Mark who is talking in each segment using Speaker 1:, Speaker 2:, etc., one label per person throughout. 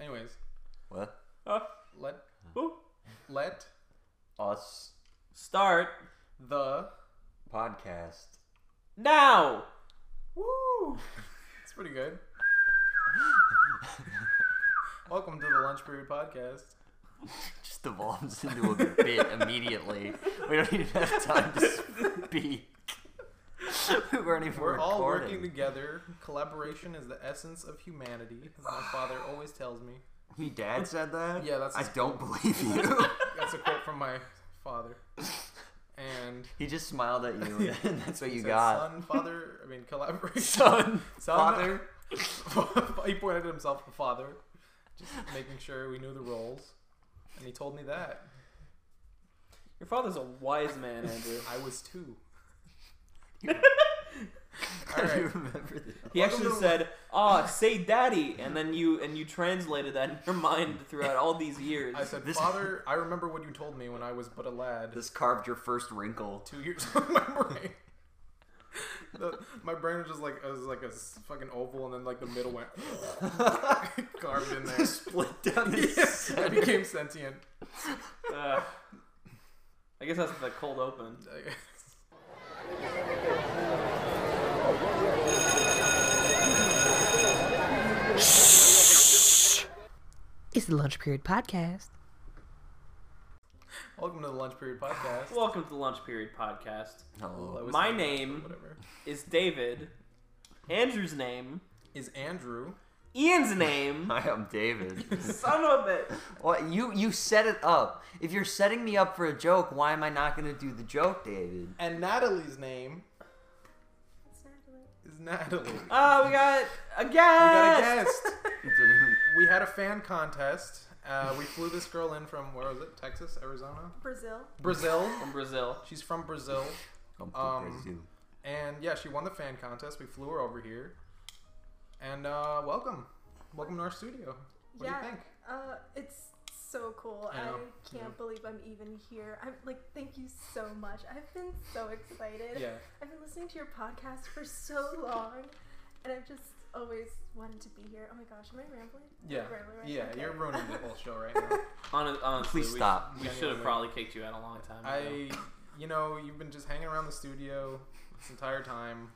Speaker 1: Anyways,
Speaker 2: What?
Speaker 1: let
Speaker 3: Ooh.
Speaker 1: let
Speaker 2: Us
Speaker 3: Start
Speaker 1: the
Speaker 2: podcast.
Speaker 3: now.
Speaker 1: woo. It's pretty good. Welcome to the Lunch Period Podcast.
Speaker 2: Just evolves into a bit immediately. We don't even have time to speak. we weren't even
Speaker 1: We're all
Speaker 2: recording.
Speaker 1: working together. Collaboration is the essence of humanity, as my father always tells me.
Speaker 2: Your dad said that?
Speaker 1: Yeah, that's
Speaker 2: I
Speaker 1: his
Speaker 2: don't believe you.
Speaker 1: That's a quote from my father. And
Speaker 2: he just smiled at you, and that's what
Speaker 1: he
Speaker 2: you
Speaker 1: said,
Speaker 2: got.
Speaker 1: son, father. I mean, collaboration.
Speaker 2: Son,
Speaker 1: Son.
Speaker 2: father.
Speaker 1: he pointed at himself, the father, just making sure we knew the roles. And he told me that
Speaker 3: Your father's a wise man, Andrew.
Speaker 1: I was two. All
Speaker 2: All right.
Speaker 1: right.
Speaker 2: you remember that?
Speaker 3: He
Speaker 1: Welcome
Speaker 3: actually
Speaker 1: to-
Speaker 3: said, "Ah, say daddy," and then you and you translated that in your mind throughout all these years.
Speaker 1: I said,
Speaker 2: This-
Speaker 1: Father, I remember what you told me when I was but a lad,
Speaker 2: This carved your first wrinkle.
Speaker 1: two years of my brain. The, my brain was just like it was like a s- fucking oval, and then like the middle went carved in there.
Speaker 2: Split down the
Speaker 1: Yeah, I
Speaker 2: center.
Speaker 1: became sentient.
Speaker 3: Ugh. Uh, I guess that's the cold open.
Speaker 4: It's the Lunch Period Podcast.
Speaker 1: Welcome to the Lunch Period Podcast.
Speaker 3: Welcome to the Lunch Period Podcast.
Speaker 2: Hello.
Speaker 1: Lois
Speaker 3: My
Speaker 1: and-
Speaker 3: name-
Speaker 1: whatever,
Speaker 3: Is David Andrew's name?
Speaker 1: is Andrew.
Speaker 3: Ian's name?
Speaker 2: Hi, I'm David.
Speaker 3: Son of a bitch.
Speaker 2: Well, you you set it up. If you're setting me up for a joke, why am I not going to do the joke, David?
Speaker 1: And Natalie's name is Natalie. We
Speaker 3: Oh, we got a guest. We
Speaker 1: got a guest.
Speaker 2: It's an even-
Speaker 1: we had a fan contest. Uh, we flew this girl in from where was it? Texas, Arizona,
Speaker 5: Brazil.
Speaker 1: Brazil.
Speaker 3: from Brazil.
Speaker 1: She's from Brazil.
Speaker 2: Come to
Speaker 1: Um,
Speaker 2: Brazil.
Speaker 1: And yeah, she won the fan contest. We flew her over here. And uh, welcome. Welcome to our studio. What do
Speaker 5: yeah.
Speaker 1: you think?
Speaker 5: Uh, it's so cool.
Speaker 1: I
Speaker 5: I,
Speaker 1: know.
Speaker 5: can't
Speaker 1: Yeah.
Speaker 5: believe I'm even here. I'm like, thank you so much. I've been so excited.
Speaker 1: Yeah.
Speaker 5: I've been listening to your podcast for so long, and I've just always wanted to be here. Oh my gosh, am I rambling?
Speaker 1: Yeah.
Speaker 5: Rambling right
Speaker 1: Yeah,
Speaker 5: now? Okay.
Speaker 1: you're ruining the whole show right now.
Speaker 3: Hon- Honestly,
Speaker 2: Please
Speaker 3: we,
Speaker 2: stop.
Speaker 3: We should have probably kicked you out a long time ago.
Speaker 1: I, you know, you've been just hanging around the studio this entire time.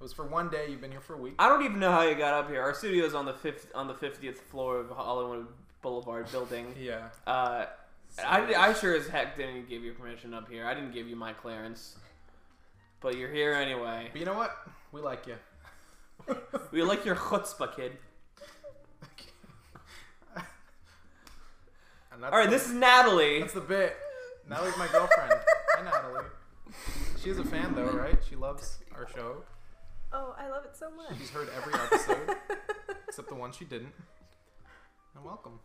Speaker 1: It was for one day. You've been here for a week.
Speaker 3: I don't even know how you got up here. Our studio's on the fifth on the fiftieth floor of Hollywood Boulevard building.
Speaker 1: Yeah.
Speaker 3: Uh, I, I sure as heck didn't give you permission up here. I didn't give you my clearance, but you're here anyway.
Speaker 1: But you know what? We like you.
Speaker 3: We like your chutzpah, kid.
Speaker 1: And that's
Speaker 3: All right,
Speaker 1: the-
Speaker 3: this is Natalie.
Speaker 1: That's the bit. Natalie's my girlfriend. Hi, Natalie. She's a fan though, right? She loves our show.
Speaker 5: Oh, I love it so much.
Speaker 1: She's heard every episode except the one she didn't. And welcome.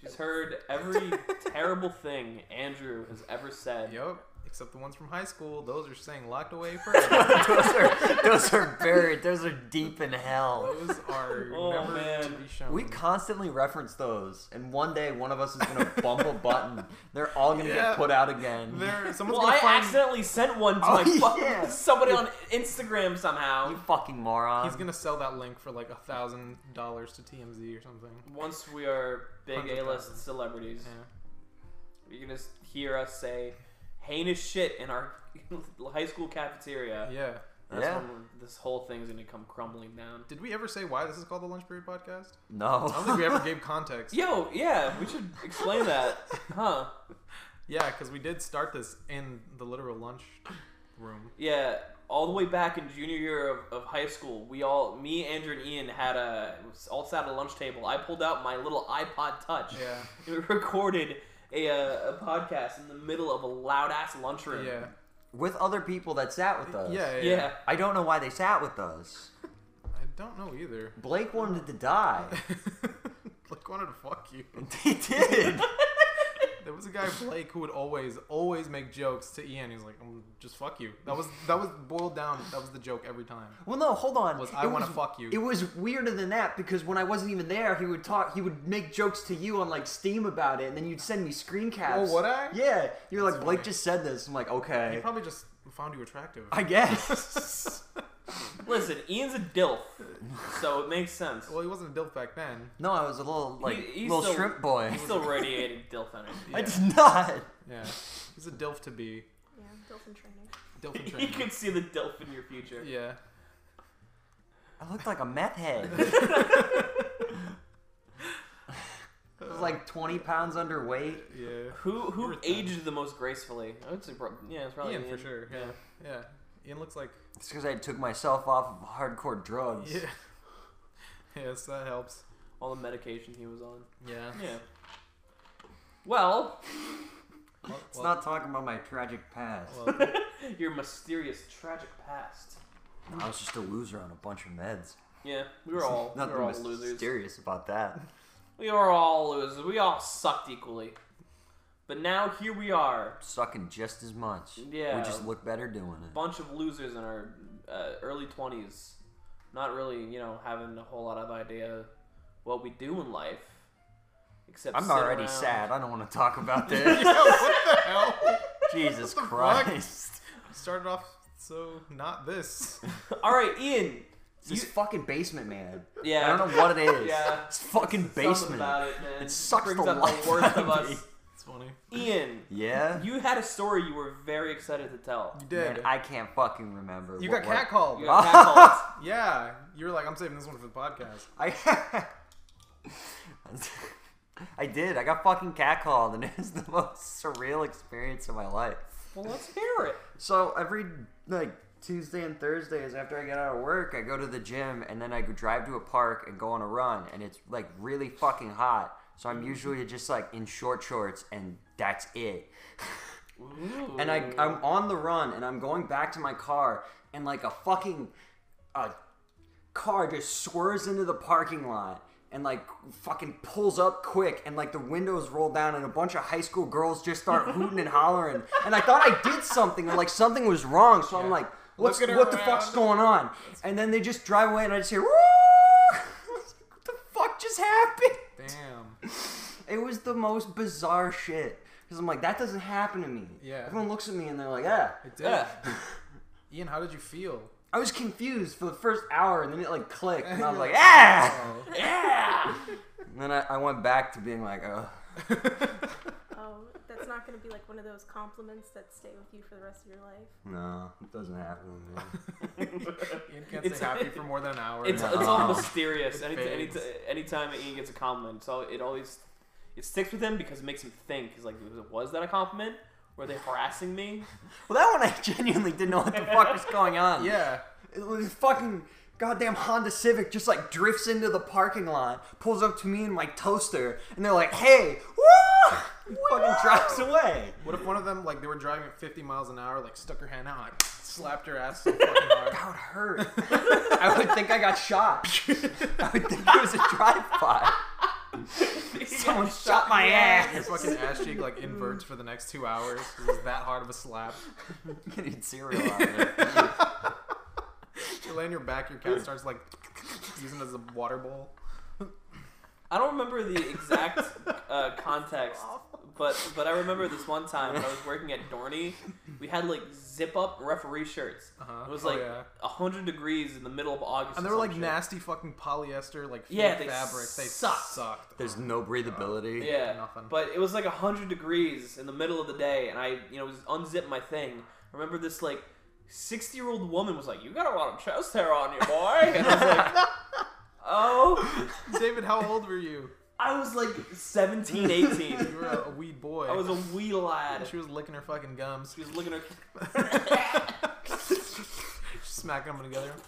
Speaker 3: She's heard every terrible thing Andrew has ever said.
Speaker 1: Yup. Except the ones from high school. Those are staying locked away forever.
Speaker 2: those are those are buried. Those are deep in hell.
Speaker 1: Those are
Speaker 3: Oh,
Speaker 1: never to
Speaker 3: man.
Speaker 1: be shown.
Speaker 2: We constantly reference those, and one day one of us is gonna bump a button. They're all gonna
Speaker 1: Yeah.
Speaker 2: get put out again.
Speaker 1: there, someone's
Speaker 3: Well, I
Speaker 1: gonna find.
Speaker 3: accidentally sent one to
Speaker 2: Oh,
Speaker 3: my fucking
Speaker 2: yeah.
Speaker 3: somebody on Instagram somehow.
Speaker 2: You fucking moron.
Speaker 1: He's gonna sell that link for like a thousand dollars to TMZ or something.
Speaker 3: Once we are big
Speaker 1: Hundred thousand.
Speaker 3: A-list celebrities,
Speaker 1: Yeah.
Speaker 3: you're gonna s- hear us say heinous shit in our high school cafeteria.
Speaker 1: Yeah.
Speaker 3: That's
Speaker 2: Yeah.
Speaker 3: when this whole thing's gonna come crumbling down.
Speaker 1: Did we ever say why this is called the Lunch Period Podcast?
Speaker 2: No.
Speaker 1: I don't think we ever gave context.
Speaker 3: Yo, yeah, we should explain that, huh?
Speaker 1: Yeah, because we did start this in the literal lunch room.
Speaker 3: Yeah, all the way back in junior year of, of high school, we all, me, Andrew, and Ian had a all sat at a lunch table. I pulled out my little iPod Touch.
Speaker 1: Yeah.
Speaker 3: and we recorded a, uh, a podcast in the middle of a loud ass lunchroom.
Speaker 1: Yeah.
Speaker 2: With other people that sat with
Speaker 1: Yeah.
Speaker 2: us.
Speaker 1: Yeah.
Speaker 3: yeah.
Speaker 2: I don't know why they sat with us.
Speaker 1: I don't know either.
Speaker 2: Blake wanted to die.
Speaker 1: Blake wanted to fuck you.
Speaker 2: he did.
Speaker 1: There was a guy Blake who would always, always make jokes to Ian. He's like, "Mm, just fuck you. That was that was boiled down. That was the joke every time.
Speaker 2: Well, no, hold on.
Speaker 1: Was
Speaker 2: It
Speaker 1: I wanna
Speaker 2: was-
Speaker 1: fuck you.
Speaker 2: It was weirder than that because when I wasn't even there, he would talk. He would make jokes to you on like Steam about it, and then you'd send me screen caps.
Speaker 1: Oh, would I?
Speaker 2: Yeah, you're like
Speaker 1: That's
Speaker 2: Blake
Speaker 1: funny.
Speaker 2: just said this. I'm like,
Speaker 1: He
Speaker 2: okay,
Speaker 1: probably just found you attractive.
Speaker 2: I guess.
Speaker 3: Listen, Ian's a dilf, so it makes sense.
Speaker 1: Well, he wasn't a dilf back then.
Speaker 2: No, I was a little like
Speaker 3: He- he's
Speaker 2: little
Speaker 3: still-
Speaker 2: shrimp boy.
Speaker 3: He still radiated dilf energy.
Speaker 2: I did not.
Speaker 1: Yeah, he's a dilf to be.
Speaker 5: Yeah, dolphin training.
Speaker 1: Dilf in
Speaker 3: You
Speaker 1: training.
Speaker 3: could see the dilf in your future.
Speaker 1: Yeah.
Speaker 2: I looked like a meth head. I was like 20 pounds underweight.
Speaker 1: Yeah.
Speaker 3: Who who
Speaker 1: Worth that.
Speaker 3: aged the most gracefully? I would say prob- yeah, it's probably
Speaker 1: Ian for sure. Yeah. Yeah. Ian looks like.
Speaker 2: It's because I took myself off of hardcore drugs.
Speaker 1: Yeah. yes, that helps.
Speaker 3: All the medication he was on.
Speaker 1: Yeah.
Speaker 3: Yeah. Well,
Speaker 1: Well,
Speaker 2: It's not talking about my tragic past.
Speaker 1: well, well,
Speaker 3: your mysterious tragic past.
Speaker 2: I was just a loser on a bunch of meds.
Speaker 3: Yeah, we were all we
Speaker 2: Nothing
Speaker 3: were all losers.
Speaker 2: mysterious about that.
Speaker 3: We were all losers. We all sucked equally. But now here we are,
Speaker 2: Sucking just as much.
Speaker 3: Yeah.
Speaker 2: We just look better doing it.
Speaker 3: bunch of losers in our uh, early twenties, not really, you know, having a whole lot of idea what we do in life. Except
Speaker 2: I'm
Speaker 3: sit
Speaker 2: already
Speaker 3: around.
Speaker 2: sad. I don't want to talk about this.
Speaker 1: yeah. What the hell?
Speaker 2: Jesus
Speaker 1: What the fuck?
Speaker 2: Christ.
Speaker 1: Started off so not this.
Speaker 3: All right, Ian.
Speaker 2: It's this
Speaker 3: You-
Speaker 2: fucking basement, man.
Speaker 3: Yeah.
Speaker 2: I don't know what it is.
Speaker 3: Yeah.
Speaker 2: It's fucking
Speaker 3: Something
Speaker 2: basement.
Speaker 3: about it, man.
Speaker 2: It sucks
Speaker 3: brings
Speaker 2: the
Speaker 3: out
Speaker 2: life
Speaker 3: the worst
Speaker 2: out
Speaker 3: of
Speaker 2: of me.
Speaker 3: us.
Speaker 1: It's funny.
Speaker 3: Ian,
Speaker 2: Yeah?
Speaker 3: you had a story you were very excited to tell.
Speaker 1: You did.
Speaker 2: Man, I can't fucking remember.
Speaker 1: you
Speaker 2: what-
Speaker 1: got
Speaker 2: what-
Speaker 1: catcalled.
Speaker 3: You got catcalled.
Speaker 1: Yeah. You were like, I'm saving this one for the podcast.
Speaker 2: I I did. I got fucking catcalled, and it was the most surreal experience of my life.
Speaker 3: well, let's hear it.
Speaker 2: So every like Tuesday and Thursdays after I get out of work, I go to the gym, and then I go drive to a park and go on a run, and it's like really fucking hot. So I'm usually just like in short shorts, and that's it. and I, I'm on the run and I'm going back to my car and like a fucking a car just swerves into the parking lot and like fucking pulls up quick and like the windows roll down and a bunch of high school girls just start hooting and hollering and I thought I did something or like something was wrong so I'm like what's what
Speaker 1: Looking
Speaker 2: the fuck's
Speaker 1: around.
Speaker 2: going on and then they just drive away and I just hear Woo! I was like, what the fuck just happened
Speaker 1: Damn.
Speaker 2: it was the most bizarre shit. Because I'm like, that doesn't happen to me.
Speaker 1: Yeah.
Speaker 2: Everyone looks at me and they're like, yeah.
Speaker 1: It did.
Speaker 3: Yeah.
Speaker 1: Ian, how did you feel?
Speaker 2: I was confused for the first hour and then it like clicked. And I was like,
Speaker 1: Oh.
Speaker 2: yeah! And then I, I went back to being like, oh.
Speaker 5: Oh, that's not going to be like one of those compliments that stay with you for the rest of your life.
Speaker 2: No, it doesn't happen to me.
Speaker 1: Ian can't
Speaker 3: It's-
Speaker 1: stay happy for more than an hour.
Speaker 3: It's,
Speaker 2: No.
Speaker 3: it's all mysterious. Any, any,
Speaker 1: fades.
Speaker 3: anytime Ian gets a compliment, it's all, it always it sticks with him because it makes him think. He's like, was that a compliment? Were they harassing me?
Speaker 2: well, that one I genuinely didn't know what the fuck was going on.
Speaker 1: yeah.
Speaker 2: It was fucking goddamn Honda Civic just like drifts into the parking lot, pulls up to me and my toaster, and they're like, hey, woo! And fucking drives away.
Speaker 1: What if one of them, like, they were driving at 50 miles an hour, like, stuck her hand out, and, like, slapped her ass so fucking hard?
Speaker 2: That would hurt. I would think I got shot. I would think it was a drive by. Someone shot my
Speaker 1: Your
Speaker 2: ass.
Speaker 1: fucking ass cheek, like, inverts for the next two hours. It was that hard of a slap.
Speaker 2: Getting cereal out of it.
Speaker 1: You lay on your back, your cat starts, like, using it as a water bowl.
Speaker 3: I don't remember the exact uh, context, but but I remember this one time when I was working at Dorney, we had like zip up referee shirts.
Speaker 1: Uh-huh.
Speaker 3: It was
Speaker 1: Oh,
Speaker 3: like
Speaker 1: yeah.
Speaker 3: hundred degrees in the middle of August,
Speaker 1: And they
Speaker 3: or
Speaker 1: were,
Speaker 3: some
Speaker 1: like,
Speaker 3: shit.
Speaker 1: nasty fucking polyester, like, fake
Speaker 3: Yeah, they
Speaker 1: fabric. They
Speaker 3: sucked.
Speaker 1: sucked.
Speaker 2: There's no breathability.
Speaker 3: Yeah,
Speaker 1: Nothing.
Speaker 3: but it was like hundred degrees in the middle of the day, and I, you know, was unzipped my thing. I remember this like sixty-year-old woman was like, "You got a lot of chest hair on you, boy," and I was like, "Oh."
Speaker 1: David, how old were you?
Speaker 3: I was like 17, 18.
Speaker 1: You were a, a wee boy.
Speaker 3: I was a wee lad.
Speaker 1: She was licking her fucking gums.
Speaker 3: She was looking at.
Speaker 1: Smacking them together.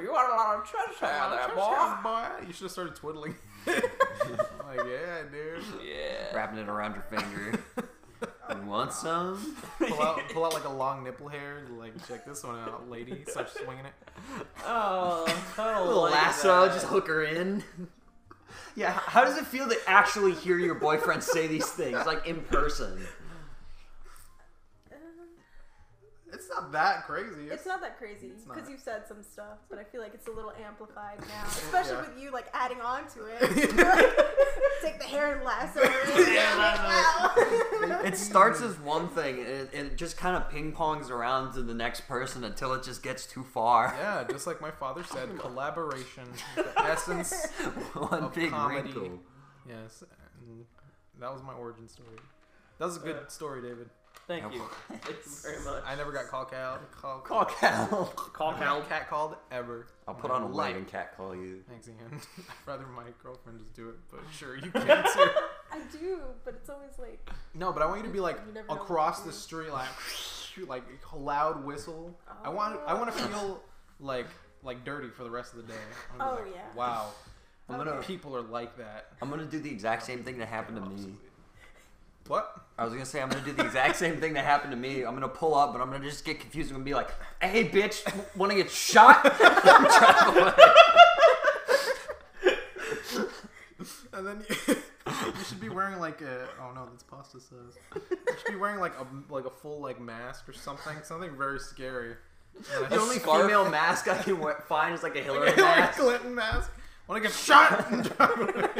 Speaker 3: You want a lot of chest hair there, boy?
Speaker 1: Boy, you should have started twiddling. like, yeah, dude.
Speaker 3: Yeah.
Speaker 2: Wrapping it around your finger. You want some?
Speaker 1: Pull out, pull out like a long nipple hair. Like, check this one out, lady. Start swinging it.
Speaker 3: Oh, I don't
Speaker 2: Little
Speaker 3: like
Speaker 2: lasso,
Speaker 3: that.
Speaker 2: just hook her in. Yeah, h- how does it feel to actually hear your boyfriend say these things, like in person?
Speaker 5: Uh,
Speaker 1: It's not that crazy.
Speaker 5: It's not that crazy because
Speaker 1: not.
Speaker 5: you've said some stuff, but I feel like it's a little amplified now, especially
Speaker 1: Yeah.
Speaker 5: with you like adding on to it. Take the hair and lasso it. Wow.
Speaker 2: it starts as one thing and it, and it just kind of ping pongs around to the next person until it just gets too far.
Speaker 1: Yeah, just like my father said, collaboration, is the essence.
Speaker 2: one
Speaker 1: Of
Speaker 2: big
Speaker 1: comedy.
Speaker 2: wrinkle.
Speaker 1: Yes, and that was my origin story. That was a
Speaker 2: Uh,
Speaker 1: good story, David.
Speaker 3: Thank you. Thank you very much.
Speaker 1: I never got call out. Call,
Speaker 2: Call Cal.
Speaker 3: Call
Speaker 1: call
Speaker 3: count.
Speaker 1: cat called ever.
Speaker 2: I'll
Speaker 1: in
Speaker 2: put
Speaker 1: my
Speaker 2: on a
Speaker 1: life.
Speaker 2: light and cat call you.
Speaker 1: Thanks, Ian. I'd rather my girlfriend just do it, but sure, you can too.
Speaker 5: I do, but it's always like
Speaker 1: No, but I want you to be like
Speaker 5: You never know what
Speaker 1: across
Speaker 5: to
Speaker 1: the
Speaker 5: do.
Speaker 1: street, like like a loud whistle. I want
Speaker 5: oh.
Speaker 1: I want to feel like like dirty for the rest of the day. I wanna be
Speaker 5: Oh,
Speaker 1: like,
Speaker 5: yeah.
Speaker 1: Wow.
Speaker 2: I'm
Speaker 1: Other
Speaker 2: gonna
Speaker 1: people are like that.
Speaker 2: I'm gonna do the exact same thing that happened to me.
Speaker 1: What?
Speaker 2: I was gonna say I'm gonna do the exact same thing that happened to me. I'm gonna pull up, but I'm gonna just get confused and be like, "Hey, bitch, want to get shot?" And drive away.
Speaker 1: And then you, you should be wearing like a oh no, that's pasta sauce. You should be wearing like a like a full like mask or something, something very scary. And I
Speaker 2: The
Speaker 1: just-
Speaker 2: only
Speaker 3: scarf.
Speaker 2: female mask I can wear, find is like a Hillary
Speaker 1: Hillary
Speaker 2: mask.
Speaker 1: Clinton mask. Want to get shot? and drive away.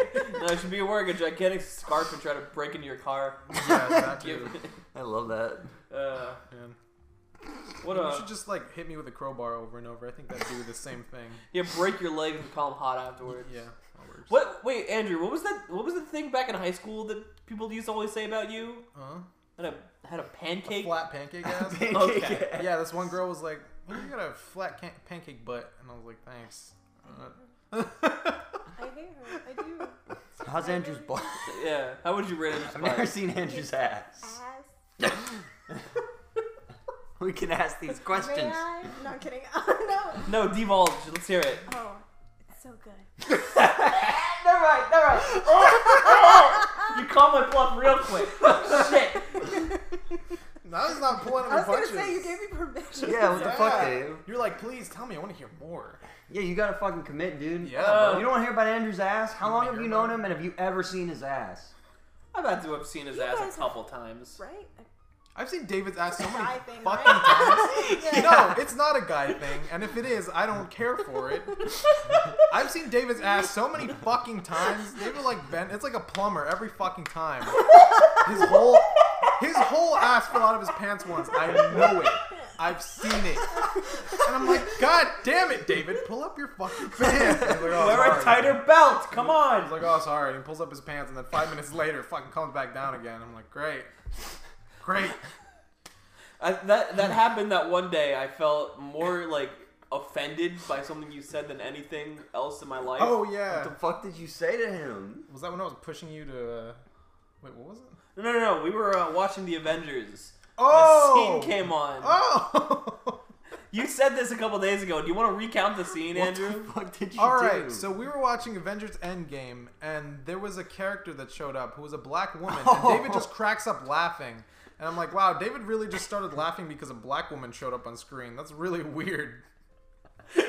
Speaker 3: No, I should be wearing a gigantic scarf and try to break into your car.
Speaker 1: yeah, that
Speaker 3: Give,
Speaker 1: too.
Speaker 2: I love that.
Speaker 3: uh,
Speaker 1: Man.
Speaker 3: what
Speaker 1: You
Speaker 3: a
Speaker 1: should just like hit me with a crowbar over and over. I think that'd do the same thing.
Speaker 3: yeah. Break your legs and call them hot afterwards.
Speaker 1: Yeah. that works.
Speaker 3: What? Wait, Andrew. What was that? What was the thing back in high school that people used to always say about you?
Speaker 1: Huh?
Speaker 3: Had a had a pancake.
Speaker 1: Uh-huh. Flat pancake ass.
Speaker 3: Okay.
Speaker 1: yeah, this one girl was like, "You got a flat can- pancake butt," and I was like, "Thanks." Uh,
Speaker 5: I hate her. I do.
Speaker 2: How's Andrew's butt?
Speaker 3: Yeah. How would you rate it?
Speaker 2: I've never seen Andrew's ass.
Speaker 5: Ass.
Speaker 2: We can ask these
Speaker 5: May
Speaker 2: questions.
Speaker 5: I? No, I'm kidding. Oh no.
Speaker 3: No, divulge. Let's hear it.
Speaker 5: Oh, it's so good.
Speaker 3: All right, all right. Oh, you called my bluff real quick. Shit.
Speaker 1: now he's not pulling
Speaker 5: I
Speaker 1: any
Speaker 5: was gonna
Speaker 1: punches.
Speaker 5: say you gave me permission.
Speaker 2: Yeah, what the fuck,
Speaker 1: Yeah.
Speaker 2: Dave?
Speaker 1: You're like, please tell me. I want to hear more.
Speaker 2: Yeah, you gotta fucking commit, dude.
Speaker 1: Yeah,
Speaker 3: Uh,
Speaker 1: bro.
Speaker 2: You don't want to hear about Andrew's ass? How long
Speaker 1: wanna
Speaker 2: have
Speaker 1: hear
Speaker 2: you
Speaker 1: about
Speaker 2: known
Speaker 1: it?
Speaker 2: him, and have you ever seen his ass?
Speaker 3: I've had to have seen his
Speaker 5: You
Speaker 3: ass
Speaker 5: guys
Speaker 3: a
Speaker 5: are-
Speaker 3: couple times.
Speaker 5: Right? I-
Speaker 1: I've seen David's ass so many
Speaker 5: guy thing,
Speaker 1: fucking
Speaker 5: right?
Speaker 1: times. No, it's not a guy thing, and if it is, I don't care for it. I've seen David's ass so many fucking times. David like bent. It's like a plumber every fucking time. His whole his whole ass fell out of his pants once. I know it. I've seen it. And I'm like, God damn it, David, pull up your fucking pants. He's like, "Oh,
Speaker 3: Wear a
Speaker 1: sorry."
Speaker 3: tighter belt. Come
Speaker 1: He's
Speaker 3: on.
Speaker 1: like, oh, sorry. And he pulls up his pants, and then five minutes later, fucking comes back down again. I'm like, great, great.
Speaker 3: I, that that happened that one day. I felt more like offended by something you said than anything else in my life.
Speaker 1: Oh
Speaker 2: What
Speaker 1: yeah.
Speaker 2: the fuck did you say to him?
Speaker 1: Was that when I was pushing you to? Uh... Wait, what was it?
Speaker 3: No, no, no. We were uh, watching the Avengers.
Speaker 1: Oh.
Speaker 3: The scene came on.
Speaker 1: Oh.
Speaker 3: You said this a couple days ago. Do you want to recount the scene, Andrew?
Speaker 2: What the fuck did you
Speaker 1: All
Speaker 2: do?
Speaker 1: right. So we were watching Avengers Endgame, and there was a character that showed up who was a black woman, and David just cracks up laughing. And I'm like, wow, David really just started laughing because a black woman showed up on screen. That's really weird.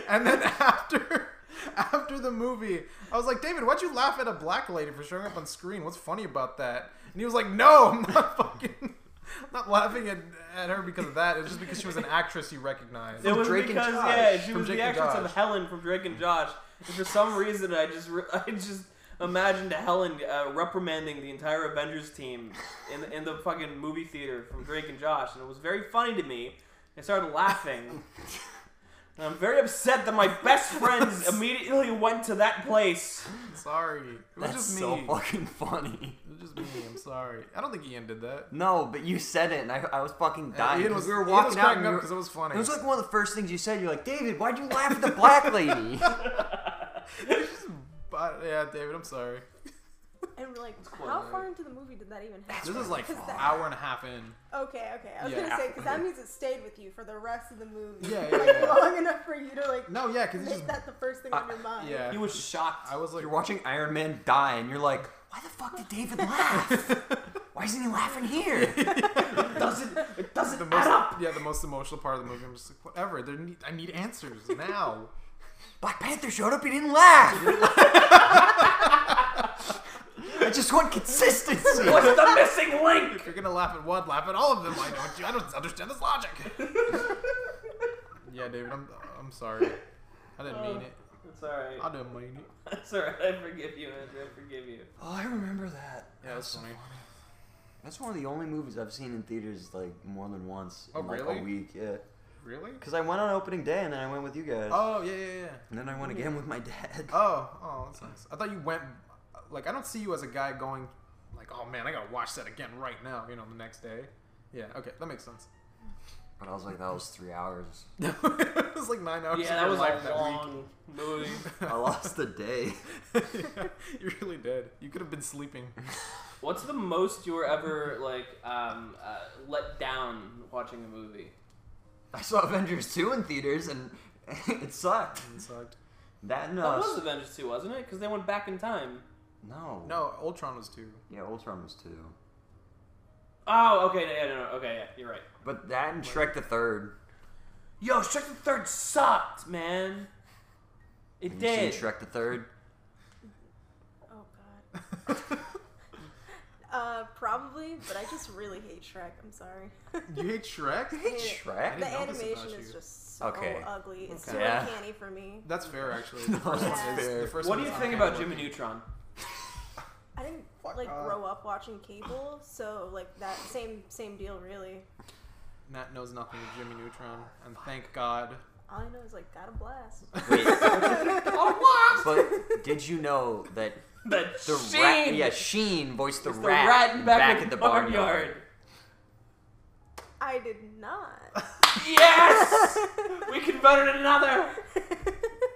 Speaker 1: And then after after the movie, I was like, David, why'd you laugh at a black lady for showing up on screen? What's funny about that? And he was like, No, I'm not fucking I'm not laughing at, at her because of that. It was just because she was an actress you recognized.
Speaker 3: It was
Speaker 2: Drake and
Speaker 3: because
Speaker 2: Josh.
Speaker 3: yeah, she
Speaker 1: From
Speaker 3: was
Speaker 1: Drake
Speaker 3: the
Speaker 1: and
Speaker 3: actress of
Speaker 1: Josh.
Speaker 3: Helen from Drake and Josh. And for some reason, I just re- I just imagined Helen uh, reprimanding the entire Avengers team in in the fucking movie theater from Drake and Josh, and it was very funny to me. I started laughing. And I'm very upset that my best friends immediately went to that place.
Speaker 1: Sorry. It was
Speaker 2: That's
Speaker 1: just me.
Speaker 2: so fucking funny.
Speaker 1: It was just me. I'm sorry. I don't think Ian did that.
Speaker 2: No, but you said it, and I, I was fucking dying.
Speaker 1: Ian
Speaker 2: 'cause
Speaker 1: was-
Speaker 2: we were
Speaker 1: Ian was
Speaker 2: walking out,
Speaker 1: cracking
Speaker 2: and
Speaker 1: up
Speaker 2: you were-
Speaker 1: 'cause it was funny.
Speaker 2: It was like one of the first things you said. You're like, David, why'd you laugh at the black lady?
Speaker 1: But yeah, David, I'm sorry.
Speaker 5: And we're like,
Speaker 3: quite
Speaker 5: how
Speaker 3: all
Speaker 5: far
Speaker 3: right.
Speaker 5: into the movie did that even happen?
Speaker 1: This is like an
Speaker 5: Because that-
Speaker 1: hour and a half in.
Speaker 5: Okay, okay. I was
Speaker 1: Yeah.
Speaker 5: gonna say because that means it stayed with you for the rest of the movie.
Speaker 1: Yeah, yeah,
Speaker 5: like
Speaker 1: yeah.
Speaker 5: long enough for you to like
Speaker 1: No, yeah, because
Speaker 5: make
Speaker 1: just
Speaker 5: that the first thing on your mind.
Speaker 1: yeah.
Speaker 3: He was shocked.
Speaker 1: I was like,
Speaker 2: you're watching Iron Man die, and you're like, why the fuck did David laugh? Why isn't he laughing here? It doesn't it doesn't
Speaker 1: the
Speaker 2: add
Speaker 1: most
Speaker 2: up?
Speaker 1: yeah the most emotional part of the movie. I'm just like, whatever. There need, I need answers now.
Speaker 2: Black Panther showed up. He didn't laugh. I just want consistency.
Speaker 3: What's the missing link?
Speaker 1: If you're gonna laugh at one, laugh at all of them. Why don't you? I don't understand this logic. yeah, David, I'm I'm sorry. I didn't mean it.
Speaker 3: It's alright.
Speaker 1: I didn't mean it.
Speaker 3: It's alright. I forgive you, Andrew. I forgive you.
Speaker 2: Oh, I remember that.
Speaker 1: Yeah, that's funny.
Speaker 2: That's one of the only movies I've seen in theaters like more than once
Speaker 1: Oh,
Speaker 2: in like
Speaker 1: really?
Speaker 2: a week. Yeah,
Speaker 1: Really?
Speaker 2: because I went on opening day and then I went with you guys.
Speaker 1: Oh yeah, yeah, yeah.
Speaker 2: And then I went again with my dad.
Speaker 1: Oh, oh, that's nice. I thought you went. Like, I don't see you as a guy going, like, oh man, I gotta watch that again right now. You know, the next day. Yeah. Okay, that makes sense.
Speaker 2: But I was like, that was three hours.
Speaker 1: it was like nine hours.
Speaker 3: Yeah, that
Speaker 1: of your
Speaker 3: was
Speaker 1: life
Speaker 3: a long movie.
Speaker 2: I lost the day.
Speaker 1: that week. you really did. You could have been sleeping.
Speaker 3: What's the most you were ever like um, uh, let down watching a movie?
Speaker 2: I saw Avengers 2 in theaters and it sucked.
Speaker 1: It sucked.
Speaker 2: That and
Speaker 3: That
Speaker 2: uh,
Speaker 3: was Avengers 2, wasn't it? Because they went back in time.
Speaker 2: No.
Speaker 1: No, Ultron was two.
Speaker 2: Yeah, Ultron was 2.
Speaker 3: Oh, okay, yeah, no, no, okay, yeah, you're right.
Speaker 2: But that and Shrek the Third.
Speaker 3: Yo, Shrek the Third sucked, man. It
Speaker 2: Have you
Speaker 3: did.
Speaker 2: seen Shrek the Third?
Speaker 5: Oh god. Uh, probably, but I just really hate Shrek. I'm sorry.
Speaker 1: you hate Shrek?
Speaker 5: hate
Speaker 2: Shrek?
Speaker 5: The
Speaker 1: I didn't know this
Speaker 5: animation
Speaker 1: about
Speaker 5: is
Speaker 1: you.
Speaker 5: just so
Speaker 2: Okay.
Speaker 5: ugly. It's
Speaker 3: Okay.
Speaker 5: too
Speaker 2: Yeah.
Speaker 5: uncanny for me.
Speaker 1: That's fair, actually. The
Speaker 2: No,
Speaker 1: first
Speaker 5: that's
Speaker 1: one is,
Speaker 2: fair.
Speaker 1: The first
Speaker 3: What
Speaker 1: one
Speaker 3: do you
Speaker 1: is
Speaker 3: think
Speaker 1: uncanny
Speaker 3: about Jimmy
Speaker 1: looking.
Speaker 3: Neutron?
Speaker 5: I didn't
Speaker 1: Fuck
Speaker 5: like
Speaker 1: off.
Speaker 5: grow up watching cable, so like that same same deal really.
Speaker 1: Matt knows nothing of Jimmy Neutron, and thank God.
Speaker 5: All I know is like got a blast.
Speaker 3: oh, what?
Speaker 2: But did you know that
Speaker 3: The,
Speaker 2: the
Speaker 3: Sheen.
Speaker 2: rat? Yeah, Sheen voiced the,
Speaker 3: It's the
Speaker 2: rat,
Speaker 3: rat back,
Speaker 2: back at the barnyard.
Speaker 5: I did not.
Speaker 3: Yes! we converted another.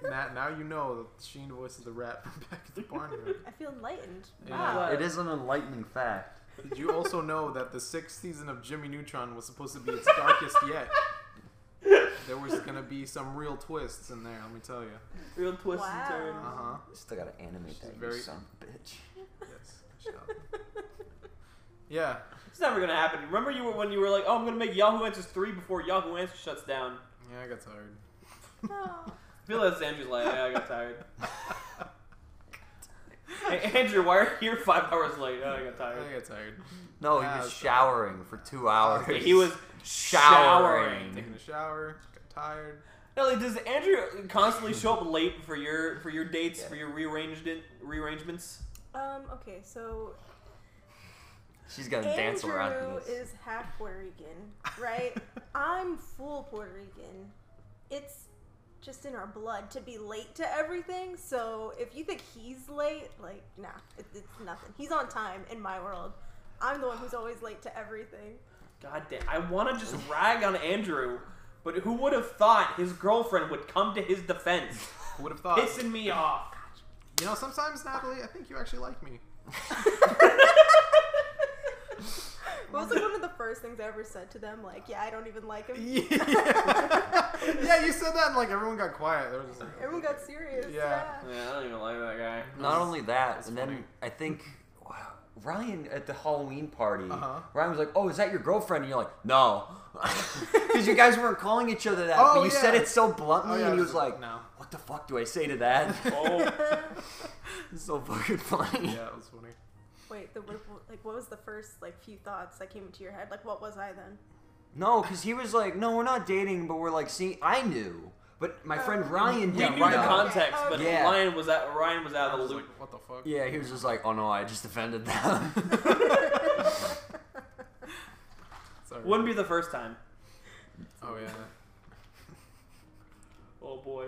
Speaker 1: Matt, now you know that Sheen voices the rat from back at the barnyard.
Speaker 5: I feel enlightened.
Speaker 1: Yeah.
Speaker 5: Wow.
Speaker 2: It is an enlightening fact.
Speaker 1: Did you also know that the sixth season of Jimmy Neutron was supposed to be its darkest yet? There was gonna be some real twists in there, let me tell you.
Speaker 3: Real twists
Speaker 5: Wow.
Speaker 3: and
Speaker 1: Uh
Speaker 3: turns.
Speaker 1: huh.
Speaker 2: Still gotta animate that,
Speaker 1: very-
Speaker 2: you son of a bitch.
Speaker 1: Yes. good job. Yeah.
Speaker 3: It's never gonna happen. Remember you were when you were like, oh, I'm gonna make Yahoo Answers three before Yahoo Answers shuts down.
Speaker 1: Yeah, I got tired.
Speaker 5: Oh.
Speaker 3: I feel that's Andrew's like, yeah, I got tired. Hey, Andrew, why are you here five hours late? Oh, I got
Speaker 1: I
Speaker 3: tired.
Speaker 1: got tired.
Speaker 2: No, he
Speaker 1: Yeah,
Speaker 2: was
Speaker 1: so-
Speaker 2: showering for two hours.
Speaker 3: Yeah, he was
Speaker 2: Showering.
Speaker 3: showering.
Speaker 1: Taking a shower. Got tired.
Speaker 3: Ellie, does Andrew constantly show up late for your for your dates
Speaker 2: Yeah.
Speaker 3: for your rearranged rearrangements?
Speaker 5: Um. Okay. So
Speaker 2: She's gonna dance around. to
Speaker 5: Andrew
Speaker 2: this.
Speaker 5: is half Puerto Rican, right? I'm full Puerto Rican. It's just in our blood to be late to everything. So if you think he's late, like, nah, it, it's nothing. He's on time in my world. I'm the one who's always late to everything.
Speaker 3: God damn, I want to just rag on Andrew, but who would have thought his girlfriend would come to his defense?
Speaker 1: Who would have thought?
Speaker 3: Pissing me off.
Speaker 1: You know, sometimes, Natalie, I think you actually like me.
Speaker 5: What was like one of the first things I ever said to them? Like, yeah, I don't even like him.
Speaker 1: Yeah. yeah, you said that and like everyone got quiet. They were just like,
Speaker 5: Everyone got serious.
Speaker 1: Yeah.
Speaker 5: Yeah.
Speaker 3: Yeah, I don't even like that guy.
Speaker 2: Not only that,
Speaker 1: that's
Speaker 2: and
Speaker 1: funny.
Speaker 2: then I think wow, Ryan at the Halloween party,
Speaker 1: Uh-huh.
Speaker 2: Ryan was like, "Oh, is that your girlfriend?" And you're like, "No," because you guys weren't calling each other that.
Speaker 1: Oh,
Speaker 2: but you said
Speaker 1: yeah.
Speaker 2: it so bluntly,
Speaker 1: Oh, yeah,
Speaker 2: and he
Speaker 1: I
Speaker 2: was like,
Speaker 1: no.
Speaker 2: "What the fuck do I say to that?"
Speaker 3: Oh,
Speaker 2: it's so fucking funny.
Speaker 1: Yeah, it was funny.
Speaker 5: Wait, the like, what was the first like few thoughts that came into your head? Like, what was I then?
Speaker 2: No, because he was like, "No, we're not dating, but we're like, see, I knew." But
Speaker 1: Uh,
Speaker 2: my friend Ryan
Speaker 3: we
Speaker 2: didn't
Speaker 3: knew the
Speaker 2: know.
Speaker 3: context, but
Speaker 2: Yeah.
Speaker 3: Ryan was out. Ryan was out
Speaker 1: I
Speaker 3: of
Speaker 1: was
Speaker 3: the
Speaker 1: like,
Speaker 3: loop.
Speaker 1: what the fuck?
Speaker 2: yeah, he was just like, "Oh no, I just offended them."
Speaker 1: Sorry.
Speaker 3: Wouldn't be the first time.
Speaker 1: Oh yeah.
Speaker 3: Oh boy.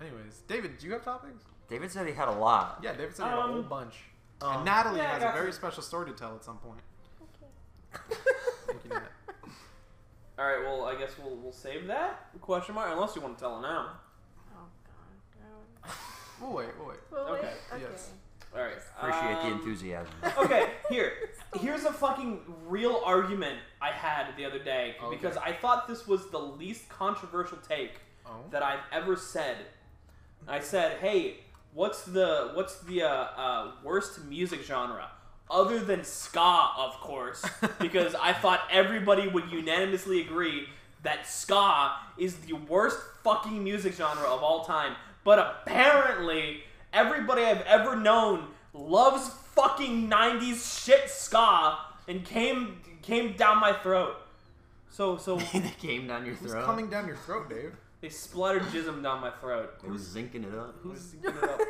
Speaker 1: Anyways, David, do you have topics?
Speaker 2: David said he had a lot.
Speaker 1: Yeah, David said he had a whole
Speaker 3: Um,
Speaker 1: bunch.
Speaker 2: um,
Speaker 1: and Natalie
Speaker 3: yeah, I
Speaker 1: has a
Speaker 3: got
Speaker 1: very
Speaker 3: some.
Speaker 1: special story to tell at some point. Thank you, Nat.
Speaker 3: All right. Well, I guess we'll we'll save that question mark unless you want to tell it now.
Speaker 5: Oh god.
Speaker 1: We'll wait, we'll wait.
Speaker 5: Well, wait.
Speaker 3: Okay,
Speaker 5: Okay.
Speaker 1: yes.
Speaker 3: All right.
Speaker 2: Appreciate the
Speaker 3: um,
Speaker 2: enthusiasm.
Speaker 3: okay, here. Here's a fucking real argument I had the other day
Speaker 1: Okay.
Speaker 3: because I thought this was the least controversial take
Speaker 1: Oh.
Speaker 3: that I've ever said. I said, "Hey, what's the what's the uh, uh, worst music genre other than ska, of course?" because I thought everybody would unanimously agree that ska is the worst fucking music genre of all time. But apparently, everybody I've ever known loves fucking '90s shit ska and came came down my throat. So so
Speaker 2: they came down your
Speaker 1: Who's
Speaker 2: throat.
Speaker 1: coming down your throat, Dave?
Speaker 3: they splattered jism down my throat.
Speaker 2: They were zinking it up.
Speaker 1: Who's
Speaker 3: Give it up.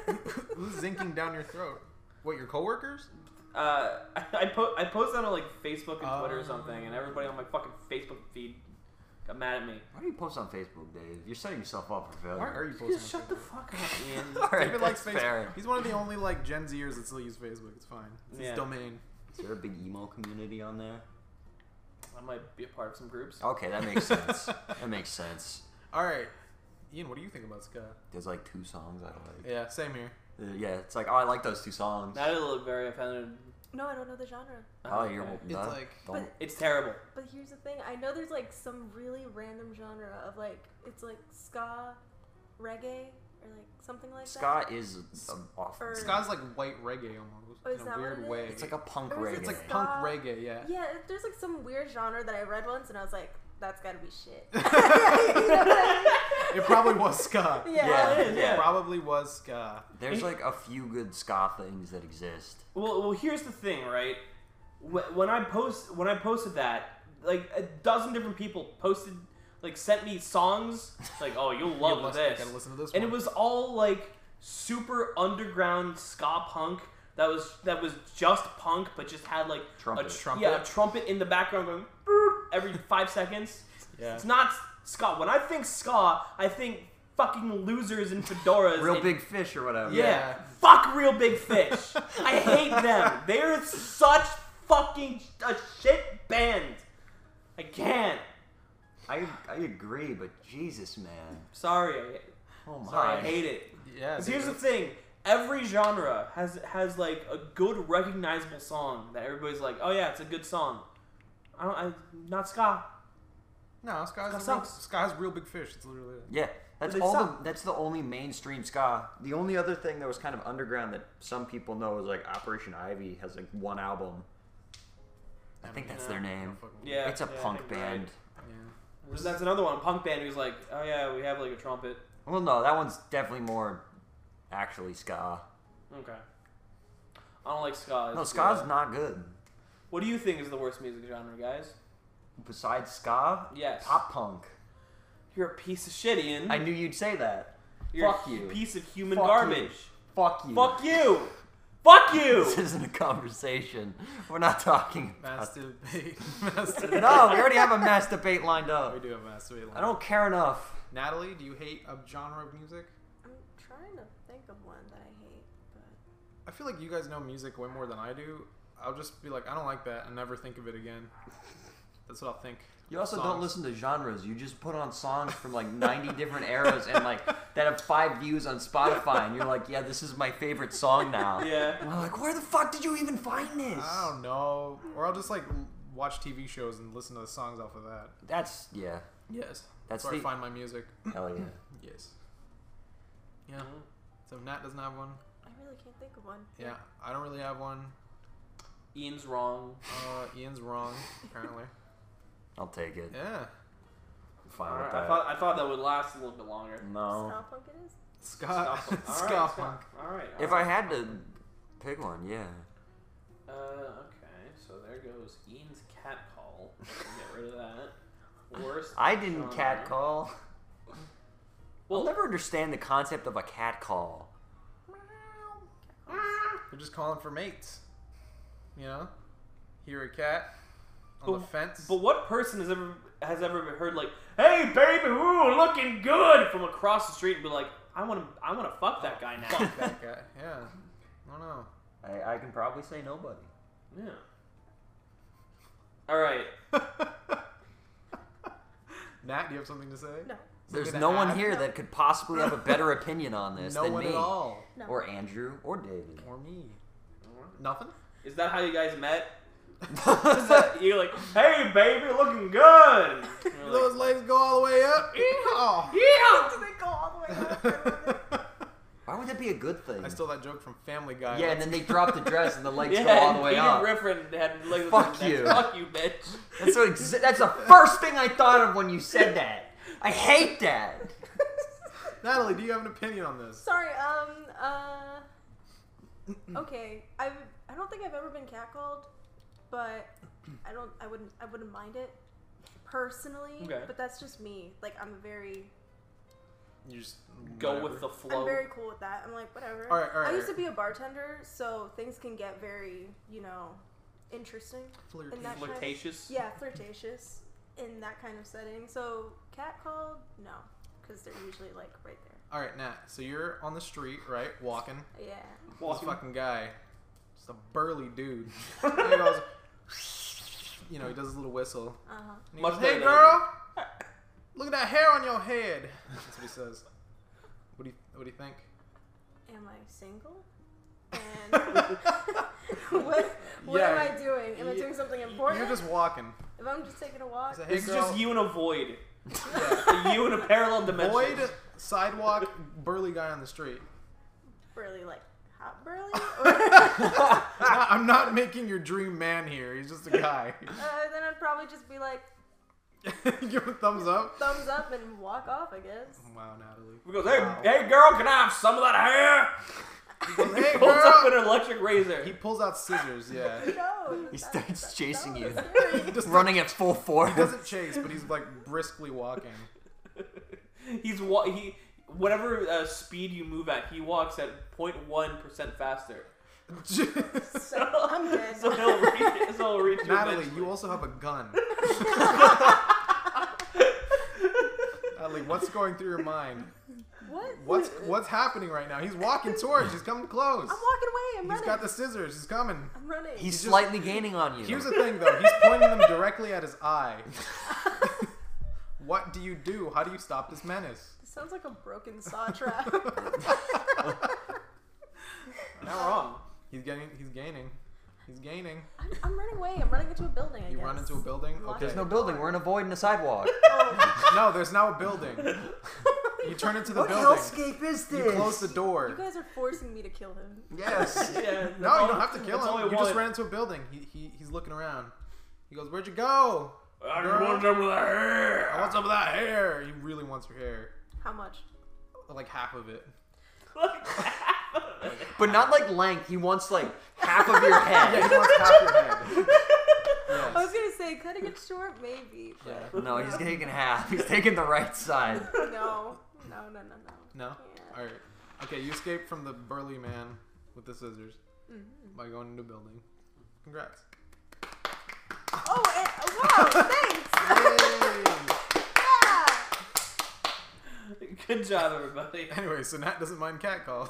Speaker 1: who's zinking down your throat? What your coworkers?
Speaker 3: Uh, I, I, po- I posted on like Facebook and Twitter
Speaker 1: Oh.
Speaker 3: or something, and everybody on my fucking Facebook feed got mad at me.
Speaker 2: Why do you post on Facebook, Dave? You're setting yourself up for failure.
Speaker 1: Why are you posting?
Speaker 3: Just
Speaker 1: on
Speaker 3: shut the fuck up, Ian.
Speaker 2: All right,
Speaker 1: David likes
Speaker 2: that's
Speaker 1: Facebook.
Speaker 2: fair.
Speaker 1: He's one of the only like Gen Zers that still use Facebook. It's fine. It's
Speaker 3: Yeah.
Speaker 1: his domain.
Speaker 2: Is there a big emo community on there?
Speaker 3: I might be a part of some groups.
Speaker 1: Oh.
Speaker 2: Okay, that makes sense. that makes sense.
Speaker 1: All right, Ian, what do you think about Ska?
Speaker 2: There's like two songs I like.
Speaker 1: Yeah, same here.
Speaker 2: Uh, Yeah, it's like oh, I like those two songs.
Speaker 3: Now I look very offended.
Speaker 5: No, I don't know the genre.
Speaker 2: Oh, you're
Speaker 3: Okay.
Speaker 1: It's
Speaker 2: no,
Speaker 1: like-
Speaker 2: don't-
Speaker 3: It's terrible.
Speaker 5: But here's the thing: I know there's like some really random genre of like it's like ska, reggae, or like something like that.
Speaker 2: ska is um, awful.
Speaker 5: Or-
Speaker 1: Ska's like white reggae almost
Speaker 5: Oh, is
Speaker 1: in
Speaker 5: that
Speaker 1: a
Speaker 5: what
Speaker 1: weird
Speaker 5: it
Speaker 1: way.
Speaker 5: is?
Speaker 2: It's like a punk
Speaker 5: Or is
Speaker 2: reggae.
Speaker 5: it
Speaker 1: it's like
Speaker 5: Ska.
Speaker 1: punk reggae. Yeah.
Speaker 5: Yeah, there's like some weird genre that I read once, and I was like, that's gotta be shit. You know what I mean?
Speaker 1: It probably was Ska.
Speaker 5: Yeah.
Speaker 2: Yeah.
Speaker 3: It is, yeah.
Speaker 1: Probably was Ska.
Speaker 2: There's like a few good ska things that exist.
Speaker 3: Well, well, here's the thing, right? Wh- When I post, when I posted that, like a dozen different people posted, like sent me songs, like, "Oh, you'll love
Speaker 1: must-
Speaker 3: this."
Speaker 1: gotta listen to this
Speaker 3: And
Speaker 1: one.
Speaker 3: it was all like super underground ska punk that was that was just punk, but just had like a
Speaker 2: Trumpet.
Speaker 3: trumpet, yeah, a trumpet in the background going "Boop" every five seconds.
Speaker 1: Yeah.
Speaker 3: It's not ska. When I think ska, I think fucking losers in fedoras,
Speaker 2: Real
Speaker 3: and
Speaker 2: big fish or whatever.
Speaker 3: yeah.
Speaker 1: Yeah.
Speaker 3: Fuck real big fish. I hate them. They're such fucking sh- a shit band. I can't.
Speaker 2: I I agree, but Jesus, man.
Speaker 3: Sorry.
Speaker 2: Oh my.
Speaker 3: Sorry, I hate it.
Speaker 1: Yeah.
Speaker 3: 'Cause
Speaker 1: dude,
Speaker 3: here's the
Speaker 1: that's-
Speaker 3: thing. Every genre has has like a good recognizable song that everybody's like, "Oh yeah, it's a good song." I don't I not ska.
Speaker 1: No, Ska's,
Speaker 3: Ska
Speaker 1: a real,
Speaker 3: sucks.
Speaker 1: Ska's real big fish. It's literally it.
Speaker 2: Yeah, that's
Speaker 3: they
Speaker 2: all. The,
Speaker 3: suck.
Speaker 2: that's the only mainstream ska. The only other thing that was kind of underground that some people know is like Operation Ivy has like one album. I think that's their name.
Speaker 3: Yeah.
Speaker 2: It's a
Speaker 3: yeah, I
Speaker 2: punk
Speaker 3: think you're right.
Speaker 2: band.
Speaker 1: Yeah.
Speaker 3: There's- That's another one, a punk band who's like, "Oh yeah, we have like a trumpet."
Speaker 2: Well, no, that one's definitely more actually ska.
Speaker 3: Okay. I don't like ska.
Speaker 2: No,
Speaker 3: It's-
Speaker 2: ska's not good.
Speaker 3: What do you think is the worst music genre, guys?
Speaker 2: Besides ska,
Speaker 3: Yes.
Speaker 2: Uh, pop punk.
Speaker 3: You're a piece of shit, Ian.
Speaker 2: I knew you'd say that.
Speaker 3: You're
Speaker 2: Fuck
Speaker 3: a
Speaker 2: you.
Speaker 3: piece of human
Speaker 2: Fuck you.
Speaker 3: garbage.
Speaker 2: Fuck you.
Speaker 3: Fuck you. Fuck
Speaker 2: This
Speaker 3: you.
Speaker 2: isn't a conversation. We're not talking. About...
Speaker 1: Masturbate. Masturbate.
Speaker 2: No, we already have a mass debate lined up.
Speaker 1: We do have masturbate.
Speaker 2: I don't care enough.
Speaker 1: Natalie, do you hate a genre of music?
Speaker 5: I'm trying to think of one that I hate, but
Speaker 1: I feel like you guys know music way more than I do. I'll just be like, I don't like that, and never think of it again. That's what I'll think.
Speaker 2: You also don't
Speaker 1: Songs.
Speaker 2: listen to genres. You just put on songs from like 90 different eras and like that have five views on Spotify, and you're like, yeah, this is my favorite song now.
Speaker 3: Yeah.
Speaker 2: And I'm like, where the fuck did you even find this?
Speaker 1: I don't know, or I'll just like l- watch TV shows and listen to the songs off of that.
Speaker 2: That's yeah.
Speaker 1: Yes,
Speaker 2: That's
Speaker 1: that's where
Speaker 2: the-
Speaker 1: I find my music.
Speaker 2: Hell yeah.
Speaker 1: Yes. Yeah.
Speaker 3: Mm-hmm.
Speaker 1: So Nat doesn't have one.
Speaker 5: I really can't think of one.
Speaker 1: Yeah, I don't really have one.
Speaker 3: Ian's wrong.
Speaker 1: Uh, Ian's wrong, apparently.
Speaker 2: I'll take it.
Speaker 1: Yeah.
Speaker 2: I'm fine
Speaker 3: Alright,
Speaker 2: with
Speaker 3: I
Speaker 2: that.
Speaker 3: thought I thought that would last a little bit longer.
Speaker 2: no.
Speaker 5: Ska punk it is.
Speaker 1: Scott.
Speaker 3: Ska punk.
Speaker 1: Ska
Speaker 3: Alright,
Speaker 1: punk.
Speaker 3: All right.
Speaker 2: If I had to pick one, yeah.
Speaker 3: Uh, okay. So there goes Ian's cat call. Get rid of that. Worst.
Speaker 2: I didn't
Speaker 3: genre.
Speaker 2: catcall. I'll
Speaker 3: Well,
Speaker 2: never understand the concept of a catcall.
Speaker 1: They're just calling for mates. You know? Hear a cat on the
Speaker 3: But-
Speaker 1: fence.
Speaker 3: But what person has ever has ever heard like, "Hey, baby, ooh, looking good" from across the street and be like, "I want to, I want to fuck that guy now."
Speaker 1: Fuck that guy. Yeah. I don't know.
Speaker 2: I, I can probably say nobody.
Speaker 3: yeah. All right.
Speaker 1: Nat, do you have something to say?
Speaker 5: No,
Speaker 2: There's
Speaker 1: gonna
Speaker 2: no one
Speaker 1: add-
Speaker 2: here that could possibly have a better opinion on this
Speaker 1: No
Speaker 2: than
Speaker 1: one
Speaker 2: me.
Speaker 1: at all.
Speaker 5: no.
Speaker 2: Or Andrew or David.
Speaker 1: Or me. Nothing?
Speaker 3: Is that how you guys met? Is that, you're like, "Hey, baby, looking good." And you're like,
Speaker 1: Those legs go all the way up. Yeehaw.
Speaker 5: Do they go all the way up?
Speaker 2: Why would that be a good thing?
Speaker 1: I stole that joke from Family Guy.
Speaker 2: yeah, and then they drop the dress and the legs
Speaker 3: yeah,
Speaker 2: go all the
Speaker 3: and
Speaker 2: way
Speaker 3: Peter
Speaker 2: up.
Speaker 3: Griffin had like,
Speaker 2: Fuck
Speaker 3: that's-
Speaker 2: you.
Speaker 3: Fuck you, bitch.
Speaker 2: That's, what exa- that's the first thing I thought of when you said that. I hate that.
Speaker 1: Natalie, do you have an opinion on this?
Speaker 5: Sorry. Um. Uh. Okay. I I don't think I've ever been catcalled, but I don't. I wouldn't. I wouldn't mind it personally.
Speaker 3: Okay.
Speaker 5: But that's just me. Like I'm a very
Speaker 1: You just
Speaker 3: go
Speaker 1: whatever.
Speaker 3: with the flow.
Speaker 5: I'm very cool with that. I'm like, whatever.
Speaker 1: All right, all right.
Speaker 5: I used to be a bartender, so things can get very, you know, interesting.
Speaker 1: Flirt.
Speaker 5: in that kind of-
Speaker 3: flirtatious.
Speaker 5: yeah, flirtatious in that kind of setting. So catcalled, no, because they're usually like right there.
Speaker 1: All right, Nat. So you're on the street, right, walking.
Speaker 5: Yeah.
Speaker 3: Walking.
Speaker 1: This fucking guy, just a burly dude. And he goes, you know, he does his little whistle.
Speaker 5: Uh huh.
Speaker 1: And he
Speaker 3: Much
Speaker 1: goes,
Speaker 3: better
Speaker 1: hey,
Speaker 3: than
Speaker 1: girl, look at that hair on your head. That's what he says. What do you What do you think?
Speaker 5: Am I single? And what what am
Speaker 1: Yeah.
Speaker 5: I doing? Am I
Speaker 1: You-
Speaker 5: doing something important?
Speaker 1: You're just walking.
Speaker 5: if I'm just taking a walk,
Speaker 1: He's like, hey,
Speaker 3: It's
Speaker 1: girl,
Speaker 3: just you and a void. A you and a parallel dimension.
Speaker 1: Void sidewalk burly guy on the street.
Speaker 5: burly like hot burly, or,
Speaker 1: Nah, I'm not making your dream man here. He's just a guy.
Speaker 5: uh, then I'd probably just be like
Speaker 1: Give him a thumbs up.
Speaker 5: thumbs up and walk off. I guess.
Speaker 1: Wow, Natalie.
Speaker 3: He goes, hey, hey, girl, can I have some of that hair?
Speaker 1: Hey,
Speaker 3: Pulls up
Speaker 1: girl.
Speaker 3: an electric razor.
Speaker 1: He pulls out scissors. Yeah.
Speaker 5: No.
Speaker 2: He
Speaker 5: that's-
Speaker 2: starts chasing you,
Speaker 5: that's scary.
Speaker 1: Just
Speaker 2: running at full force.
Speaker 1: doesn't chase, but he's like briskly walking.
Speaker 3: He's wa- he whatever uh, speed you move at, he walks at 0.1 percent faster.
Speaker 1: Jeez.
Speaker 5: So, I'm good.
Speaker 3: So he'll reach, so he'll reach you
Speaker 1: Natalie,
Speaker 3: eventually.
Speaker 1: you also have a gun. Natalie, what's going through your mind?
Speaker 5: what?
Speaker 1: What's what's happening right now? He's walking towards. He's coming close.
Speaker 5: I'm walking away. I'm
Speaker 1: He's
Speaker 5: running.
Speaker 1: got the scissors. He's coming.
Speaker 5: I'm running.
Speaker 2: He's
Speaker 1: just-
Speaker 2: slightly gaining on you.
Speaker 1: Here's the thing, though. He's pointing them directly at his eye. what do you do? How do you stop this menace?
Speaker 5: This sounds like a broken saw trap.
Speaker 3: not wrong.
Speaker 1: He's getting. He's gaining. He's gaining.
Speaker 5: I'm, I'm running away. I'm running into a building. I
Speaker 1: You
Speaker 5: guess.
Speaker 1: run into a building.
Speaker 5: Lock
Speaker 1: Okay.
Speaker 5: it.
Speaker 2: There's no building. We're in a void in a sidewalk.
Speaker 5: Oh,
Speaker 1: No, there's now a building. You turn into the
Speaker 2: what
Speaker 1: building.
Speaker 2: hellscape is
Speaker 1: You
Speaker 2: this?
Speaker 1: close the door.
Speaker 5: you guys are forcing me to kill him.
Speaker 2: yes.
Speaker 3: Yeah.
Speaker 1: No, you don't have to kill
Speaker 3: that's all I
Speaker 1: him. You just
Speaker 3: wanted.
Speaker 1: ran into a building. He, he he's looking around. He goes, "Where'd you go?
Speaker 3: I just want some of that hair.
Speaker 1: What's up with that hair? He really wants your hair,
Speaker 5: How much?
Speaker 1: like half of it.
Speaker 2: But not like length. He wants like half of your
Speaker 1: Yeah,
Speaker 2: head.
Speaker 1: he wants half your head.
Speaker 5: I
Speaker 1: Yes.
Speaker 5: was gonna say cutting it short, maybe. But
Speaker 1: Yeah.
Speaker 2: No, he's taking half. He's taking the right side.
Speaker 5: no, no, no, no, no.
Speaker 1: No.
Speaker 5: Yeah.
Speaker 1: All right. Okay, you escaped from the burly man with the scissors
Speaker 5: Mm-hmm.
Speaker 1: by going into a building. Congrats.
Speaker 5: Oh, and, wow! Thanks. Yeah.
Speaker 3: Good job, everybody.
Speaker 1: anyway, so Nat doesn't mind catcall.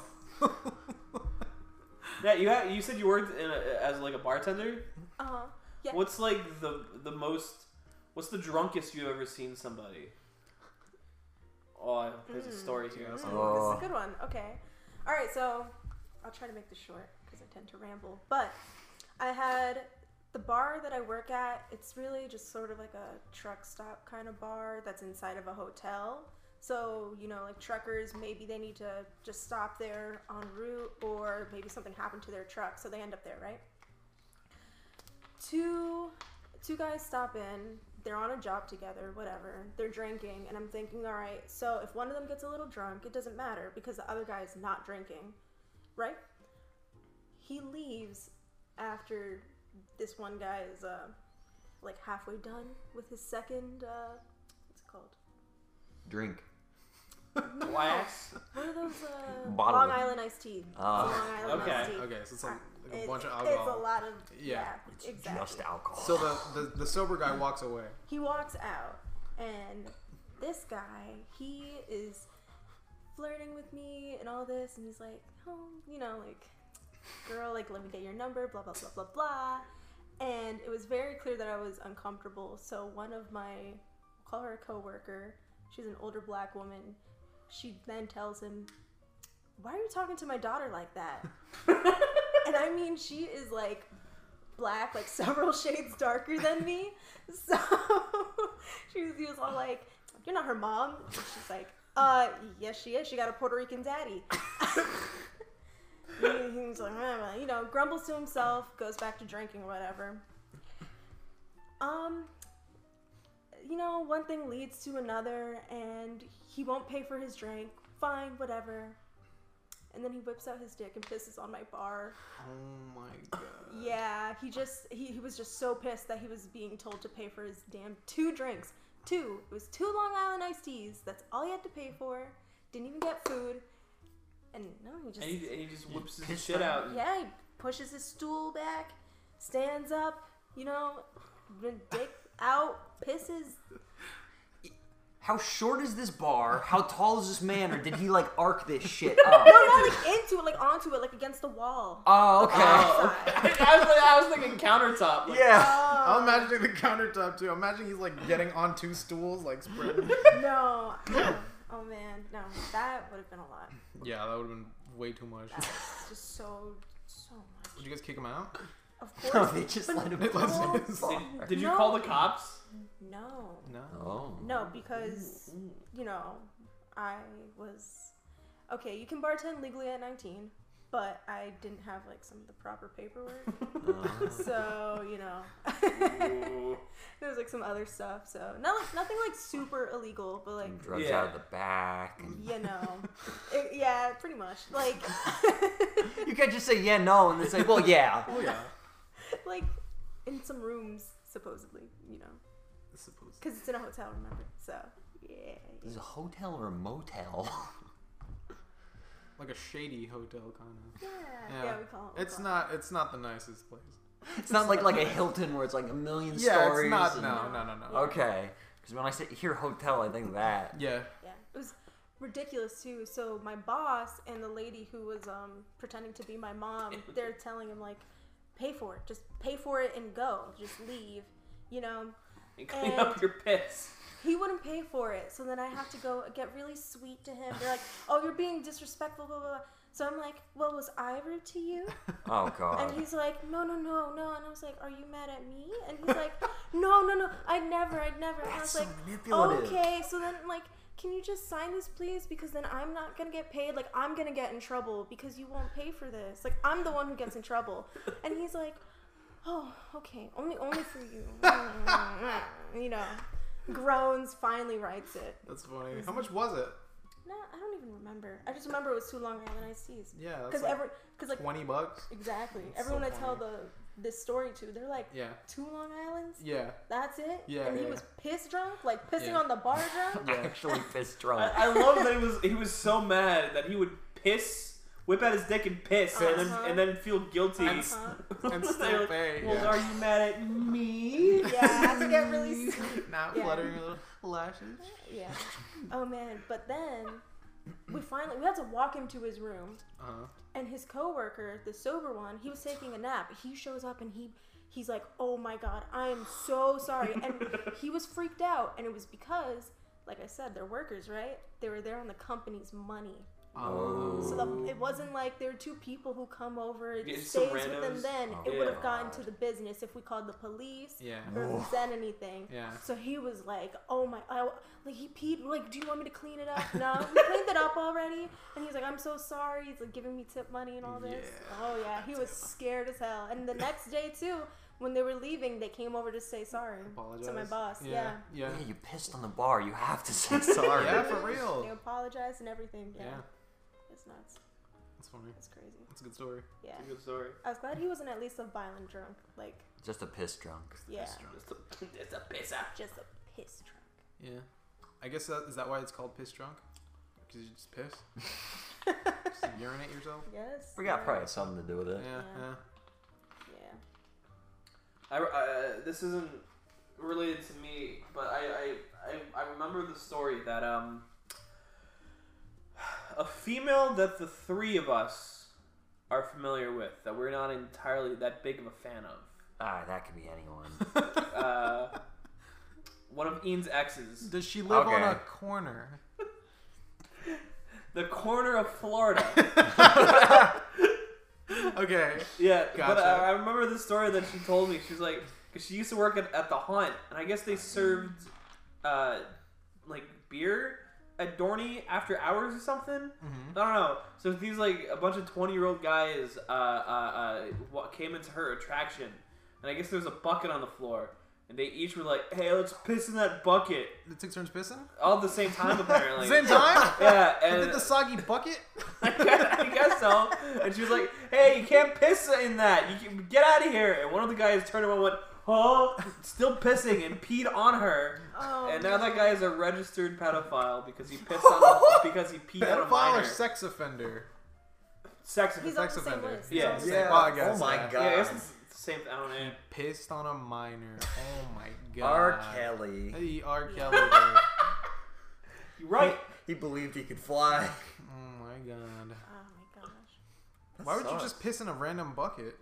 Speaker 3: Yeah, you ha you said you worked in a, as like a bartender.
Speaker 5: Uh-huh. Yeah.
Speaker 3: What's like the the most? What's the drunkest you've ever seen somebody? Oh, there's a story here.
Speaker 5: Mm, This is a good one. Okay. All right, so I'll try to make this short because I tend to ramble. But I had the bar that I work at. It's really just sort of like a truck stop kind of bar that's inside of a hotel. So, you know, like truckers, maybe they need to just stop there en route or maybe something happened to their truck, so they end up there, right? two two guys stop in they're on a job together whatever they're drinking and i'm thinking all right so if one of them gets a little drunk it doesn't matter because the other guy is not drinking right he leaves after this one guy is uh, like halfway done with his second uh, what's it called
Speaker 2: Drink.
Speaker 3: Wax.
Speaker 5: what are those uh,
Speaker 2: Bottle.
Speaker 5: long island iced tea It's a
Speaker 2: Ah.
Speaker 5: long island
Speaker 3: Okay.
Speaker 5: iced tea
Speaker 1: Okay, so it's like, like a
Speaker 5: It's-
Speaker 1: bunch of
Speaker 5: it's a
Speaker 1: alcohol.
Speaker 5: lot of
Speaker 1: Yeah.
Speaker 5: yeah,
Speaker 2: It's
Speaker 5: exactly.
Speaker 2: just alcohol.
Speaker 1: So the, the the sober guy walks away.
Speaker 5: he walks out and this guy he is flirting with me and all this and he's like oh you know like girl like let me get your number blah blah blah blah blah and it was very clear that i was uncomfortable so one of my call her a coworker she's an older black woman she then tells him why are you talking to my daughter like that and i mean she is like black, like several shades darker than me. So she was, he was all like, "You're not her mom." And she's like, "Uh, yes, she is. She got a Puerto Rican daddy." And he was like, "Ah," you know, grumbles to himself, goes back to drinking, or whatever. Um, you know, one thing leads to another, and he won't pay for his drink. Fine, whatever. And then he whips out his dick and pisses on my bar.
Speaker 1: Oh my god.
Speaker 5: Yeah, he just he, he was just so pissed that he was being told to pay for his damn two drinks. Two. It was two Long Island iced teas. That's all he had to pay for. Didn't even get food. And no, he just
Speaker 3: And he, and he just whips his
Speaker 2: pissed
Speaker 3: shit
Speaker 2: on
Speaker 3: out. and-
Speaker 5: yeah, he pushes his stool back, stands up, you know, then dick out, pisses.
Speaker 2: How short is this bar? How tall is this man? Or did he like arc this shit up?
Speaker 5: No, not like into it, like onto it, like against the wall.
Speaker 2: oh, okay.
Speaker 1: Uh,
Speaker 3: Oh, okay. I was like, I was thinking countertop. Like,
Speaker 2: Yeah.
Speaker 5: Oh,
Speaker 1: I'm imagining the countertop too. I'm imagining he's like getting on two stools, like spreading.
Speaker 5: No. Oh man, no, that would have been a lot.
Speaker 1: yeah, that would have been way too much.
Speaker 5: That's just so, so much.
Speaker 1: Would you guys kick him out?
Speaker 5: Of
Speaker 1: uh,
Speaker 2: No,
Speaker 5: course.
Speaker 2: they just let him.
Speaker 5: Oh,
Speaker 3: Did, did you
Speaker 5: No.
Speaker 3: call the cops?
Speaker 5: No.
Speaker 1: No.
Speaker 2: Oh.
Speaker 5: No, because you know, I was okay. You can bartend legally at 19, but I didn't have like some of the proper paperwork, so you know,
Speaker 3: Ooh.
Speaker 5: there was like some other stuff. So not like nothing like super illegal, but like
Speaker 2: Drugs
Speaker 3: Yeah.
Speaker 2: out of the back. and-
Speaker 5: you know, it, yeah, pretty much like
Speaker 2: You can't just say yeah, no, and then say, well, yeah.
Speaker 1: Oh yeah.
Speaker 5: like in some rooms supposedly, you know,
Speaker 1: Supposed.
Speaker 5: because it's in a hotel, remember? So yeah,
Speaker 2: Is it a hotel or a motel?
Speaker 1: Like a shady hotel kind of.
Speaker 5: yeah, yeah, we call it.
Speaker 1: It's not. It's not the nicest place.
Speaker 2: It's not like like a Hilton where it's like a million
Speaker 1: Yeah,
Speaker 2: stories.
Speaker 1: it's not.
Speaker 2: and-
Speaker 1: No, no, no, no.
Speaker 2: Okay. Because when I say hear hotel, I think that.
Speaker 1: Yeah.
Speaker 5: Yeah, it was ridiculous too. So my boss and the lady who was um, pretending to be my mom, they're telling him like, "Pay for it, just pay for it and go, just leave," you know.
Speaker 3: And clean
Speaker 5: And-
Speaker 3: up your piss.
Speaker 5: He wouldn't pay for it, so then I have to go get really sweet to him. They're like, "Oh, you're being disrespectful," blah blah. blah. So I'm like, "Well, was I rude to you?"
Speaker 2: Oh
Speaker 5: And
Speaker 2: god.
Speaker 5: he's like, "No, no, no, no." And I was like, "Are you mad at me?" And he's like, "No, no, no. I never, I never." And I was
Speaker 2: That's so
Speaker 5: like,
Speaker 2: manipulative.
Speaker 5: "Okay." So then, like, can you just sign this, please? Because then I'm not gonna get paid. Like, I'm gonna get in trouble because you won't pay for this. Like, I'm the one who gets in trouble. And he's like, "Oh, okay. Only, only for you." you know, groans. Finally writes it.
Speaker 1: That's funny. How much was it?
Speaker 5: No, I don't even remember. I just remember it was too long ago than I seized.
Speaker 1: Yeah, that's
Speaker 5: Because
Speaker 1: like
Speaker 5: every, because like
Speaker 1: Twenty bucks.
Speaker 5: Exactly.
Speaker 1: so
Speaker 5: Everyone I tell
Speaker 1: funny.
Speaker 5: the this story to, they're like,
Speaker 1: Yeah.
Speaker 5: two Long Islands.
Speaker 1: Yeah.
Speaker 5: That's it.
Speaker 1: Yeah,
Speaker 5: And he
Speaker 1: yeah,
Speaker 5: was piss drunk, like pissing
Speaker 1: Yeah.
Speaker 5: on the bar drunk.
Speaker 1: Yeah.
Speaker 2: Actually, fist drunk.
Speaker 3: I, I love that he was he was so mad that he would piss, whip out his dick and piss, and then
Speaker 5: Uh-huh.
Speaker 3: and then feel guilty.
Speaker 1: And s-
Speaker 5: Huh?
Speaker 1: and
Speaker 3: They're
Speaker 1: still
Speaker 3: like,
Speaker 1: pay,
Speaker 3: Well,
Speaker 1: yeah.
Speaker 3: are you mad at me?
Speaker 5: Yeah, I have to get really.
Speaker 1: Not
Speaker 5: Yeah.
Speaker 1: fluttering your little lashes.
Speaker 5: yeah. Oh man, but then we finally we had to walk him to his room,
Speaker 1: Uh huh.
Speaker 5: and his coworker, the sober one, he was taking a nap. He shows up and he he's like, "Oh my god, I am so sorry." And he was freaked out, and it was because, like I said, they're workers, right? They were there on the company's money.
Speaker 1: Oh.
Speaker 5: So the, it wasn't like there were two people who come over. It
Speaker 3: Yeah, just
Speaker 5: stays
Speaker 3: some
Speaker 5: with them.
Speaker 3: randos.
Speaker 5: Then
Speaker 2: Oh,
Speaker 5: it would
Speaker 3: yeah.
Speaker 5: have gotten to the business if we called the police
Speaker 1: Yeah.
Speaker 5: or if we said anything.
Speaker 1: Yeah.
Speaker 5: So he was like, "Oh my!" I, like he peed. We're Like, do you want me to clean it up? No, we cleaned it up already. And he's like, "I'm so sorry." He's like giving me tip money and all this.
Speaker 1: Yeah.
Speaker 5: Oh yeah, he was scared as hell. And the next day too, when they were leaving, they came over to say sorry to my
Speaker 1: Apologize.
Speaker 5: boss.
Speaker 1: Yeah. Yeah.
Speaker 2: Yeah, you pissed on the bar. You have to say sorry.
Speaker 1: Yeah, for
Speaker 5: They
Speaker 1: real.
Speaker 5: apologized and everything. Yeah.
Speaker 1: Yeah.
Speaker 5: It's nuts.
Speaker 1: That's funny.
Speaker 5: It's crazy.
Speaker 1: That's a good story.
Speaker 5: Yeah.
Speaker 3: It's a good story.
Speaker 5: I was glad he wasn't at least a violent drunk. Like,
Speaker 2: Just a piss drunk.
Speaker 5: yeah,
Speaker 3: Just a, just a piss out.
Speaker 5: just a piss drunk.
Speaker 1: Yeah. I guess that is that why it's called piss drunk? Because you just piss? just urinate yourself?
Speaker 5: Yes.
Speaker 2: We got
Speaker 5: yeah,
Speaker 2: probably something to do with it.
Speaker 1: Yeah, yeah.
Speaker 5: Yeah. Yeah.
Speaker 3: I, uh, this isn't related to me, but I, I, I, I remember the story that um, a female that the three of us are familiar with, that we're not entirely that big of a fan of,
Speaker 2: Ah, that could be anyone.
Speaker 3: uh, one of Ian's exes,
Speaker 1: Does she live on a
Speaker 2: Okay.
Speaker 1: corner?
Speaker 3: the corner of Florida.
Speaker 1: Okay.
Speaker 3: Yeah, but
Speaker 1: Gotcha.
Speaker 3: I, I remember the story that she told me. She's like, because she used to work at, at the Hunt, and I
Speaker 1: Mm.
Speaker 3: guess they served, uh, like beer at Dorney after hours or something.
Speaker 1: Mm-hmm.
Speaker 3: I don't know. So these like a bunch of twenty year old guys uh, uh, uh, wa- came into her attraction, and I guess there was a bucket on the floor, and they each were like, "Hey, let's piss in that bucket,"
Speaker 1: It took turns pissing?
Speaker 3: all at the same time apparently.
Speaker 1: Same time?
Speaker 3: Yeah,
Speaker 1: They
Speaker 3: and
Speaker 1: Did the soggy bucket?
Speaker 3: I guess so. And she was like, "Hey, you can't piss in that. You can, get out of here." And one of the guys turned around and went, huh? Still pissing and peed on her.
Speaker 5: Oh,
Speaker 3: And now that
Speaker 5: no.
Speaker 3: guy is a registered pedophile because he pissed on because he peed on a
Speaker 1: Pedophile
Speaker 3: minor.
Speaker 1: or sex offender?
Speaker 3: Sex
Speaker 5: He's
Speaker 3: offender.
Speaker 5: on the
Speaker 1: Sex
Speaker 5: same
Speaker 1: offender.
Speaker 5: list.
Speaker 3: Yeah.
Speaker 1: It's on the same-
Speaker 2: Yeah.
Speaker 1: well, I guess,
Speaker 2: oh my
Speaker 1: yeah.
Speaker 3: Yeah, I
Speaker 2: god.
Speaker 3: guess it's the same. I don't know.
Speaker 1: Pissed on a minor. Oh my god.
Speaker 2: R. Kelly.
Speaker 1: Hey, R. Kelly. there.
Speaker 3: You're right.
Speaker 2: He believed he could fly.
Speaker 1: oh my god.
Speaker 5: Oh my gosh.
Speaker 2: That
Speaker 1: Why would you
Speaker 2: sucks.
Speaker 1: just piss in a random bucket?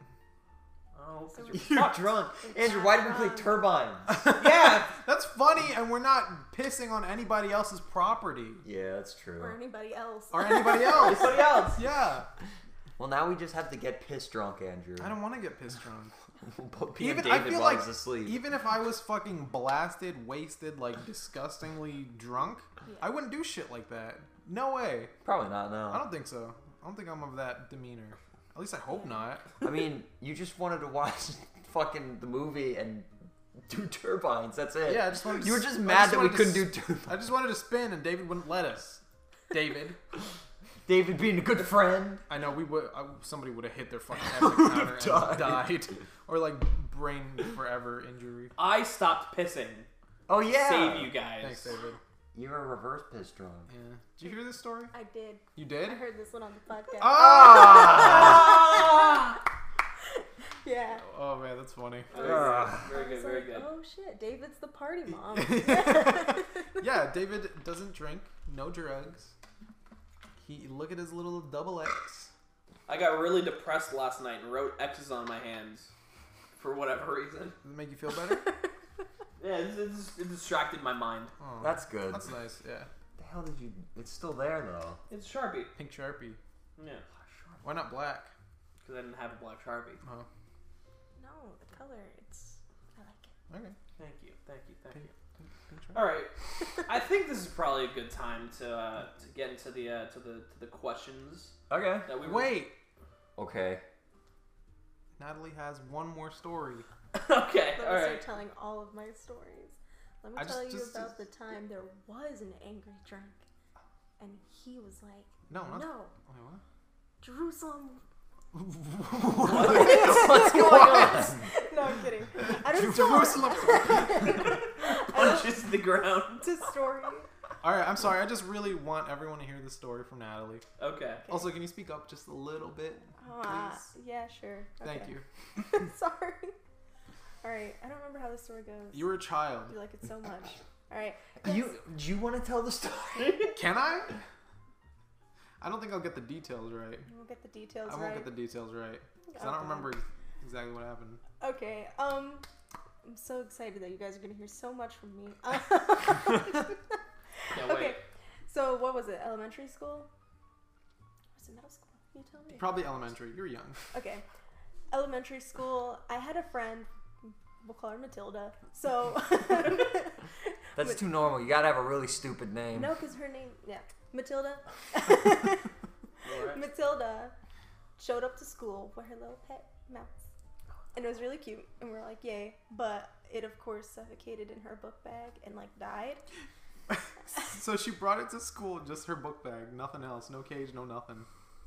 Speaker 3: Oh, 'cause
Speaker 2: You're
Speaker 3: you're fucked.
Speaker 2: drunk, Andrew. Why did we play turbines?
Speaker 3: Yeah.
Speaker 1: That's funny, and we're not pissing on anybody else's property
Speaker 2: yeah, that's true.
Speaker 5: Or anybody else.
Speaker 1: or anybody else.
Speaker 3: Somebody else.
Speaker 1: Yeah,
Speaker 2: Well, now we just have to get pissed drunk, Andrew.
Speaker 1: I don't want to get pissed drunk.
Speaker 2: We'll put P and
Speaker 1: Even
Speaker 2: David
Speaker 1: I feel
Speaker 2: while
Speaker 1: like
Speaker 2: he's asleep.
Speaker 1: even if I was fucking blasted, wasted, like disgustingly drunk, I wouldn't do shit like that. No way.
Speaker 2: Probably not. No.
Speaker 1: I don't think so. I don't think I'm of that demeanor. At least I hope not.
Speaker 2: I mean, you just wanted to watch fucking the movie and do turbines. That's it.
Speaker 1: Yeah, I just wanted to
Speaker 2: You were
Speaker 1: s-
Speaker 2: just
Speaker 1: I
Speaker 2: mad
Speaker 1: just
Speaker 2: that we
Speaker 1: wanted to
Speaker 2: couldn't do
Speaker 1: s-
Speaker 2: turbines.
Speaker 1: I just wanted to spin, and David wouldn't let us. David,
Speaker 2: David being a good friend.
Speaker 1: I know we would. I, somebody would have hit their fucking head on the counter and
Speaker 2: died.
Speaker 1: died. or like brain forever injury.
Speaker 3: I stopped pissing.
Speaker 2: Oh yeah.
Speaker 3: Save you guys.
Speaker 1: Thanks, David.
Speaker 2: You're a reverse piss drunk.
Speaker 1: Yeah. Did you hear this story?
Speaker 5: I did.
Speaker 1: You did?
Speaker 5: I heard this one on the podcast.
Speaker 1: Ah!
Speaker 5: yeah.
Speaker 1: oh man, that's funny.
Speaker 2: Ugh.
Speaker 3: Very good.
Speaker 5: It's
Speaker 3: Very
Speaker 5: like,
Speaker 3: good.
Speaker 5: Oh shit, David's the party mom.
Speaker 1: Yeah, David doesn't drink, no drugs. He look at his little double X.
Speaker 3: I got really depressed last night and wrote X's on my hands for whatever reason.
Speaker 1: Does it make you feel better?
Speaker 3: Yeah, it, it, it distracted my mind.
Speaker 1: Oh,
Speaker 2: That's good.
Speaker 1: that's nice. Yeah,
Speaker 2: The hell did you? It's still there though.
Speaker 3: It's Sharpie.
Speaker 1: pink sharpie.
Speaker 3: Yeah,
Speaker 1: Why not black?
Speaker 3: because I didn't have a black Sharpie.
Speaker 1: Oh,
Speaker 5: no, the color. It's. I like it.
Speaker 1: okay.
Speaker 3: Thank you, thank you, thank you.
Speaker 1: Pink sharpie.
Speaker 3: All right, I think this is probably a good time to uh, to get into the uh, to the to the questions
Speaker 2: Okay.
Speaker 3: that we were-
Speaker 1: Wait,
Speaker 2: Okay.
Speaker 1: Natalie has one more story.
Speaker 3: okay,
Speaker 5: Let me
Speaker 3: all
Speaker 5: start
Speaker 3: right.
Speaker 5: telling all of my stories. Let me
Speaker 1: I
Speaker 5: tell
Speaker 1: just-
Speaker 5: you
Speaker 1: just- just-
Speaker 5: about the time there was an angry drunk, and he was like,
Speaker 1: No, not
Speaker 5: no,
Speaker 1: Wait, what?
Speaker 5: Jerusalem."
Speaker 2: What's going on?
Speaker 5: No, I'm kidding. I don't
Speaker 1: Jerusalem.
Speaker 3: Punches the ground.
Speaker 5: It's a story.
Speaker 1: All right, I'm sorry. I just really want everyone to hear the story from Natalie.
Speaker 3: Okay.
Speaker 1: Also, can you speak up just a little bit?
Speaker 5: Ah, yeah, sure.
Speaker 1: Thank
Speaker 5: Okay.
Speaker 1: you.
Speaker 5: Sorry. All right, I don't remember how the story goes.
Speaker 1: You were a child.
Speaker 5: You like it so much. All right.
Speaker 2: You do you want to tell the story?
Speaker 1: Can I? I don't think I'll get the details right.
Speaker 5: We'll get the details
Speaker 1: I won't
Speaker 5: right.
Speaker 1: get the details right. 'cause I
Speaker 5: Oh,
Speaker 1: don't
Speaker 5: God.
Speaker 1: remember ex- exactly what happened.
Speaker 5: Okay. Um, I'm so excited that you guys are gonna hear so much from me.
Speaker 1: Oh,
Speaker 3: Yeah, wait.
Speaker 5: okay. So what was it? Elementary school? Was it middle school? You tell me.
Speaker 1: Probably elementary. You're young.
Speaker 5: Okay. Elementary school. I had a friend. We'll call her Matilda. So
Speaker 2: That's too normal. You gotta have a really stupid name.
Speaker 5: no, because her name. Yeah, Matilda.
Speaker 3: All right.
Speaker 5: Matilda showed up to school with her little pet mouse. And it was really cute, and we were like, yay. But it, of course, suffocated in her book bag and, like, died.
Speaker 1: so she brought it to school, just her book bag, nothing else, no cage, no nothing.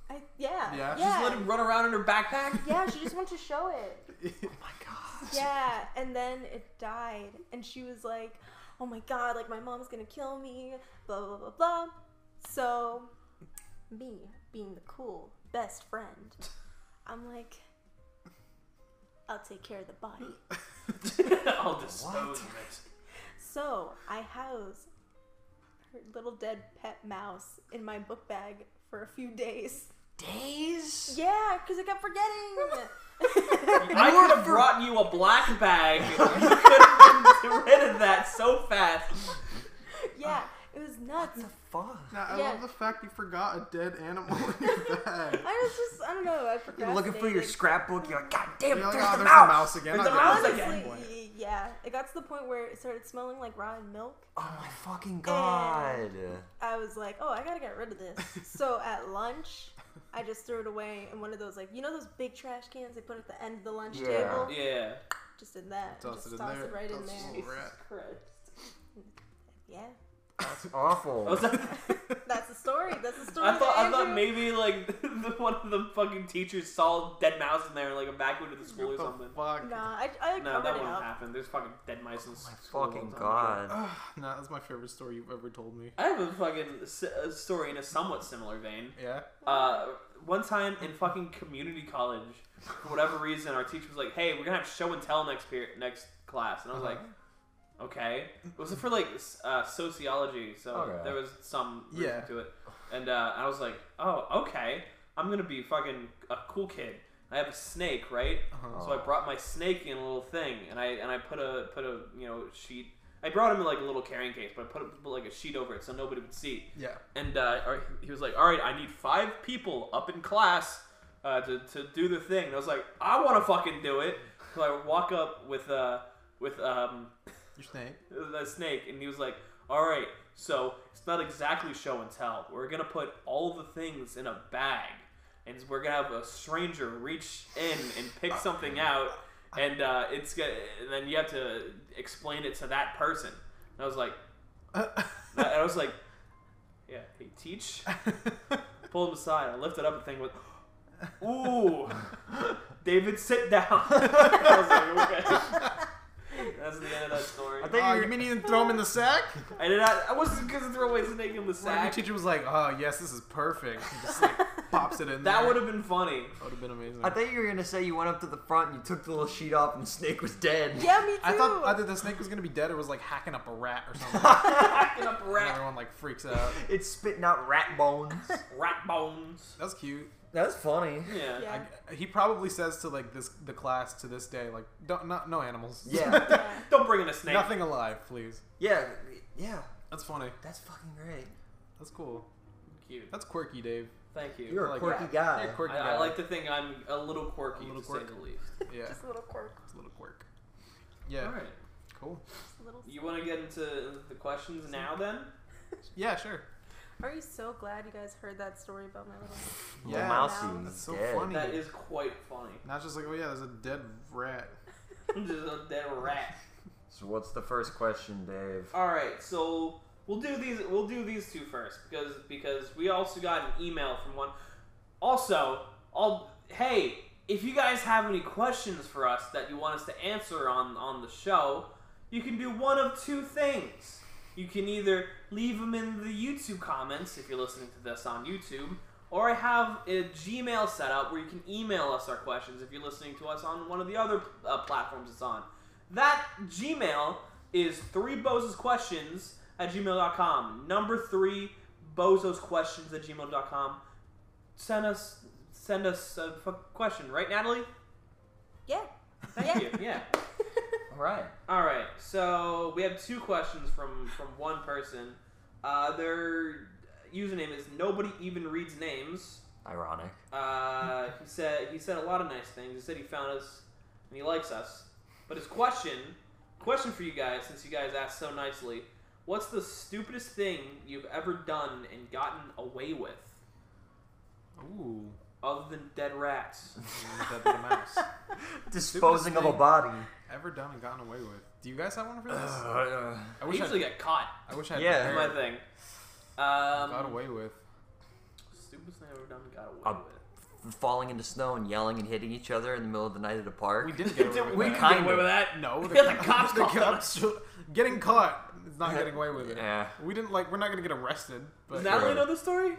Speaker 5: I, yeah.
Speaker 1: Yeah, she's
Speaker 3: Just let him run around in her backpack. Oh
Speaker 5: yeah, she just wanted to show it.
Speaker 1: That's
Speaker 5: Yeah, and then it died. And she was like, oh my god, like, my mom's gonna kill me, blah, blah, blah, blah. So, me, being the cool best friend, I'm like, I'll take care of the body.
Speaker 3: I'll dispose of it.
Speaker 5: So I house her little dead pet mouse in my book bag for a few days.
Speaker 2: Days.
Speaker 5: Yeah, because I kept forgetting.
Speaker 3: I could have brought you a black bag. You could have been rid of that so fast.
Speaker 5: yeah, it was nuts.
Speaker 2: Fuck.
Speaker 1: Now, I
Speaker 5: Yeah.
Speaker 1: love the fact you forgot a dead animal in your bag.
Speaker 5: I was just, I don't know. I
Speaker 2: You're
Speaker 5: procrastinated.
Speaker 2: looking for your scrapbook. You're like, God damn,
Speaker 1: You're like,
Speaker 2: there's,
Speaker 1: oh,
Speaker 2: the
Speaker 1: there's
Speaker 2: mouse.
Speaker 1: a mouse again.
Speaker 3: There's
Speaker 1: I'll
Speaker 3: a
Speaker 1: get
Speaker 3: mouse
Speaker 1: it.
Speaker 3: again.
Speaker 5: Honestly, y- yeah, it got to the point where it started smelling like rotten milk.
Speaker 2: Oh my fucking god.
Speaker 5: I was like, oh, I gotta get rid of this. so at lunch, I just threw it away in one of those, like, you know, those big trash cans they put at the end of the lunch
Speaker 2: Yeah.
Speaker 5: table.
Speaker 3: Yeah.
Speaker 5: Just in that,
Speaker 1: Toss
Speaker 5: just
Speaker 1: it in
Speaker 5: toss
Speaker 1: there,
Speaker 5: it right in
Speaker 1: toss it
Speaker 5: there.
Speaker 1: Right.
Speaker 3: Christ.
Speaker 5: Yeah.
Speaker 2: That's awful.
Speaker 3: I was like,
Speaker 5: That's the story. That's the story.
Speaker 3: I thought,
Speaker 5: that
Speaker 3: I thought
Speaker 5: Andrew-
Speaker 3: maybe like the, one of the fucking teachers saw dead mouse in there, and, like a back window of the school
Speaker 1: What
Speaker 3: or
Speaker 1: the
Speaker 3: something.
Speaker 1: fuck?
Speaker 5: Nah, I, I
Speaker 3: No,
Speaker 5: covered
Speaker 3: that
Speaker 5: it
Speaker 3: won't
Speaker 5: up.
Speaker 3: happen. There's fucking dead mice
Speaker 2: Oh
Speaker 3: in
Speaker 2: My
Speaker 3: school all the
Speaker 2: fucking
Speaker 3: time.
Speaker 2: god.
Speaker 1: Ugh, nah, that's my favorite story you've ever told me.
Speaker 3: I have a fucking s- a story in a somewhat similar vein.
Speaker 1: Yeah.
Speaker 3: Uh, one time in fucking community college, for whatever reason, our teacher was like, "Hey, we're gonna have show and tell next period, next class," and I was like. Okay. It was for like s- uh, sociology, so
Speaker 2: Okay.
Speaker 3: there was some reason
Speaker 1: Yeah.
Speaker 3: to it. And uh, I was like, oh, okay. I'm gonna be fucking a cool kid. I have a snake, right? So I brought my snake in a little thing, and I and I put a put a you know sheet. I brought him in like a little carrying case, but I put, a, put like a sheet over it so nobody would see.
Speaker 1: Yeah.
Speaker 3: And uh, or he- he was like, all right, I need five people up in class uh, to, to do the thing. And I was like, I want to fucking do it. So I walk up with uh with um
Speaker 1: Your snake.
Speaker 3: the snake, and he was like, "All right, so it's not exactly show and tell. We're gonna put all the things in a bag, and we're gonna have a stranger reach in and pick something out, and uh, it's gonna, and then you have to explain it to that person." And I was like, and I was like, "Yeah, hey, teach." Pulled him aside. I lifted up a thing with. Ooh, David, sit down. I was like, okay. That's the end of that story.
Speaker 2: I think
Speaker 1: Oh,
Speaker 2: you-
Speaker 1: you mean you didn't throw him in the sack?
Speaker 3: I did not. I wasn't gonna throw away snake in the
Speaker 1: What if your
Speaker 3: sack.
Speaker 1: teacher was like, "Oh yes, this is perfect." And just like pops it in.
Speaker 3: That
Speaker 1: there.
Speaker 3: would have been funny.
Speaker 1: That would have been amazing.
Speaker 2: I thought you were gonna say you went up to the front and you took the little sheet off and the snake was dead.
Speaker 5: Yeah, me too.
Speaker 1: I thought either the snake was gonna be dead or was like hacking up a rat or something.
Speaker 3: Hacking up
Speaker 1: And
Speaker 3: rat,
Speaker 1: everyone like freaks out.
Speaker 2: It's spitting out rat bones.
Speaker 3: rat bones.
Speaker 1: That's cute.
Speaker 2: That's funny.
Speaker 3: Yeah.
Speaker 5: Yeah.
Speaker 1: I, he probably says to like this the class to this day like don't not no animals.
Speaker 2: Yeah.
Speaker 5: Yeah.
Speaker 3: Don't bring in a snake.
Speaker 1: Nothing alive, please.
Speaker 2: Yeah. Yeah.
Speaker 1: That's funny.
Speaker 2: That's fucking great.
Speaker 1: That's cool.
Speaker 3: Cute.
Speaker 1: That's quirky, Dave.
Speaker 3: Thank you.
Speaker 2: You're
Speaker 1: I
Speaker 2: a
Speaker 1: like
Speaker 2: quirky
Speaker 1: that.
Speaker 2: guy.
Speaker 1: You're a quirky
Speaker 3: I,
Speaker 1: guy.
Speaker 3: I like to think I'm a little quirky,
Speaker 1: A little
Speaker 3: to say
Speaker 1: quirky.
Speaker 3: the least.
Speaker 1: yeah,
Speaker 5: Just a little quirk.
Speaker 1: it's a little quirk. Yeah,
Speaker 3: All right.
Speaker 1: cool.
Speaker 5: Just a little.
Speaker 3: You want to get into the questions now? Then
Speaker 1: Yeah, sure.
Speaker 5: Are you so glad you guys heard that story about my little?
Speaker 2: Little
Speaker 1: Yeah.
Speaker 2: mousey.
Speaker 1: That's so
Speaker 2: dead.
Speaker 1: funny.
Speaker 3: that is quite funny.
Speaker 1: Not just like oh yeah, there's a dead rat.
Speaker 3: Just a dead rat.
Speaker 2: So what's the first question, Dave?
Speaker 3: All right, so we'll do these. We'll do these two first because because we also got an email from one. Also, I'll, hey, if you guys have any questions for us that you want us to answer on on the show, you can do one of two things. You can either leave them in the YouTube comments if you're listening to this on YouTube, or I have a Gmail set up where you can email us our questions if you're listening to us on one of the other uh, platforms it's on. That Gmail is three bozos questions at gmail.com. Number three bozos questions at gmail.com. Send us send us a f- question, right, Natalie?
Speaker 5: Yeah.
Speaker 3: Thank you. Yeah.
Speaker 2: All right.
Speaker 3: All right. So we have two questions from from one person. Uh, their username is nobody even reads names.
Speaker 2: Ironic.
Speaker 3: Uh, he said he said a lot of nice things. He said he found us and he likes us. But his question question for you guys, since you guys asked so nicely, what's the stupidest thing you've ever done and gotten away with,
Speaker 1: Ooh,
Speaker 3: other than dead rats?
Speaker 1: dead little mouse.
Speaker 2: Disposing of a
Speaker 1: thing.
Speaker 2: body.
Speaker 1: Ever done and gotten away with? Do you guys have one for this?
Speaker 2: Uh,
Speaker 1: I
Speaker 3: I
Speaker 1: wish I,
Speaker 3: usually get caught.
Speaker 1: I wish I had
Speaker 2: Yeah.
Speaker 3: That's my thing. Um,
Speaker 1: got away with.
Speaker 3: Stupidest thing I've ever done and got away
Speaker 2: Um, falling into snow and yelling and hitting each other in the middle of the night at a park.
Speaker 1: We didn't get
Speaker 3: with.
Speaker 1: away with.
Speaker 3: we
Speaker 1: that.
Speaker 3: could get away
Speaker 2: Kinda.
Speaker 3: with that.
Speaker 1: No, the,
Speaker 3: Yeah, the cops
Speaker 1: the
Speaker 3: caught
Speaker 1: cops getting caught. It's not getting away with it.
Speaker 2: Yeah.
Speaker 1: We didn't like. We're not gonna get arrested. But
Speaker 3: Does Natalie
Speaker 2: Sure.
Speaker 3: know this story?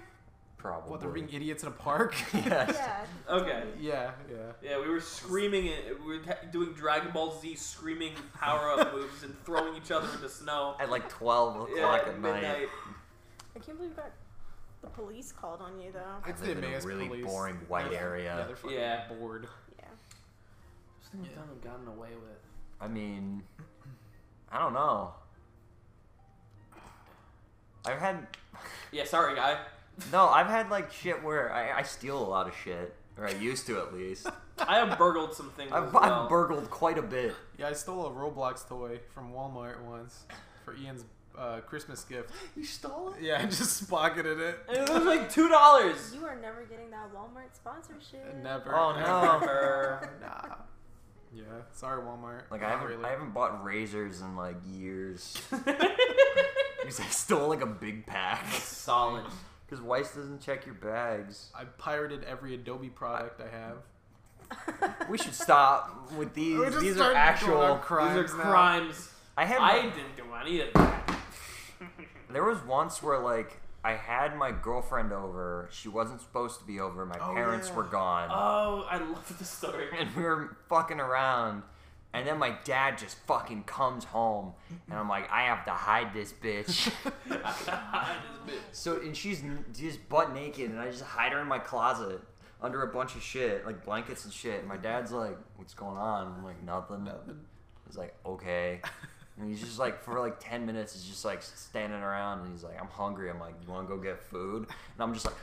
Speaker 2: Probably.
Speaker 1: what? They're being idiots in a park.
Speaker 2: yeah.
Speaker 5: Yeah.
Speaker 3: Okay.
Speaker 1: yeah, yeah.
Speaker 3: Yeah, we were screaming it. We were t- doing Dragon Ball Z screaming power up moves and throwing each other into snow.
Speaker 2: At like 12
Speaker 3: Yeah,
Speaker 2: o'clock
Speaker 3: at
Speaker 2: at night.
Speaker 3: midnight.
Speaker 5: I can't believe that the police called on you though.
Speaker 1: It's
Speaker 2: live
Speaker 1: the
Speaker 2: in a
Speaker 1: Emmaus
Speaker 2: really
Speaker 1: police.
Speaker 2: boring white
Speaker 1: They're-
Speaker 2: area.
Speaker 1: Yeah, they're fucking
Speaker 3: Yeah.
Speaker 1: bored.
Speaker 5: Yeah.
Speaker 3: This thing I've done and gotten away with.
Speaker 2: I mean, I don't know. I've had
Speaker 3: Yeah, sorry, guy.
Speaker 2: no, I've had like shit where I, I steal a lot of shit, or I used to at least.
Speaker 3: I have burgled some things.
Speaker 2: I've,
Speaker 3: as well.
Speaker 2: I've burgled quite a bit.
Speaker 1: Yeah, I stole a Roblox toy from Walmart once for Ian's uh, Christmas gift.
Speaker 2: You stole
Speaker 1: Yeah, I just pocketed it.
Speaker 3: And it was like two dollars.
Speaker 5: You are never getting that Walmart sponsorship.
Speaker 1: Never.
Speaker 2: Oh, no.
Speaker 1: Never. nah. Yeah. Sorry, Walmart.
Speaker 2: Like I
Speaker 1: Not
Speaker 2: haven't
Speaker 1: really.
Speaker 2: I haven't bought razors in like years. Because I stole like a big pack.
Speaker 3: Solid.
Speaker 2: Because Weiss doesn't check your bags.
Speaker 1: I pirated every Adobe product I have.
Speaker 2: We should stop with these.
Speaker 1: We're just
Speaker 2: These are
Speaker 1: starting to go on
Speaker 2: actual.
Speaker 1: crimes
Speaker 3: These are
Speaker 1: now.
Speaker 3: crimes.
Speaker 2: I had.
Speaker 3: I didn't do any of that.
Speaker 2: There was once where like I had my girlfriend over. She wasn't supposed to be over. My
Speaker 1: Oh,
Speaker 2: parents
Speaker 1: yeah.
Speaker 2: were gone.
Speaker 3: Oh, I love this story.
Speaker 2: and we were fucking around. And then my dad just fucking comes home, and I'm like, I have to hide this bitch.
Speaker 3: This bitch.
Speaker 2: so, and she's n- just butt naked, and I just hide her in my closet under a bunch of shit, like blankets and shit. And my dad's like, "What's going on?" I'm like, "Nothing."
Speaker 1: Nothing.
Speaker 2: He's like, "Okay." And he's just like, for like ten minutes, he's just like standing around, and he's like, "I'm hungry." I'm like, "You want to go get food?" And I'm just like,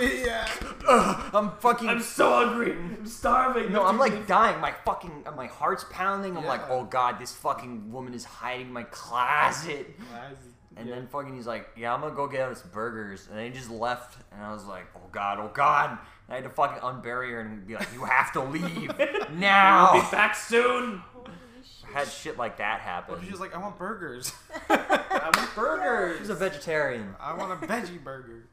Speaker 1: yeah.
Speaker 2: "Ugh, "I'm fucking."
Speaker 3: I'm so hungry. I'm starving.
Speaker 2: No, I'm like
Speaker 3: Dude,
Speaker 2: dying. My fucking, uh, my heart's pounding. I'm like,
Speaker 1: Yeah.
Speaker 2: oh god, this fucking woman is hiding in my closet. And then fucking, he's like, yeah, I'm gonna go get us burgers. And then he just left. And I was like, oh god, oh god. And I had to fucking unbury her and be like, you have to leave
Speaker 3: I'll
Speaker 2: now.
Speaker 3: be back soon.
Speaker 5: Holy shit.
Speaker 2: had shit like that happen.
Speaker 1: What if she's like, I want burgers.
Speaker 3: I want burgers.
Speaker 2: She's a vegetarian.
Speaker 1: I want a veggie burger.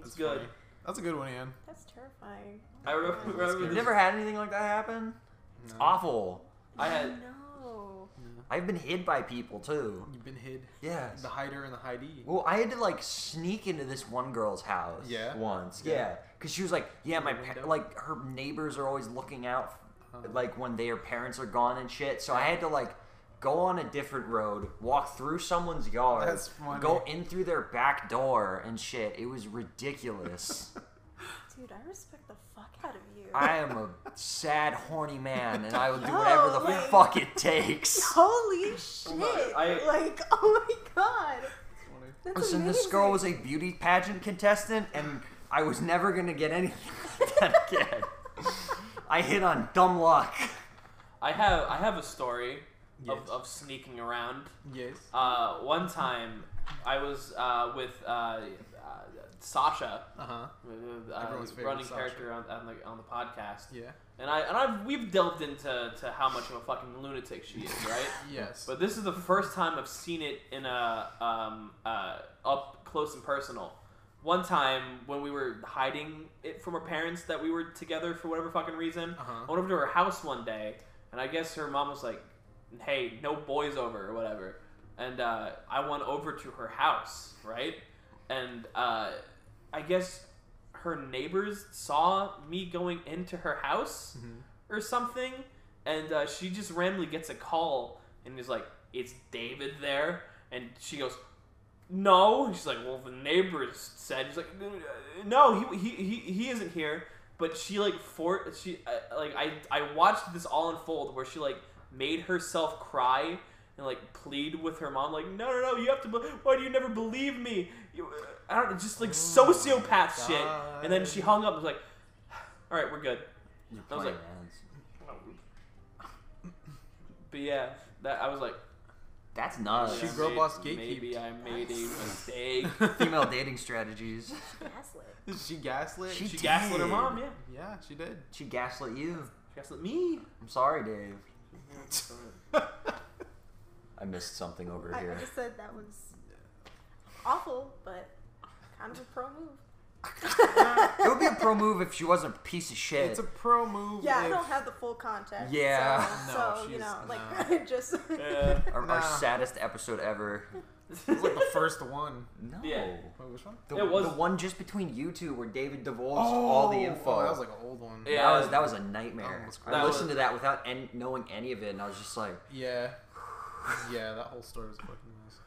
Speaker 3: It's good.
Speaker 1: funny. That's a good one, Ian.
Speaker 5: That's terrifying.
Speaker 3: I remember, remember
Speaker 2: You've
Speaker 3: this-
Speaker 2: never had anything like that happen? It's
Speaker 1: Uh-huh.
Speaker 2: awful.
Speaker 3: I had
Speaker 5: No.
Speaker 2: I've been hid by people too.
Speaker 1: You've been hid.
Speaker 2: Yeah.
Speaker 1: The hider and the hidey.
Speaker 2: Well, I had to like sneak into this one girl's house.
Speaker 1: Yeah?
Speaker 2: Once.
Speaker 1: Yeah.
Speaker 2: Yeah. Because she was like, yeah, my
Speaker 1: the
Speaker 2: pa-
Speaker 1: window? Uh-huh.
Speaker 2: like her neighbors are always looking out, like when their parents are gone and shit. So I had to like go on a different road, walk through someone's yard,
Speaker 1: That's funny.
Speaker 2: go in through their back door and shit. It was ridiculous.
Speaker 5: Dude, I respect the fuck out of you.
Speaker 2: I am a sad, horny man, and I will do whatever the
Speaker 5: Yo, like-
Speaker 2: fuck it takes.
Speaker 5: Holy shit.
Speaker 3: my- I-
Speaker 5: Like, oh my god.
Speaker 1: That's funny.
Speaker 5: That's
Speaker 2: Listen,
Speaker 5: amazing.
Speaker 2: this girl was a beauty pageant contestant, and I was never gonna get anything like that again. I hit on dumb luck.
Speaker 3: I have I have a story
Speaker 1: Yes.
Speaker 3: of, of sneaking around.
Speaker 1: Yes.
Speaker 3: Uh, one time, I was uh, with uh, uh, Sasha,
Speaker 1: Uh huh.
Speaker 3: uh,
Speaker 1: Everyone's favorite
Speaker 3: running
Speaker 1: Sasha.
Speaker 3: character on, on the on the podcast,
Speaker 1: Yeah.
Speaker 3: and I and I've we've delved into to how much of a fucking lunatic she is, right?
Speaker 1: Yes.
Speaker 3: But this is the first time I've seen it in a um, uh, up close and personal. One time when we were hiding it from her parents that we were together for whatever fucking reason,
Speaker 1: Uh-huh.
Speaker 3: I went over to her house one day, and I guess her mom was like, "Hey, no boys over or whatever," and uh, I went over to her house, right? And uh, I guess her neighbors saw me going into her house or something, and uh, she just randomly gets a call and is like, "It's David there," and she goes, "No." She's like, "Well, the neighbors said." She's like, "No, he he, he, he isn't here." But she like for she uh, like I I watched this all unfold where she like made herself cry and like plead with her mom like no no no you have to be- why do you never believe me you, uh, I don't just
Speaker 1: Oh
Speaker 3: like sociopath shit and then she hung up and was like all right we're good
Speaker 2: You're
Speaker 3: I was
Speaker 2: playing
Speaker 3: like-
Speaker 2: ads.
Speaker 3: But yeah, that I was like,
Speaker 2: That's nuts.
Speaker 1: She
Speaker 3: yeah,
Speaker 1: girl
Speaker 3: may-
Speaker 1: boss
Speaker 3: Maybe
Speaker 1: gatekeeped.
Speaker 3: I made a mistake.
Speaker 2: Female dating strategies.
Speaker 5: gaslit.
Speaker 1: she gaslit.
Speaker 2: She,
Speaker 3: she gaslit her
Speaker 2: did.
Speaker 3: mom. Yeah,
Speaker 1: yeah, she did.
Speaker 2: She gaslit you.
Speaker 3: she gaslit me.
Speaker 2: I'm sorry, Dave. I missed something over
Speaker 5: I,
Speaker 2: here.
Speaker 5: I just said that was awful, but kind of a pro
Speaker 2: It
Speaker 5: move.
Speaker 2: would be a pro move if she wasn't a piece of shit.
Speaker 1: It's a pro move.
Speaker 5: yeah, I
Speaker 1: if-
Speaker 5: don't have the full context.
Speaker 2: Yeah.
Speaker 1: No,
Speaker 5: So, so, you
Speaker 1: she's-
Speaker 5: know, like,
Speaker 1: no.
Speaker 5: just.
Speaker 3: Yeah.
Speaker 2: our, our
Speaker 1: Nah.
Speaker 2: saddest episode ever.
Speaker 1: It was
Speaker 3: Um,
Speaker 1: like the first one.
Speaker 2: No.
Speaker 3: Yeah.
Speaker 1: Wait, which one?
Speaker 2: The,
Speaker 3: It was-
Speaker 2: the one just between you two where David divulged all the info.
Speaker 1: Oh, that was like an old one.
Speaker 3: Yeah.
Speaker 2: That was that was a
Speaker 1: That
Speaker 2: nightmare.
Speaker 1: was
Speaker 2: I
Speaker 3: crazy.
Speaker 2: listened to that without en- knowing any of it, and I was just like,
Speaker 1: Yeah. Yeah, that whole story was fucking mess.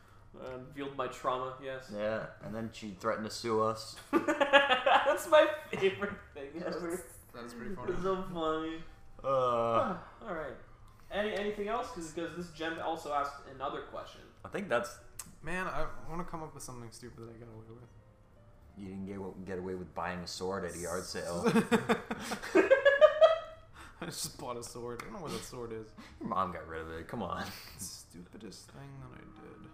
Speaker 3: Uh, Revealed my trauma. Yes.
Speaker 2: yeah. And then she threatened to sue us.
Speaker 3: That's my favorite thing ever.
Speaker 1: That is pretty funny.
Speaker 3: It's so funny.
Speaker 2: Uh,
Speaker 3: Ah, All right. Any, anything else? Because this gem also asked another question.
Speaker 2: I think that's
Speaker 1: Man, I want to come up with something stupid that I got away with.
Speaker 2: you didn't get wa- get away with buying a sword at a yard sale.
Speaker 1: I just bought a sword. I don't know what that sword is.
Speaker 2: Your mom got rid of it. Come on.
Speaker 1: Stupidest thing that I did.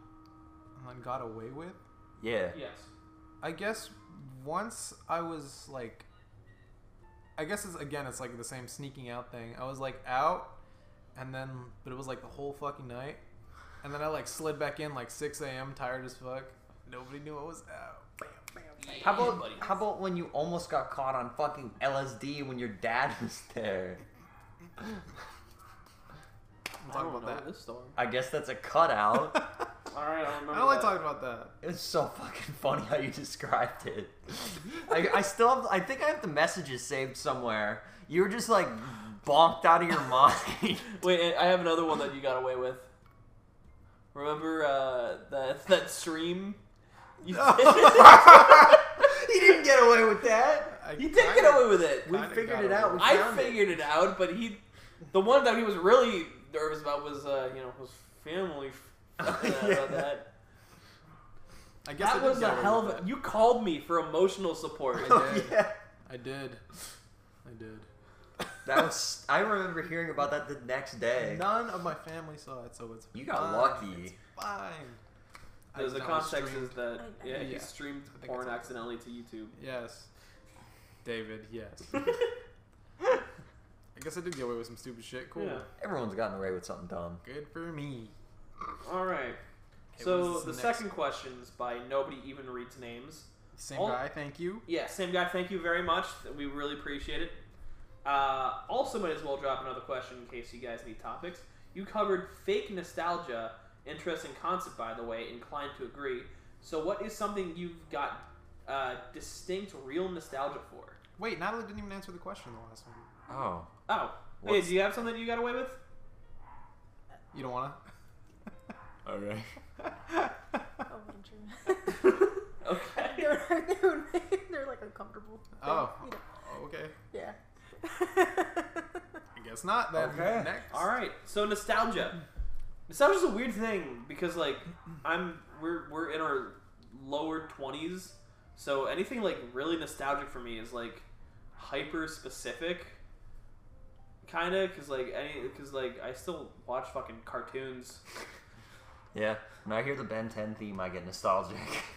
Speaker 1: And then got away with?
Speaker 2: Yeah.
Speaker 3: Yes.
Speaker 1: I guess once I was like, I guess it's again, it's like the same sneaking out thing. I was like out, and then, but it was like the whole fucking night. And then I like slid back in like 6 a.m. tired as fuck. Nobody knew I was out. Bam, bam, bam.
Speaker 2: How about how about when you almost got caught on fucking LSD when your dad was there?
Speaker 1: I'm talking
Speaker 3: I don't know
Speaker 1: about that.
Speaker 3: this story.
Speaker 2: I guess that's a cutout.
Speaker 3: All right, I don't remember.
Speaker 1: I don't like
Speaker 3: that.
Speaker 1: talking about that.
Speaker 2: It's so fucking funny how you described it. I, I still have, I think I have the messages saved somewhere. You were just like bonked out of your mind.
Speaker 3: Wait, I have another one that you got away with. Remember uh, that that stream?
Speaker 2: you
Speaker 3: You
Speaker 2: didn't get away with that.
Speaker 1: I
Speaker 3: he did get away with it.
Speaker 2: We
Speaker 1: Kinda
Speaker 2: figured
Speaker 1: got
Speaker 2: it out.
Speaker 1: away.
Speaker 2: We
Speaker 3: I
Speaker 2: found it.
Speaker 3: figured it out, but he, the one that he was really nervous about was uh, you know his family. f- uh,
Speaker 2: Yeah.
Speaker 3: about that.
Speaker 1: I guess I
Speaker 3: That
Speaker 1: did
Speaker 3: was
Speaker 1: get
Speaker 3: a
Speaker 1: away
Speaker 3: hell of
Speaker 1: with
Speaker 3: a. Oh, You called me for emotional support.
Speaker 1: I did.
Speaker 2: Oh, Yeah.
Speaker 1: I did. I did.
Speaker 2: That was. I remember hearing about that the next day.
Speaker 1: None of my family saw it, so it's
Speaker 2: You got
Speaker 1: fine.
Speaker 2: lucky.
Speaker 1: It's fine. I
Speaker 3: The, the
Speaker 1: know,
Speaker 3: context
Speaker 1: streamed-
Speaker 3: is that
Speaker 5: I-
Speaker 3: yeah,
Speaker 1: Yeah.
Speaker 3: he streamed
Speaker 1: I think
Speaker 3: porn
Speaker 1: it's-
Speaker 3: accidentally to YouTube.
Speaker 1: Yes. David, yes. I guess I did get away with some stupid shit. Cool.
Speaker 3: Yeah.
Speaker 2: Everyone's gotten away with something dumb.
Speaker 1: Good for me.
Speaker 3: All right.
Speaker 1: Okay,
Speaker 3: so
Speaker 1: what's
Speaker 3: the
Speaker 1: next?
Speaker 3: second question's by nobody even reads names.
Speaker 1: Same
Speaker 3: All-
Speaker 1: guy, thank you.
Speaker 3: Yeah, same guy. Thank you very much. We really appreciate it. Uh, also, might as well drop another question in case you guys need topics. You covered fake nostalgia. Interesting concept, by the way. Inclined to agree. So, what is something you've got uh, distinct real nostalgia for?
Speaker 1: Wait, Natalie didn't even answer the question in the last one.
Speaker 2: Oh.
Speaker 3: Oh, hey,
Speaker 2: What's-
Speaker 3: do you have something you got away with?
Speaker 1: You don't wanna?
Speaker 2: All right.
Speaker 5: Oh, Andrew.
Speaker 3: Okay.
Speaker 5: they're, they're, they're like uncomfortable. They're,
Speaker 1: Oh.
Speaker 5: you know,
Speaker 1: okay.
Speaker 5: yeah.
Speaker 1: I guess not then.
Speaker 2: Okay.
Speaker 1: Next.
Speaker 3: All right. So nostalgia. Nostalgia's a weird thing because like I'm we're we're in our lower twenties, so anything like really nostalgic for me is like hyper specific. Kinda, cause like any, cause like I still watch fucking cartoons.
Speaker 2: Yeah. When I hear the Ben 10 theme, I get nostalgic.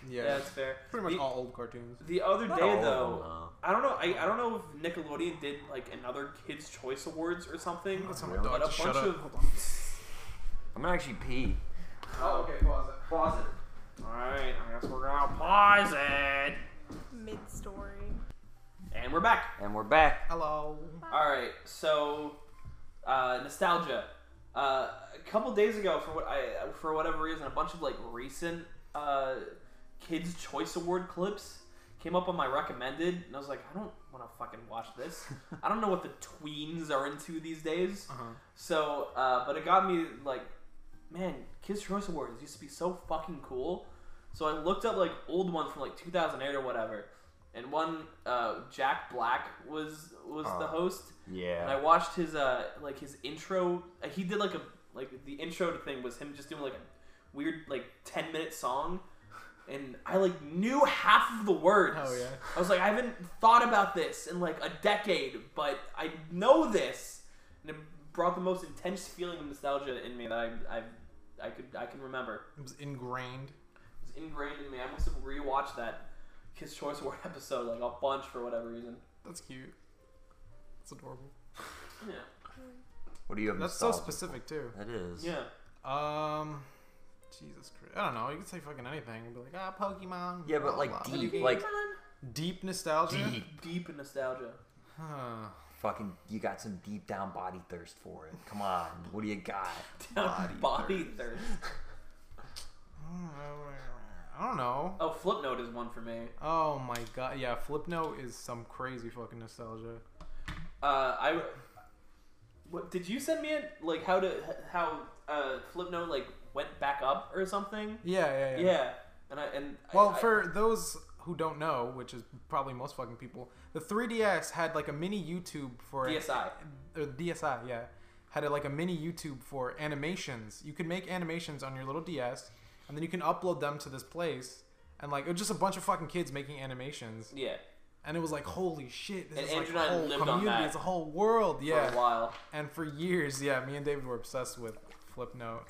Speaker 1: Yeah.
Speaker 3: Yeah, that's fair.
Speaker 1: Pretty much
Speaker 3: the,
Speaker 1: all old cartoons.
Speaker 3: The other
Speaker 2: Not
Speaker 3: day
Speaker 2: all of them,
Speaker 3: though,
Speaker 2: though.
Speaker 3: I don't know. I, I don't know if Nickelodeon did like another Kids Choice Awards or something,
Speaker 1: That's how my
Speaker 2: But
Speaker 1: dog
Speaker 3: but a
Speaker 1: just
Speaker 3: bunch
Speaker 1: shut up.
Speaker 3: of
Speaker 2: I'm gonna actually pee.
Speaker 1: Oh, okay, pause it.
Speaker 3: Pause it. Alright, I guess we're gonna pause it.
Speaker 5: Mid story.
Speaker 3: And we're back.
Speaker 2: And we're back.
Speaker 1: Hello.
Speaker 3: Alright, so uh, nostalgia. Uh, a couple days ago, for what I for whatever reason, a bunch of like recent uh, Kids Choice Award clips came up on my recommended, and I was like, I don't want to fucking watch this. I don't know what the tweens are into these days.
Speaker 1: Uh-huh.
Speaker 3: So, uh, but it got me like, man, Kids Choice Awards used to be so fucking cool. So I looked up like old ones from like 2008 or whatever, and one uh, Jack Black was was the
Speaker 2: Oh.
Speaker 3: host, and I
Speaker 2: Yeah.
Speaker 3: watched his uh like his intro. uh, He did like a like the intro thing was him just doing like a weird like 10 minute song. And I like knew half of the words.
Speaker 1: Oh, yeah.
Speaker 3: I was like, I haven't thought about this in like a decade, but I know this, and it brought the most intense feeling of nostalgia in me that I I, I could I can remember.
Speaker 1: It was ingrained.
Speaker 3: It's ingrained in me. I must have rewatched that Kids Choice Award episode like a bunch for whatever reason.
Speaker 1: That's cute. That's adorable.
Speaker 3: Yeah,
Speaker 2: What do you have
Speaker 1: That's so
Speaker 2: nostalgia?
Speaker 1: specific too.
Speaker 2: That is.
Speaker 3: yeah.
Speaker 1: Um, Jesus Christ, I don't know. You could say fucking anything. Be like, ah, Pokemon.
Speaker 2: Yeah, but
Speaker 1: blah,
Speaker 2: like
Speaker 1: blah, blah."
Speaker 2: deep, like
Speaker 1: deep nostalgia.
Speaker 2: deep.
Speaker 3: Deep nostalgia.
Speaker 1: Huh.
Speaker 2: Fucking, you got some deep down body thirst for it. Come on, what do you got?
Speaker 3: Body, Body thirst.
Speaker 1: I don't know.
Speaker 3: Oh, Flipnote is one for me.
Speaker 1: Oh my god, yeah, Flipnote is some crazy fucking nostalgia.
Speaker 3: Uh, I. What did you send me? It like how to how uh Flipnote like went back up or something?
Speaker 1: Yeah, yeah, yeah.
Speaker 3: Yeah, and I and I-
Speaker 1: Well,
Speaker 3: I,
Speaker 1: for those who don't know, which is probably most fucking people, the 3DS had like a mini YouTube for
Speaker 3: DSi.
Speaker 1: or DSi, yeah, had a, like a mini YouTube for animations. You could make animations on your little DS, and then you can upload them to this place, and like it was just a bunch of fucking kids making animations,
Speaker 3: yeah,
Speaker 1: and it was like holy shit, this
Speaker 3: And
Speaker 1: is like
Speaker 3: Andrew
Speaker 1: a
Speaker 3: and I
Speaker 1: whole
Speaker 3: lived on
Speaker 1: community,
Speaker 3: that
Speaker 1: it's a whole world, yeah.
Speaker 3: for a while.
Speaker 1: And for years, yeah, me and David were obsessed with Flipnote,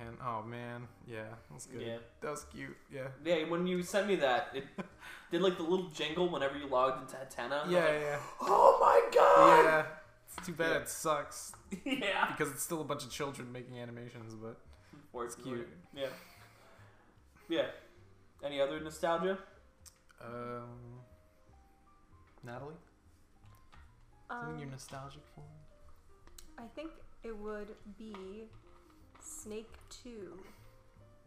Speaker 1: and oh man, yeah, that's good.
Speaker 3: Yeah.
Speaker 1: That was cute, yeah.
Speaker 3: Yeah, when you sent me that, it did like the little jingle whenever you logged into Hatena. and I was
Speaker 1: Yeah,
Speaker 3: like,
Speaker 1: yeah, yeah.
Speaker 3: Oh my god!
Speaker 1: Yeah. It's too bad it sucks
Speaker 3: Yeah.
Speaker 1: because it's still a bunch of children making animations, but
Speaker 3: It's
Speaker 1: cute.
Speaker 3: Yeah. Yeah. Any other nostalgia?
Speaker 1: Um, Natalie, something you're
Speaker 5: Um,
Speaker 1: nostalgic for?
Speaker 5: I think it would be Snake Two.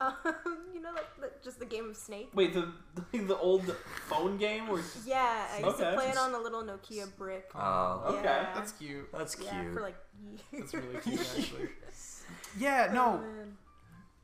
Speaker 5: Um, you know, like the, just the game of Snake.
Speaker 3: Wait, the the, the old phone game where it's just-
Speaker 5: Yeah, I used
Speaker 3: Okay.
Speaker 5: to play it on a little Nokia brick.
Speaker 2: Oh,
Speaker 3: okay.
Speaker 5: Yeah.
Speaker 1: That's cute.
Speaker 2: that's cute.
Speaker 5: yeah, for like years.
Speaker 1: That's really cute, actually. Yeah,
Speaker 5: Oh,
Speaker 1: no,
Speaker 5: man.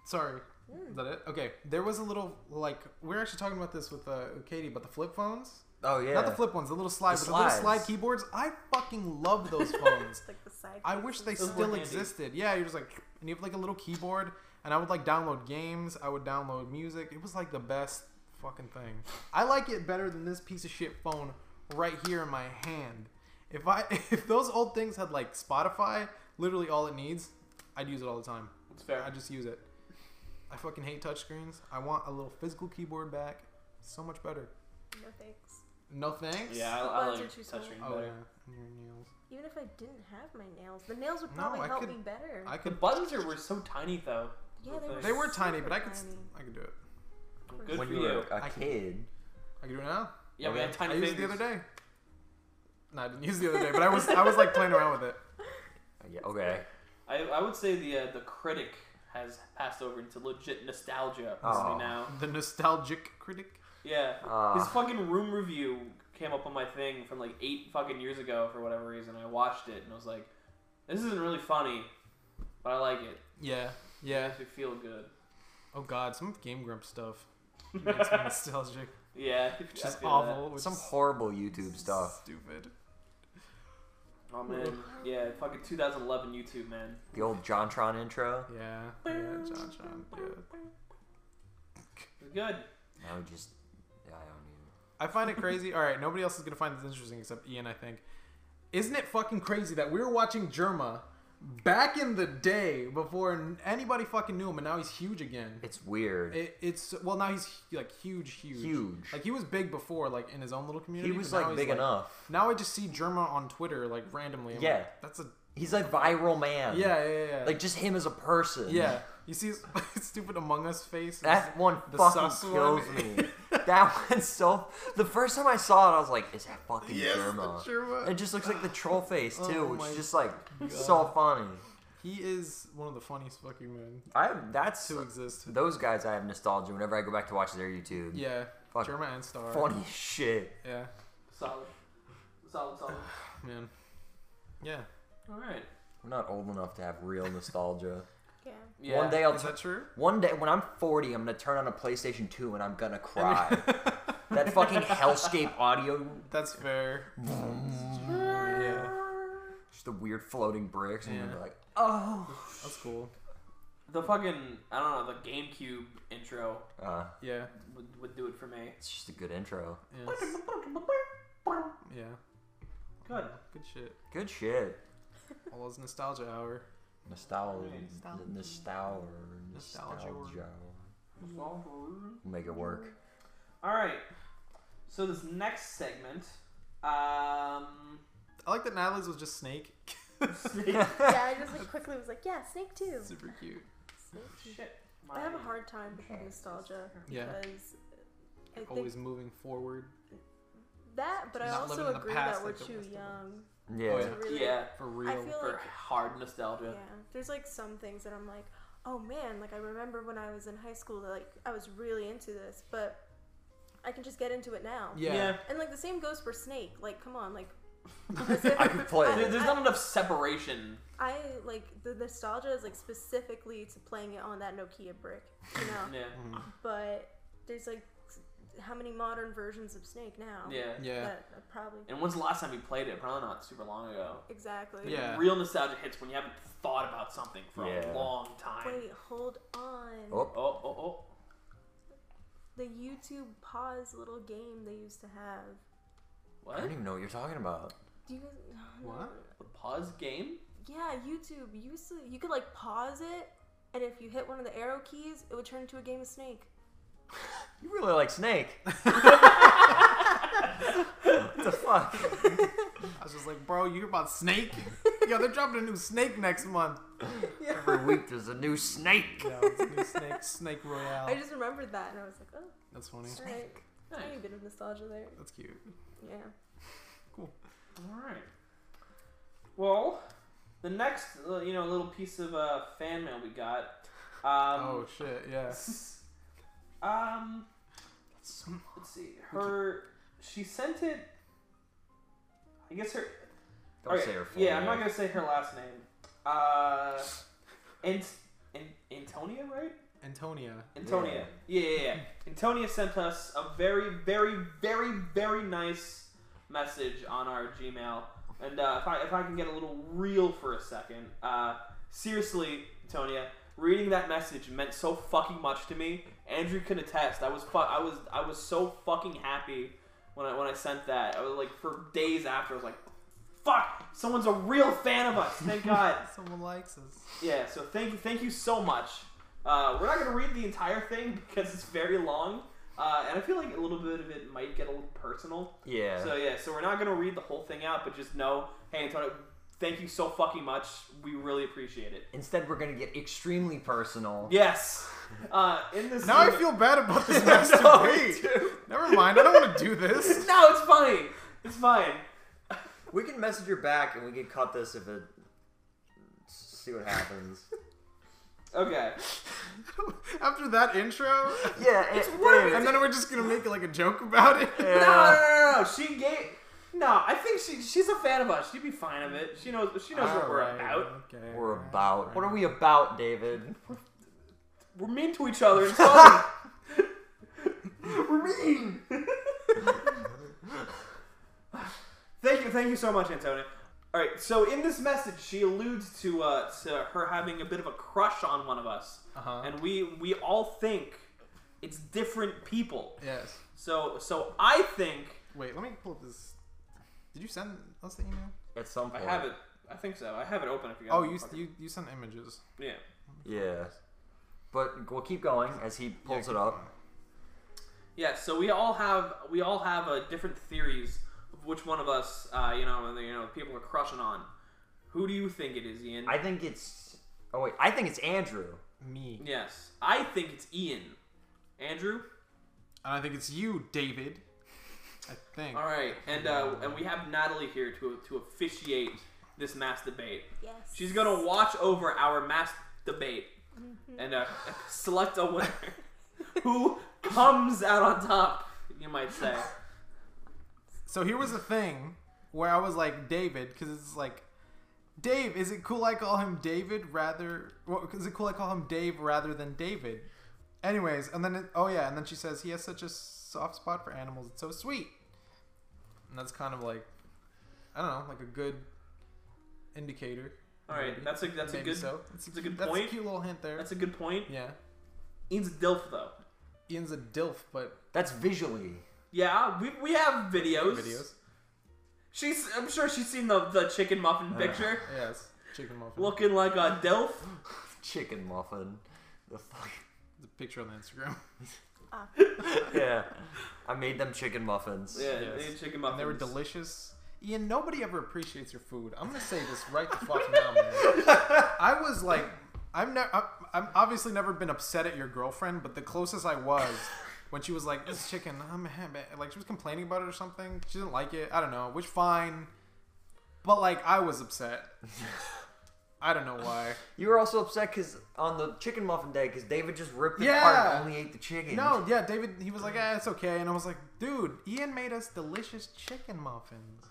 Speaker 1: sorry.
Speaker 3: Hmm.
Speaker 1: Is that it? Okay. There was a little like we were actually talking about this with uh, Katie, but the flip phones,
Speaker 2: oh yeah.
Speaker 1: not the flip ones, the little slide, but
Speaker 2: The
Speaker 1: the little
Speaker 2: slides.
Speaker 1: slide keyboards. I fucking love those phones.
Speaker 5: It's like the side.
Speaker 1: I wish they
Speaker 5: pieces.
Speaker 3: Those were
Speaker 1: still
Speaker 3: handy.
Speaker 1: existed. Yeah, you're just like, and you have like a little keyboard, and I would like download games. I would download music. It was like the best fucking thing. I like it better than this piece of shit phone right here in my hand. If I if those old things had like Spotify, literally all it needs, I'd use it all the time.
Speaker 3: It's fair.
Speaker 1: I just use it. I fucking hate touchscreens. I want a little physical keyboard back. So much better.
Speaker 5: No thanks.
Speaker 1: No thanks.
Speaker 3: yeah, I, I
Speaker 5: buttons
Speaker 3: like
Speaker 5: are too small.
Speaker 3: touchscreen
Speaker 1: Oh yeah.
Speaker 3: better.
Speaker 1: and Your nails.
Speaker 5: Even if I didn't have my nails, the nails would
Speaker 1: No,
Speaker 5: probably
Speaker 1: I
Speaker 5: help
Speaker 1: could-
Speaker 5: me better.
Speaker 1: I
Speaker 3: The
Speaker 1: could.
Speaker 3: buttons are, were so tiny though.
Speaker 5: yeah, they were.
Speaker 1: They were tiny,
Speaker 5: super
Speaker 1: but I could. St-
Speaker 5: tiny.
Speaker 1: I could do it.
Speaker 3: Good
Speaker 2: when
Speaker 3: for
Speaker 2: you
Speaker 3: you.
Speaker 2: were a
Speaker 1: I can-
Speaker 2: kid.
Speaker 1: I could do it now.
Speaker 3: Yeah, we had
Speaker 1: Oh, I
Speaker 3: tiny
Speaker 1: used
Speaker 3: fingers.
Speaker 1: it the other day. No, I didn't use it the other day, but I was I was like playing around with it.
Speaker 2: Yeah, okay.
Speaker 3: I, I would say the uh, the critic has passed over into legit nostalgia
Speaker 2: Oh.
Speaker 3: right now.
Speaker 1: The nostalgic critic.
Speaker 3: Yeah.
Speaker 2: Ah.
Speaker 3: His fucking room review came up on my thing from like eight fucking years ago for whatever reason. I watched it and I was like, this isn't really funny, but I like it.
Speaker 1: Yeah.
Speaker 3: It
Speaker 1: Yeah.
Speaker 3: makes me feel good.
Speaker 1: Oh God, some Game Grump stuff makes me nostalgic,
Speaker 3: yeah. I
Speaker 1: which is
Speaker 3: feel
Speaker 1: awful. Which
Speaker 2: Some
Speaker 1: is
Speaker 2: horrible YouTube stuff.
Speaker 1: Stupid.
Speaker 3: that. Oh man. Yeah, fucking 2011 YouTube, man.
Speaker 2: The old JonTron intro.
Speaker 1: Yeah. Yeah. John. John. Yeah.
Speaker 3: It's good.
Speaker 2: I would just. I don't
Speaker 1: I find it crazy. All right, nobody else is gonna find this interesting except Ian, I think. Isn't it fucking crazy that we were watching Germa back in the day before n- anybody fucking knew him, and now he's huge again.
Speaker 2: even. It's weird.
Speaker 1: It, it's well now he's hu- like huge, huge,
Speaker 2: Huge.
Speaker 1: Like he was big before, like in his own little community.
Speaker 2: he was
Speaker 1: but now
Speaker 2: like
Speaker 1: he's,
Speaker 2: big enough.
Speaker 1: Now I just see Germa on Twitter like randomly. I'm
Speaker 2: Yeah.
Speaker 1: like, that's a
Speaker 2: He's a viral man.
Speaker 1: yeah, yeah, yeah, yeah.
Speaker 2: Like just him as a person.
Speaker 1: yeah. You see his stupid Among Us face.
Speaker 2: That one
Speaker 1: The sus
Speaker 2: fucking kills
Speaker 1: one.
Speaker 2: me. that one's so. The first time I saw it, I was like, "Is that fucking
Speaker 1: Yes, the
Speaker 2: Germa?"
Speaker 1: Germa.
Speaker 2: It just looks like the troll face too,
Speaker 1: Oh
Speaker 2: which
Speaker 1: my
Speaker 2: is just like so funny.
Speaker 1: he is one of the funniest fucking men
Speaker 2: I that's
Speaker 1: to exist.
Speaker 2: those guys. I have nostalgia whenever I go back to watch their YouTube.
Speaker 1: Yeah,
Speaker 2: Fuck.
Speaker 1: Germa and Star.
Speaker 2: funny as shit.
Speaker 1: Yeah,
Speaker 3: Solid. Solid, solid.
Speaker 1: man. Yeah.
Speaker 3: Alright.
Speaker 2: We're not old enough to have real nostalgia.
Speaker 5: Yeah.
Speaker 3: Yeah.
Speaker 2: One day I'll.
Speaker 1: Is
Speaker 2: T-
Speaker 1: that true?
Speaker 2: one day when I'm 40, I'm gonna turn on a PlayStation 2 and I'm gonna cry. that fucking hellscape audio,
Speaker 1: That's fair. yeah.
Speaker 2: just the weird floating bricks, and I'm gonna
Speaker 1: Yeah.
Speaker 2: be like,
Speaker 1: That's cool.
Speaker 3: Oh. The fucking, I don't know, the GameCube intro
Speaker 2: uh,
Speaker 1: Yeah.
Speaker 3: would, would do it for me.
Speaker 2: it's just a good intro.
Speaker 1: Yes. Yeah.
Speaker 3: Good.
Speaker 1: Good shit.
Speaker 2: Good shit.
Speaker 1: All those nostalgia hour.
Speaker 2: Nostalgia.
Speaker 1: Nostalgia.
Speaker 2: Nostalgia.
Speaker 1: Nostalgia.
Speaker 2: Nostalgia. Make it work.
Speaker 3: All right. So this next segment, um,
Speaker 1: I like that Natalie's was just Snake.
Speaker 5: yeah, I just like quickly was like, yeah, Snake Two.
Speaker 1: Super cute.
Speaker 5: Snake Two.
Speaker 3: shit. My,
Speaker 5: I have a hard time with nostalgia
Speaker 1: Yeah.
Speaker 5: because I think
Speaker 1: Always moving forward.
Speaker 5: that, but I
Speaker 1: Not
Speaker 5: also
Speaker 1: living in the
Speaker 5: agree
Speaker 1: past
Speaker 5: that we're
Speaker 1: like the
Speaker 5: too
Speaker 1: rest of
Speaker 5: young.
Speaker 2: Yeah.
Speaker 1: Oh,
Speaker 5: to Really,
Speaker 3: yeah
Speaker 1: For
Speaker 5: I
Speaker 1: real.
Speaker 5: feel
Speaker 3: for
Speaker 5: like
Speaker 3: hard nostalgia.
Speaker 5: yeah, there's like some things that I'm like, oh man, like I remember when I was in high school, like I was really into this, but I can just get into it now.
Speaker 1: yeah.
Speaker 5: And like the same goes for Snake. Like, come on, like
Speaker 2: I could play
Speaker 3: There-
Speaker 2: it.
Speaker 3: There's not enough separation.
Speaker 5: I like the nostalgia is like specifically to playing it on that Nokia brick, you know.
Speaker 3: Yeah,
Speaker 2: Mm-hmm.
Speaker 5: but there's like s- how many modern versions of Snake now?
Speaker 3: yeah,
Speaker 1: Yeah.
Speaker 5: That that probably
Speaker 3: And when's the last time you played it? Probably not super long ago.
Speaker 5: exactly.
Speaker 1: Yeah.
Speaker 3: Real nostalgia hits when you haven't thought about something for
Speaker 2: Yeah.
Speaker 3: a long time.
Speaker 5: Wait, hold on.
Speaker 2: Oh,
Speaker 3: Oh, oh,
Speaker 5: The YouTube pause little game they used to have.
Speaker 3: oh!
Speaker 2: I
Speaker 3: What?
Speaker 2: don't even know what you're talking about.
Speaker 5: Do you guys? no, no.
Speaker 1: What?
Speaker 3: The pause game?
Speaker 5: Yeah, YouTube. You used to you could like pause it, and if you hit one of the arrow keys, it would turn into a game of Snake.
Speaker 2: You really like Snake. what the fuck?
Speaker 1: I was just like, bro, you hear about Snake? Yo, they're dropping a new snake next month.
Speaker 2: Every week there's a new snake.
Speaker 1: No, it's a new snake, Snake Royale.
Speaker 5: I just remembered that and I was like, oh,
Speaker 1: That's funny.
Speaker 5: all right. Tiny bit of nostalgia there.
Speaker 1: That's cute.
Speaker 5: Yeah.
Speaker 3: All right. Well, the next uh, you know little piece of uh, fan mail we got. Um,
Speaker 1: oh shit, yeah.
Speaker 3: Um, let's see. Her, she sent it. I guess her.
Speaker 2: Don't
Speaker 3: okay,
Speaker 2: say her full
Speaker 3: Yeah, I'm
Speaker 2: name.
Speaker 3: not gonna say her last name. Uh, and, and Antonia, right?
Speaker 1: Antonia.
Speaker 3: Antonia. Yeah, yeah, yeah. Antonia sent us a very, very, very, very nice message on our Gmail. And uh, if, I, if I can get a little real for a second, uh, seriously, Antonia, reading that message meant so fucking much to me. Andrew can attest. I was fu- I was I was so fucking happy when I when I sent that. I was like for days after. I was like, "Fuck! Someone's a real fan of us. Thank God."
Speaker 1: Someone likes us.
Speaker 3: Yeah, so thank you, thank you so much. Uh, we're not gonna read the entire thing because it's very long, uh, and I feel like a little bit of it might get a little personal.
Speaker 2: Yeah.
Speaker 3: So yeah, so we're not gonna read the whole thing out, but just know, hey Antonio, thank you so fucking much. We really appreciate it.
Speaker 2: Instead, we're gonna get extremely personal.
Speaker 3: Yes. Uh, in this.
Speaker 1: Now I feel bad about this master
Speaker 3: No,
Speaker 1: date.
Speaker 3: dude.
Speaker 1: Never mind, I don't want to do this.
Speaker 3: No, it's funny. It's fine.
Speaker 2: We can message her back and we can cut this if it. See what happens.
Speaker 3: Okay.
Speaker 1: After that intro,
Speaker 2: yeah, it's
Speaker 3: worth
Speaker 1: and then we're just gonna make like a joke about it.
Speaker 3: No, no, no, no, no. She gave. No, I think she she's a fan of us. She'd be fine of it. She knows she knows what we're
Speaker 1: Alright,
Speaker 3: about.
Speaker 1: Okay.
Speaker 2: We're about. What are we about, David?
Speaker 3: We're mean to each other. It's fun.
Speaker 2: We're mean.
Speaker 3: Thank you, thank you so much, Antonia. All right, so in this message, she alludes to uh, to her having a bit of a crush on one of us,
Speaker 1: Uh-huh.
Speaker 3: and we we all think it's different people.
Speaker 1: Yes.
Speaker 3: So so I think
Speaker 1: Wait, let me pull up this. Did you send us the email?
Speaker 2: At some
Speaker 3: I
Speaker 2: point.
Speaker 3: have it. I think so. I have it open. If you guys
Speaker 1: Oh,
Speaker 3: want
Speaker 1: you
Speaker 3: to-
Speaker 1: you you sent images.
Speaker 3: yeah.
Speaker 2: Yeah. But we'll keep going as he pulls
Speaker 1: Yeah,
Speaker 2: it up.
Speaker 3: Yeah, so we all have we all have uh, different theories of which one of us, uh, you know, you know, people are crushing on. Who do you think it is, Ian?
Speaker 2: I think it's. Oh wait, I think it's Andrew.
Speaker 1: Me. And
Speaker 3: yes, I think it's Ian. Andrew.
Speaker 1: I think it's you, David. I think.
Speaker 3: All right, and uh, and we have Natalie here to to officiate this mass debate.
Speaker 5: Yes.
Speaker 3: She's gonna watch over our mass debate and uh, select a winner who comes out on top. You might say.
Speaker 1: So here was the thing where I was like David because it's like. Dave, is it cool I call him David rather? Well, is it cool I call him Dave rather than David? Anyways, and then it, oh yeah, and then she says he has such a soft spot for animals. It's so sweet, and that's kind of like, I don't know, like a good indicator.
Speaker 3: All right,
Speaker 1: Maybe.
Speaker 3: that's a that's a
Speaker 1: Maybe
Speaker 3: good
Speaker 1: so.
Speaker 3: that's a good
Speaker 1: that's
Speaker 3: point.
Speaker 1: a cute little hint there.
Speaker 3: That's a good point.
Speaker 1: yeah,
Speaker 3: Ian's a dilf though.
Speaker 1: Ian's a dilf, but
Speaker 2: That's visually.
Speaker 3: Yeah, we, we have videos.
Speaker 1: videos.
Speaker 3: She's I'm sure she's seen the the chicken muffin picture,
Speaker 1: Yes, chicken muffin.
Speaker 3: looking like a dilf.
Speaker 2: Chicken muffin. The fuck.
Speaker 1: the picture on the Instagram.
Speaker 2: Yeah. I made them chicken muffins.
Speaker 3: Yeah,
Speaker 1: Yes.
Speaker 3: they had chicken
Speaker 1: And
Speaker 3: muffins.
Speaker 1: they were delicious. Ian, nobody ever appreciates your food. I'm gonna say this right the fuck now, man. I was like, I'm never, I'm obviously never been upset at your girlfriend, but the closest I was when she was like, "This chicken, I'm ha- ba-" like," she was complaining about it or something. She didn't like it. I don't know, which fine, but like I was upset. I don't know why.
Speaker 2: You were also upset because on the chicken muffin day, because David just ripped it
Speaker 1: Yeah.
Speaker 2: apart and only ate the chicken.
Speaker 1: No, yeah, David, he was like, "Ah, it's okay," and I was like, "Dude, Ian made us delicious chicken muffins."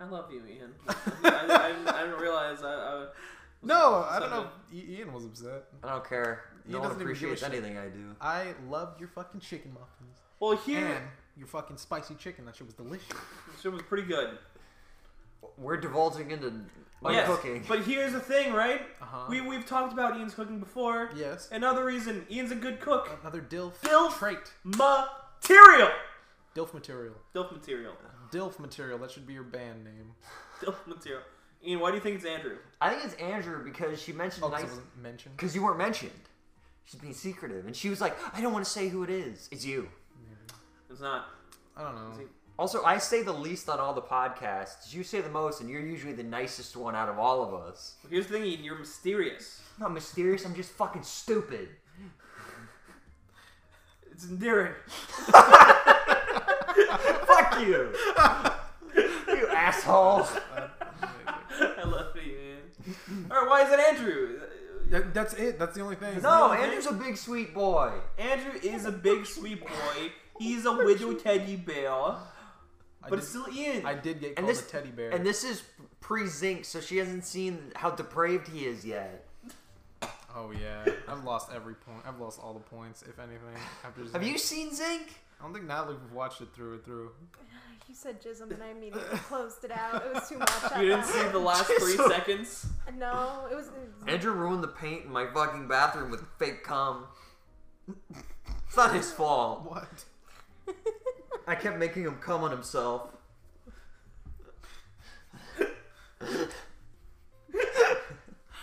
Speaker 3: I love you, Ian. I, I, I didn't realize uh, I. I was
Speaker 1: No, I don't know.
Speaker 3: upset.
Speaker 1: if I- Ian was upset.
Speaker 2: I don't care.
Speaker 1: He
Speaker 2: no one
Speaker 1: doesn't even give a
Speaker 2: appreciates
Speaker 1: shit.
Speaker 2: anything I do.
Speaker 1: I loved your fucking chicken muffins.
Speaker 3: Well, here
Speaker 1: And your fucking spicy chicken. That shit was delicious.
Speaker 3: shit was pretty good.
Speaker 2: We're divulging into
Speaker 1: Oh,
Speaker 2: my
Speaker 3: yes,
Speaker 2: cooking.
Speaker 3: but here's the thing, right?
Speaker 1: Uh-huh.
Speaker 3: We we've talked about Ian's cooking before.
Speaker 1: Yes.
Speaker 3: Another reason Ian's a good cook.
Speaker 1: Another DILF,
Speaker 3: Dilf.
Speaker 1: trait.
Speaker 3: Material.
Speaker 1: DILF material.
Speaker 3: Dilf material.
Speaker 1: DILF material. That should be your band name.
Speaker 3: Dilf material. Ian, why do you think it's Andrew?
Speaker 2: I think it's Andrew because she mentioned
Speaker 1: Oh, 'cause
Speaker 2: nice
Speaker 1: it wasn't mentioned.
Speaker 2: because you weren't mentioned. She's being secretive, and she was like, "I don't want to say who it is. It's you."
Speaker 3: It's not.
Speaker 1: I don't know.
Speaker 3: Is
Speaker 2: Also, I say the least on all the podcasts. You say the most, and you're usually the nicest one out of all of us.
Speaker 3: Here's the thing, Ian, you're mysterious.
Speaker 2: I'm not mysterious. I'm just fucking stupid.
Speaker 3: It's endearing.
Speaker 2: Fuck you, you asshole.
Speaker 3: I love you, man. All right, why is it Andrew?
Speaker 1: That- that's it. That's the only thing.
Speaker 2: No, Andrew's a big sweet boy.
Speaker 3: Andrew is a big sweet boy. He's a widow teddy bear,
Speaker 1: I
Speaker 3: but
Speaker 1: did,
Speaker 3: it's still Ian.
Speaker 1: I did get
Speaker 2: And
Speaker 1: called
Speaker 2: this
Speaker 1: a teddy bear.
Speaker 2: And this is pre-zinc, so she hasn't seen how depraved he is yet.
Speaker 1: oh yeah, I've lost every point. I've lost all the points, if anything. After
Speaker 2: Have
Speaker 1: Zinc.
Speaker 2: you seen zinc?
Speaker 1: I don't think Natalie watched it through and through.
Speaker 5: You said jism, and I immediately closed it out. It was too much. I
Speaker 3: you didn't see
Speaker 5: thought.
Speaker 3: the last three
Speaker 2: Jesus.
Speaker 3: seconds.
Speaker 5: No, it was. It was
Speaker 2: Andrew ruined the paint in my fucking bathroom with fake cum. It's not his fault.
Speaker 1: What?
Speaker 2: I kept making him cum on himself.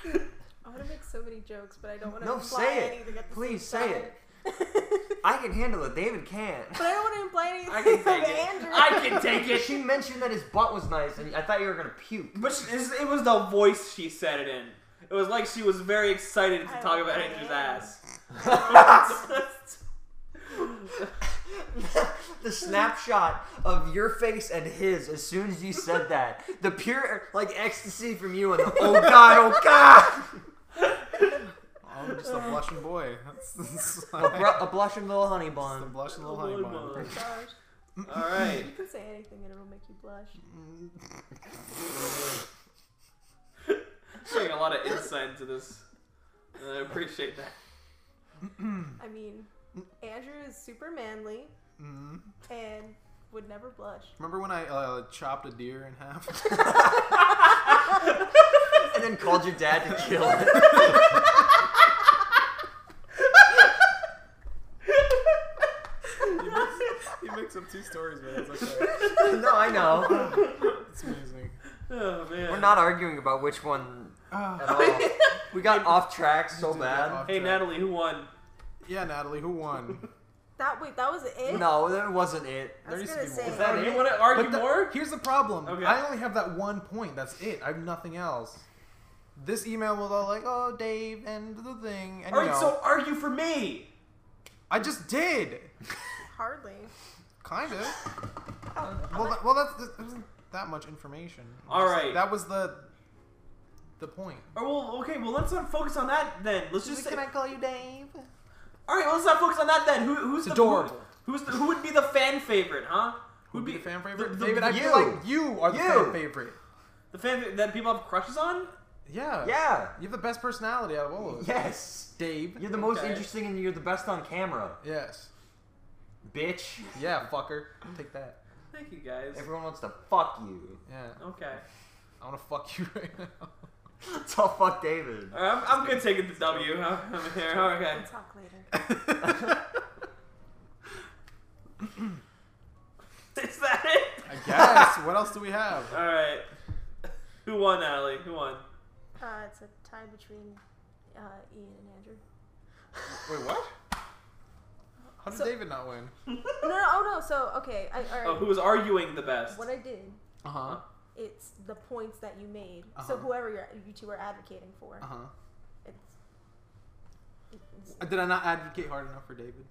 Speaker 5: I want to make so many jokes, but I don't want to
Speaker 2: No,
Speaker 5: imply
Speaker 2: say it.
Speaker 5: anything at the
Speaker 2: Please
Speaker 5: same
Speaker 2: say it.
Speaker 5: time.
Speaker 2: I can handle it. David can't.
Speaker 5: but I don't want to imply anything
Speaker 3: I can
Speaker 5: of
Speaker 3: take it.
Speaker 5: Andrew.
Speaker 3: I can take it.
Speaker 2: She mentioned that his butt was nice, and I thought you were gonna puke.
Speaker 3: But she- it was the voice she said it in. It was like she was very excited to
Speaker 5: I
Speaker 3: talk about
Speaker 5: love
Speaker 3: Andrew's
Speaker 5: it.
Speaker 3: ass.
Speaker 2: the snapshot of your face and his as soon as you said that. The pure like ecstasy from you and the oh god, oh god.
Speaker 1: I'm just a blushing boy. That's, that's
Speaker 2: A, bru- a blushing little honey
Speaker 1: I'm a
Speaker 2: bun.
Speaker 1: blushing little honey
Speaker 5: Oh my
Speaker 1: bun.
Speaker 5: gosh.
Speaker 3: All right.
Speaker 5: You can say anything and it'll make you blush.
Speaker 3: Showing a lot of insight into this. And I appreciate that.
Speaker 5: I mean, Andrew is super manly
Speaker 1: Mhm.
Speaker 5: and would never blush.
Speaker 1: Remember when I uh, chopped a deer in half?
Speaker 2: And then called your dad to kill it.
Speaker 3: Oh,
Speaker 1: he makes up two stories, man. It's okay.
Speaker 2: no, I know.
Speaker 1: It's amazing.
Speaker 3: Oh man.
Speaker 2: We're not arguing about which one
Speaker 1: Ah.
Speaker 2: at all. We got off track so bad.
Speaker 1: off
Speaker 3: Hey
Speaker 1: track.
Speaker 3: Natalie, who won?
Speaker 1: Yeah, Natalie, who won?
Speaker 5: That wait, that was it.
Speaker 2: No, that wasn't it.
Speaker 5: I was
Speaker 1: there
Speaker 5: gonna
Speaker 1: needs to be
Speaker 5: say.
Speaker 1: more. Is
Speaker 3: Oh,
Speaker 2: that
Speaker 3: you
Speaker 2: it?
Speaker 3: want to argue
Speaker 1: But the-
Speaker 3: more?
Speaker 1: here's the problem.
Speaker 3: Okay.
Speaker 1: I only have that one point. That's it. I have nothing else. This email was all like, "Oh, Dave and the thing," and
Speaker 3: All
Speaker 1: you
Speaker 3: right,
Speaker 1: know,
Speaker 3: so argue for me.
Speaker 1: I just did,
Speaker 5: Hardly.
Speaker 1: kind of. well, that, well, that's that wasn't that much information.
Speaker 3: All
Speaker 1: Just-
Speaker 3: right.
Speaker 1: that was the the point.
Speaker 3: Or Oh, well, okay, well let's not focus on that then. Let's just say,
Speaker 1: Can I call you Dave?
Speaker 3: all right, well, let's not focus on that then. Who, who's the
Speaker 1: adorable.
Speaker 3: Who, who's the, who would be the fan favorite, huh?
Speaker 1: Who'd be the fan favorite?
Speaker 3: The,
Speaker 1: David, I feel
Speaker 2: you.
Speaker 1: like you are the
Speaker 2: You.
Speaker 1: fan favorite.
Speaker 3: the fan fa- that people have crushes on.
Speaker 1: Yeah.
Speaker 2: Yeah.
Speaker 1: You have the best personality out of all of us.
Speaker 2: Yes.
Speaker 1: Dave.
Speaker 2: You're the most
Speaker 3: Okay.
Speaker 2: interesting and you're the best on camera.
Speaker 1: Yes.
Speaker 2: Bitch.
Speaker 1: Yeah, fucker. Take that.
Speaker 3: Thank you guys.
Speaker 2: Everyone wants to fuck you.
Speaker 1: Yeah.
Speaker 3: Okay,
Speaker 1: I want to fuck you right now.
Speaker 2: It's all fuck David.
Speaker 3: all right, I'm, I'm good taking the W. huh? I'm here. Okay.
Speaker 5: We'll talk later.
Speaker 3: Is that it?
Speaker 1: I guess. what else do we have?
Speaker 3: All right. Who won, Natalie? Who won?
Speaker 5: Uh, it's a tie between uh, Ian and Andrew.
Speaker 1: Wait, what? How did
Speaker 5: So-
Speaker 1: David not win?
Speaker 5: No, no, oh no. So okay, I
Speaker 3: Oh,
Speaker 5: all
Speaker 3: who
Speaker 5: right.
Speaker 3: was arguing the best?
Speaker 5: what I did,
Speaker 1: Uh huh.
Speaker 5: it's the points that you made.
Speaker 1: Uh-huh.
Speaker 5: So whoever you're, you two are advocating for,
Speaker 1: Uh
Speaker 5: it's
Speaker 1: huh. Uh, Did I not advocate hard enough for David?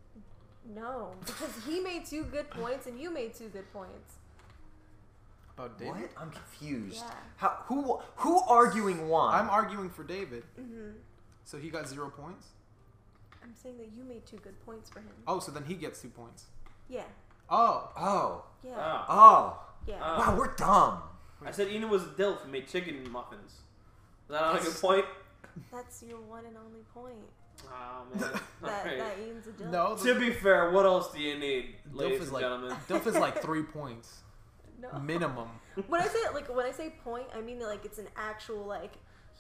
Speaker 5: no because he made two good points and you made two good points.
Speaker 1: About David?
Speaker 2: What? I'm confused.
Speaker 5: Yeah.
Speaker 2: How, who who arguing won?
Speaker 1: I'm arguing for David,
Speaker 5: Mm-hmm.
Speaker 1: so he got zero points.
Speaker 5: I'm saying that you made two good points for him.
Speaker 1: Oh, so then he gets two points.
Speaker 5: Yeah,
Speaker 1: Oh.
Speaker 2: oh
Speaker 5: yeah,
Speaker 3: Oh.
Speaker 2: oh
Speaker 5: yeah.
Speaker 3: uh,
Speaker 2: wow we're dumb.
Speaker 3: I said Ina was a dilf and made chicken muffins. Is that not a good point?
Speaker 5: That's your one and only point.
Speaker 3: Oh man.
Speaker 5: That
Speaker 3: All right.
Speaker 5: that Ian's a dilf.
Speaker 1: No.
Speaker 3: To
Speaker 1: The,
Speaker 3: be fair, what else do you need, ladies
Speaker 1: Dilf is
Speaker 3: and
Speaker 1: like
Speaker 3: gentlemen?
Speaker 1: Dilf is like three points
Speaker 5: No.
Speaker 1: minimum.
Speaker 5: when I say like when I say point, I mean like it's an actual like.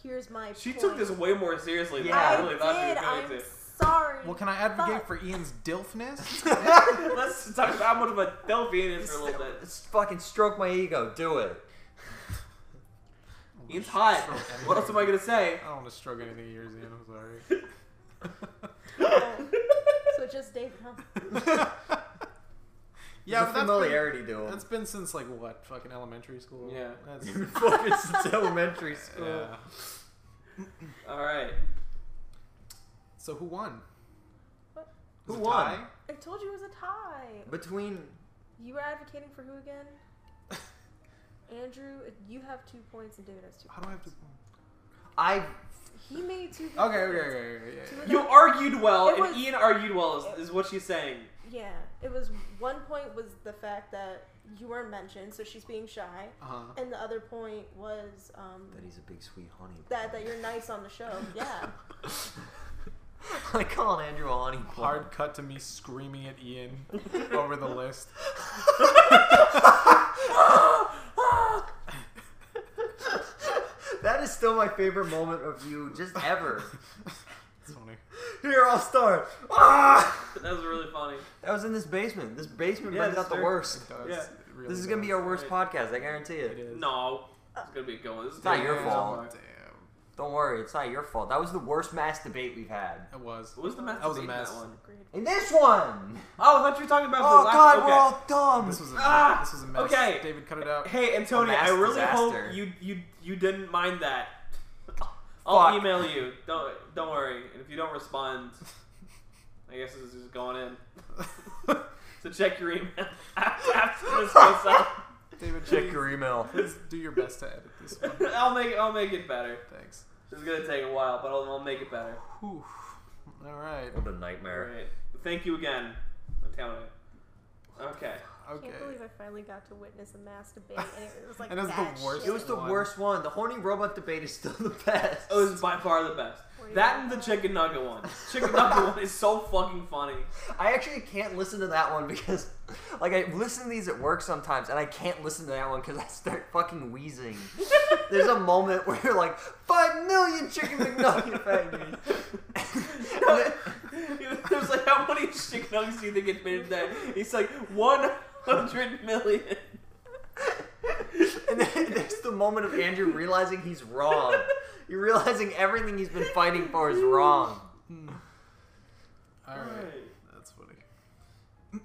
Speaker 5: Here's my.
Speaker 3: She
Speaker 5: point.
Speaker 3: took this way more seriously than
Speaker 2: Yeah,
Speaker 5: I
Speaker 3: I really thought
Speaker 5: did.
Speaker 3: she was
Speaker 5: I'm
Speaker 3: going
Speaker 5: sorry.
Speaker 1: Well, can I advocate
Speaker 5: Fuck.
Speaker 1: for Ian's dilfness?
Speaker 3: to. Let's talk about how much of a dilf Ian is for a little bit.
Speaker 2: Let's fucking stroke my ego. Do it.
Speaker 3: Ian's hot. What else am I gonna say?
Speaker 1: I don't want to stroke anything of yours, Ian. I'm sorry.
Speaker 5: Oh. so just David, huh?
Speaker 1: Yeah,
Speaker 2: It's
Speaker 1: but that's
Speaker 2: a
Speaker 1: been,
Speaker 2: familiarity duel.
Speaker 1: that's been since like what? Fucking elementary school.
Speaker 3: Yeah.
Speaker 1: That's,
Speaker 2: Fucking since elementary school.
Speaker 1: yeah.
Speaker 3: All right.
Speaker 1: So who won?
Speaker 5: What?
Speaker 1: It was
Speaker 2: Who
Speaker 1: a
Speaker 2: won?
Speaker 1: tie?
Speaker 5: I told you it was a tie.
Speaker 2: Between
Speaker 5: You were advocating for who again? Andrew, you have two points and David has two.
Speaker 1: How do I have to?
Speaker 2: I
Speaker 5: He made two. good
Speaker 1: Okay, okay,
Speaker 5: points.
Speaker 1: okay, okay, yeah, yeah.
Speaker 5: Two of
Speaker 3: You
Speaker 5: them-
Speaker 3: argued well,
Speaker 5: It
Speaker 3: and
Speaker 5: was-
Speaker 3: Ian argued well, is, is what she's saying.
Speaker 5: Yeah, it was one point was the fact that you weren't mentioned, so she's being shy,
Speaker 1: Uh-huh.
Speaker 5: and the other point was um,
Speaker 2: that he's a big sweet honey.
Speaker 5: that that you're nice on the show. Yeah,
Speaker 2: I call Andrew a honey. bun.
Speaker 1: Hard cut to me screaming at Ian over the list.
Speaker 2: that is still my favorite moment of you, just ever.
Speaker 1: It's funny.
Speaker 2: Here, I'll start. Ah!
Speaker 3: That was really funny.
Speaker 2: That was in this basement. This basement
Speaker 3: Yeah,
Speaker 2: brings
Speaker 3: this
Speaker 2: out the
Speaker 3: very-
Speaker 2: worst.
Speaker 1: It does.
Speaker 3: Yeah.
Speaker 1: It really
Speaker 2: This is gonna be
Speaker 1: does.
Speaker 2: our worst
Speaker 3: Right.
Speaker 2: podcast. I guarantee it.
Speaker 1: It is.
Speaker 3: No. It's gonna be a good one. This is
Speaker 2: It's not
Speaker 3: gonna
Speaker 2: your
Speaker 3: be a
Speaker 1: Damn,
Speaker 3: good
Speaker 2: fault.
Speaker 3: one.
Speaker 1: Damn.
Speaker 2: Don't worry, it's not your fault. That was the worst mass debate we've had.
Speaker 1: It was.
Speaker 3: What was the mess?
Speaker 1: That was a
Speaker 3: in
Speaker 1: mess.
Speaker 3: one?
Speaker 5: agreed.
Speaker 2: In this one.
Speaker 3: Oh, I thought you were talking about
Speaker 2: Oh
Speaker 3: the last
Speaker 2: God,
Speaker 3: okay.
Speaker 2: we're all dumb.
Speaker 1: This was a
Speaker 3: Ah!
Speaker 1: this was a mess.
Speaker 3: Okay.
Speaker 1: David, cut it out.
Speaker 3: Hey, Antonio,
Speaker 2: A mass
Speaker 3: I really
Speaker 2: disaster.
Speaker 3: hope you you you didn't mind that. I'll
Speaker 2: Fuck.
Speaker 3: email you. Don't don't worry. And if you don't respond, I guess this is going in. So check your email after this goes up.
Speaker 1: David,
Speaker 2: Check
Speaker 1: please-
Speaker 2: your email.
Speaker 1: Please do your best to edit this one.
Speaker 3: I'll make I'll make it better.
Speaker 1: Thanks.
Speaker 3: It's gonna take a while, but I'll, I'll make it better.
Speaker 1: Whew. All right.
Speaker 2: What a nightmare.
Speaker 3: Great. Thank you again, Antonio. Okay.
Speaker 5: I
Speaker 1: Okay.
Speaker 5: can't believe I finally got to witness a mass debate, and it was like
Speaker 1: And it was the
Speaker 5: that
Speaker 1: worst
Speaker 5: shit.
Speaker 2: It was the
Speaker 1: One.
Speaker 2: worst one. The horny robot debate is still the best.
Speaker 3: It was by far the best. That and the chicken nugget one. Chicken nugget one is so fucking funny.
Speaker 2: I actually can't listen to that one because, like, I listen to these at work sometimes, and I can't listen to that one because I start fucking wheezing. There's a moment where you're like, five million chicken McNugget patties.
Speaker 3: It was like, how many chicken nuggets do you think it made today? He's like, 100 million.
Speaker 2: and then there's the moment of Andrew realizing he's wrong. You're realizing everything he's been fighting for is wrong.
Speaker 1: Hmm. All right. That's funny.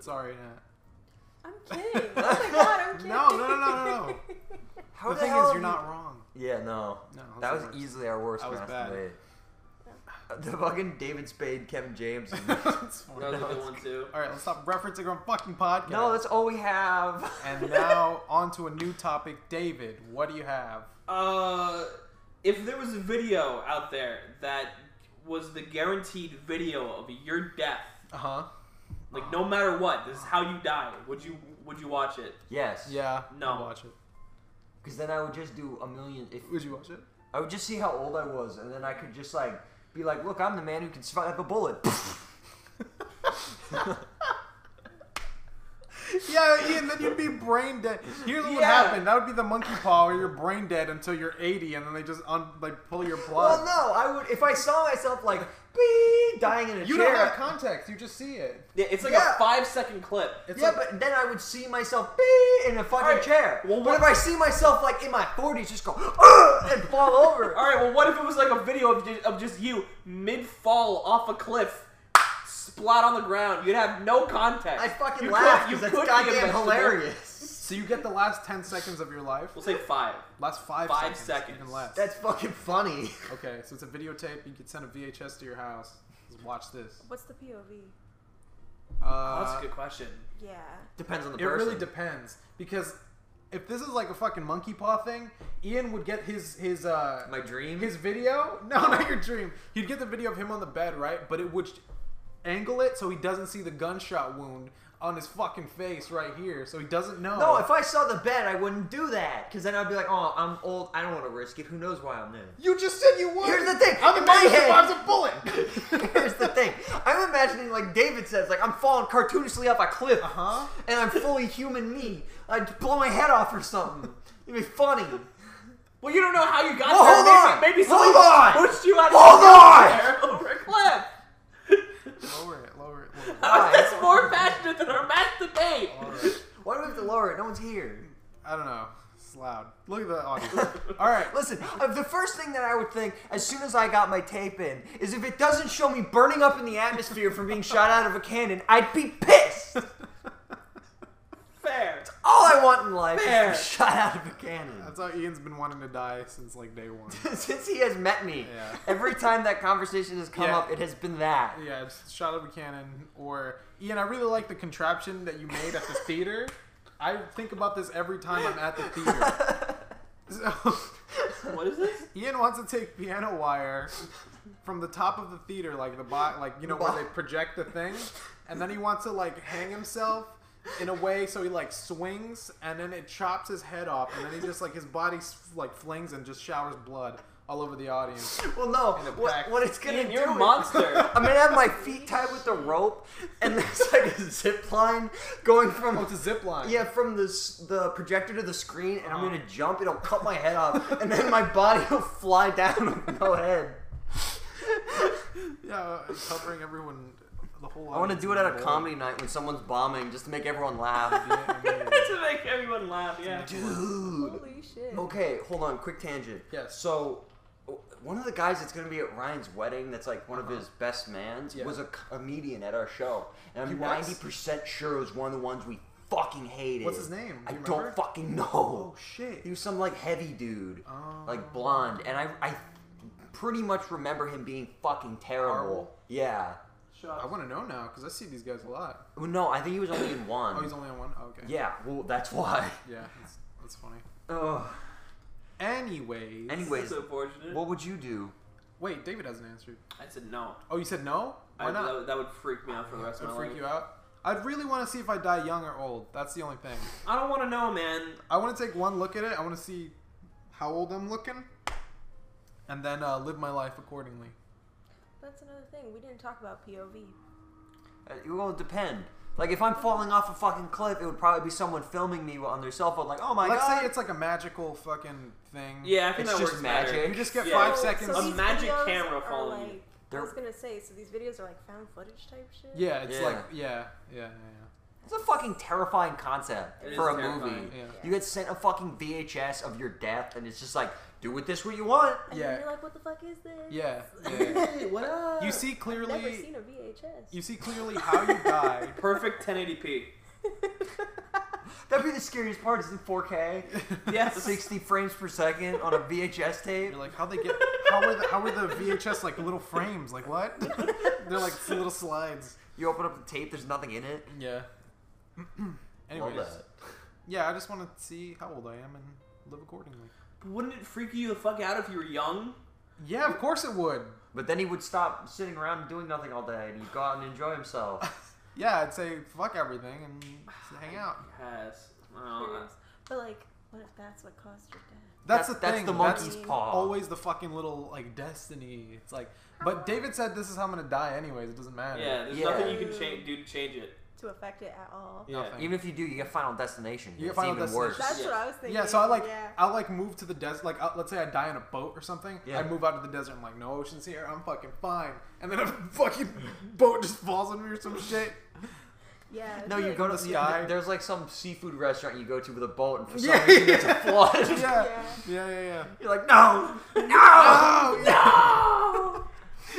Speaker 1: Sorry, Nat.
Speaker 5: I'm kidding. Oh my god, I'm kidding.
Speaker 1: No, no, no, no, no, no.
Speaker 2: How
Speaker 1: the
Speaker 2: the
Speaker 1: thing
Speaker 2: hell
Speaker 1: is, you're
Speaker 2: have you-
Speaker 1: not wrong.
Speaker 2: Yeah, no.
Speaker 1: No,
Speaker 2: That was
Speaker 1: the worst.
Speaker 2: easily our worst
Speaker 1: That was
Speaker 2: mass
Speaker 1: bad.
Speaker 2: debate. The fucking David Spade, Kevin James.
Speaker 1: That's funny.
Speaker 3: That was a good one, too.
Speaker 1: All right, let's stop referencing our fucking podcast.
Speaker 2: no, that's all we have.
Speaker 1: And now on to a new topic. David, what do you have?
Speaker 3: Uh, if there was a video out there that was the guaranteed video of your death,
Speaker 1: Uh huh.
Speaker 2: Uh-huh.
Speaker 3: like no matter what, this is how you die. Would you would you watch it?
Speaker 2: yes.
Speaker 1: Yeah.
Speaker 3: No.
Speaker 1: I'd watch it.
Speaker 2: Because then I would just do a million. If
Speaker 1: Would you watch it?
Speaker 2: I would just see how old I was, and then I could just like be like, "Look, I'm the man who can survive a bullet."
Speaker 1: Yeah, Ian, then you'd be brain dead. Here's what would
Speaker 3: Yeah.
Speaker 1: happen. That would be the monkey paw where you're brain dead until you're 80 and then they just un- like pull your
Speaker 2: well,
Speaker 1: blood.
Speaker 2: no, I would if I saw myself like be dying in a
Speaker 1: you
Speaker 2: chair.
Speaker 1: don't have context. You just see it.
Speaker 3: Yeah, It's like
Speaker 2: Yeah.
Speaker 3: a five second clip.
Speaker 1: It's
Speaker 2: yeah,
Speaker 1: like-
Speaker 2: but then I would see myself be in a fucking
Speaker 3: Alright,
Speaker 2: chair.
Speaker 3: well,
Speaker 2: but
Speaker 3: what-
Speaker 2: if I see myself like in my 40s, just go "Ugh," and fall over.
Speaker 3: All right. Well, what if it was like a video of just, of just you mid fall off a cliff, splat on the ground? You'd have no context.
Speaker 2: I fucking
Speaker 3: You
Speaker 2: laugh
Speaker 3: could- you
Speaker 2: because that's
Speaker 3: could be
Speaker 2: goddamn
Speaker 3: a vegetable.
Speaker 2: hilarious.
Speaker 1: So you get the last 10 seconds of your life.
Speaker 3: We'll say five.
Speaker 1: Last five,
Speaker 3: Five
Speaker 1: seconds. Even
Speaker 3: seconds.
Speaker 1: less.
Speaker 2: That's fucking funny.
Speaker 1: okay, so it's a videotape. You could send a VHS to your house. Just watch this.
Speaker 5: What's the POV?
Speaker 1: Uh,
Speaker 3: That's a good question.
Speaker 5: Yeah.
Speaker 2: Depends on the
Speaker 1: It
Speaker 2: person.
Speaker 1: really depends because if this is like a fucking monkey paw thing, Ian would get his his uh
Speaker 2: My dream.
Speaker 1: his video. No, not your dream. He'd get the video of him on the bed, right? But it would angle it so he doesn't see the gunshot wound on his fucking face right here, so he doesn't know.
Speaker 2: No, if I saw the bed, I wouldn't do that. Because then I'd be like, oh, I'm old. I don't want to risk it. Who knows why I'm there?
Speaker 1: you just said you would.
Speaker 2: Here's the thing,
Speaker 1: I'm
Speaker 2: in
Speaker 1: the
Speaker 2: my
Speaker 1: man who
Speaker 2: head-
Speaker 1: survives a bullet.
Speaker 2: Here's the thing. I'm imagining, like David says, like I'm falling cartoonishly off a cliff.
Speaker 1: Uh-huh.
Speaker 2: And I'm fully human me. I'd blow my head off or something. It'd be funny.
Speaker 3: Well, you don't know how you got
Speaker 2: Well,
Speaker 3: there.
Speaker 2: hold
Speaker 3: maybe,
Speaker 2: on.
Speaker 3: Maybe
Speaker 2: Hold
Speaker 3: someone
Speaker 2: on.
Speaker 3: pushed you out of
Speaker 2: Hold
Speaker 3: your chair over a cliff.
Speaker 1: lower it, lower it, lower it.
Speaker 3: How is this more passionate than our match debate?
Speaker 1: All right.
Speaker 2: Why do we have to lower it? No one's here.
Speaker 1: I don't know. It's loud. Look at the audience. All right.
Speaker 2: Listen, uh, the first thing that I would think as soon as I got my tape in is if it doesn't show me burning up in the atmosphere from being shot out of a cannon, I'd be pissed. All I want in life
Speaker 3: Fair.
Speaker 2: is to be shot out of a cannon.
Speaker 1: That's how Ian's been wanting to die since like day one.
Speaker 2: Since he has met me,
Speaker 1: Yeah.
Speaker 2: every time that conversation has come
Speaker 1: Yeah.
Speaker 2: up, it has been that.
Speaker 1: Yeah, it's shot out of a cannon. Or Ian, I really like the contraption that you made at the theater. I think about this every time I'm at the theater. So,
Speaker 3: What is this?
Speaker 1: Ian wants to take piano wire from the top of the theater, like the bo- like you know where they project the thing, and then he wants to like hang himself in a way so he like swings and then it chops his head off and then he just like his body s- like flings and just showers blood all over the audience.
Speaker 2: Well, no,
Speaker 1: In a pack.
Speaker 2: what, what it's gonna
Speaker 3: Ian,
Speaker 2: do?
Speaker 3: you're a
Speaker 2: is-
Speaker 3: monster.
Speaker 2: I'm gonna have my feet tied with a rope, and there's like a zip line going from
Speaker 1: Oh, it's a zip line.
Speaker 2: Yeah, from the s- the projector to the screen, and I'm gonna jump. It'll cut my head off, and then my body will fly down with no head.
Speaker 1: yeah, it's covering everyone. The whole
Speaker 2: I want to
Speaker 1: audience
Speaker 2: do
Speaker 1: in
Speaker 2: it at a
Speaker 1: blood.
Speaker 2: comedy night when someone's bombing, just to make everyone laugh.
Speaker 1: Yeah, I mean-
Speaker 3: to make everyone laugh, yeah.
Speaker 2: Dude.
Speaker 5: Holy shit.
Speaker 2: Okay, hold on. Quick tangent.
Speaker 1: Yes.
Speaker 2: So, w- one of the guys that's gonna be at Ryan's wedding, that's like one of his best mans,
Speaker 1: Uh-huh. Yeah.
Speaker 2: was a comedian at our show, and
Speaker 1: He
Speaker 2: I'm
Speaker 1: was?
Speaker 2: ninety percent sure it was one of the ones we fucking hated.
Speaker 1: What's his name?
Speaker 2: I
Speaker 1: Do you remember?
Speaker 2: don't fucking know.
Speaker 1: Oh shit.
Speaker 2: He was some like heavy dude,
Speaker 1: Oh.
Speaker 2: like blonde, and I, I pretty much remember him being fucking terrible.
Speaker 1: Horrible?
Speaker 2: Yeah.
Speaker 1: I want to know now because I see these guys a lot.
Speaker 2: Well, no, I think he was only in one.
Speaker 1: Oh, he's only on one. Oh, okay.
Speaker 2: yeah. Well, that's why.
Speaker 1: Yeah, that's, that's funny.
Speaker 2: Ugh.
Speaker 1: Anyways.
Speaker 2: Anyways,
Speaker 3: That's unfortunate.
Speaker 2: what would you do?
Speaker 1: Wait, David hasn't answered.
Speaker 3: I said no.
Speaker 1: Oh, you said no? Why
Speaker 3: I, That,
Speaker 1: not?
Speaker 3: would- that would freak me out for the rest
Speaker 1: That would
Speaker 3: of my
Speaker 1: freak
Speaker 3: life.
Speaker 1: you out. I'd really want to see if I die young or old. That's the only thing.
Speaker 3: I don't want to know, man.
Speaker 1: I want to take one look at it. I want to see how old I'm looking, and then uh, live my life accordingly.
Speaker 3: Oh
Speaker 5: That's another thing. We didn't talk about POV.
Speaker 2: Uh, It will depend. Like if I'm falling off a fucking cliff, it would probably be someone filming me on their cell phone. Like, oh my
Speaker 1: Let's
Speaker 2: god.
Speaker 1: say it's like a magical fucking thing.
Speaker 3: Yeah, I think
Speaker 2: It's
Speaker 3: that
Speaker 2: just
Speaker 3: works
Speaker 2: magic.
Speaker 1: You just get
Speaker 3: Yeah.
Speaker 1: five
Speaker 5: So-
Speaker 1: seconds.
Speaker 5: so
Speaker 3: A
Speaker 5: these
Speaker 3: magic
Speaker 5: videos
Speaker 3: camera
Speaker 5: are
Speaker 3: following
Speaker 5: like-
Speaker 3: you.
Speaker 5: I was
Speaker 2: They're-
Speaker 5: gonna say, so these videos are like found footage type shit.
Speaker 1: Yeah, it's
Speaker 2: Yeah.
Speaker 1: like yeah, yeah,
Speaker 2: It's a fucking terrifying concept
Speaker 3: It is
Speaker 2: for a
Speaker 3: terrifying.
Speaker 2: movie.
Speaker 1: Yeah.
Speaker 2: You get sent a fucking VHS of your death, and it's just like, do with this what you want.
Speaker 5: And
Speaker 1: Yeah.
Speaker 5: then you're like, what the fuck is this?
Speaker 1: yeah, yeah. yeah.
Speaker 2: Hey, what up?
Speaker 1: You see clearly.
Speaker 5: Never seen a VHS.
Speaker 1: You see clearly how you die.
Speaker 3: Perfect 1080p.
Speaker 2: That'd be the scariest part. Is in 4K,
Speaker 3: Yes.
Speaker 2: 60 frames per second on a VHS tape.
Speaker 1: You're like, how they get? How were the, how were the VHS like little frames? Like what? They're like little slides.
Speaker 2: You open up the tape. There's nothing in it.
Speaker 1: Yeah.
Speaker 2: Love
Speaker 1: Anyways,
Speaker 2: that.
Speaker 1: yeah, I just want to see how old I am and live accordingly.
Speaker 3: Wouldn't it freak you the fuck out if you were young?
Speaker 1: Yeah, of course it would.
Speaker 2: But then he would stop sitting around and doing nothing all day, and he'd go out and enjoy himself.
Speaker 1: Yeah, I'd say fuck everything and just hang out.
Speaker 3: Yes. Oh,
Speaker 5: Curious. But like, what if that's what caused your death?
Speaker 1: That's
Speaker 2: That-
Speaker 1: the thing.
Speaker 2: That's the monkey's
Speaker 5: That's
Speaker 2: paw.
Speaker 1: Always the fucking little like destiny. It's like, but David said this is how I'm gonna die anyways. It doesn't matter.
Speaker 3: yeah, there's
Speaker 2: Yeah.
Speaker 3: nothing you can change, do to change it.
Speaker 5: To affect it at all?
Speaker 3: Yeah.
Speaker 1: Nothing.
Speaker 2: Even if you do, you get Final Destination.
Speaker 1: You get
Speaker 2: it's
Speaker 1: Final
Speaker 2: even
Speaker 1: Destination.
Speaker 2: worse.
Speaker 5: That's
Speaker 3: Yeah.
Speaker 5: what I was thinking.
Speaker 1: Yeah, so I like
Speaker 5: Yeah.
Speaker 1: I like move to the desert. Like uh, let's say I die in a boat or something.
Speaker 2: Yeah.
Speaker 1: I move out to the desert. I'm like, no oceans here. I'm fucking fine. And then a fucking boat just falls on me or some shit.
Speaker 5: Yeah, it's
Speaker 2: No, you
Speaker 5: like-
Speaker 2: go to
Speaker 1: The
Speaker 2: the
Speaker 1: sky.
Speaker 2: There's like some seafood restaurant you go to with a boat, and for some
Speaker 1: Yeah.
Speaker 2: reason it's a flood.
Speaker 1: Yeah, yeah,
Speaker 5: Yeah.
Speaker 1: yeah, yeah.
Speaker 2: You're like, no, no.
Speaker 1: Oh, yeah.
Speaker 2: no!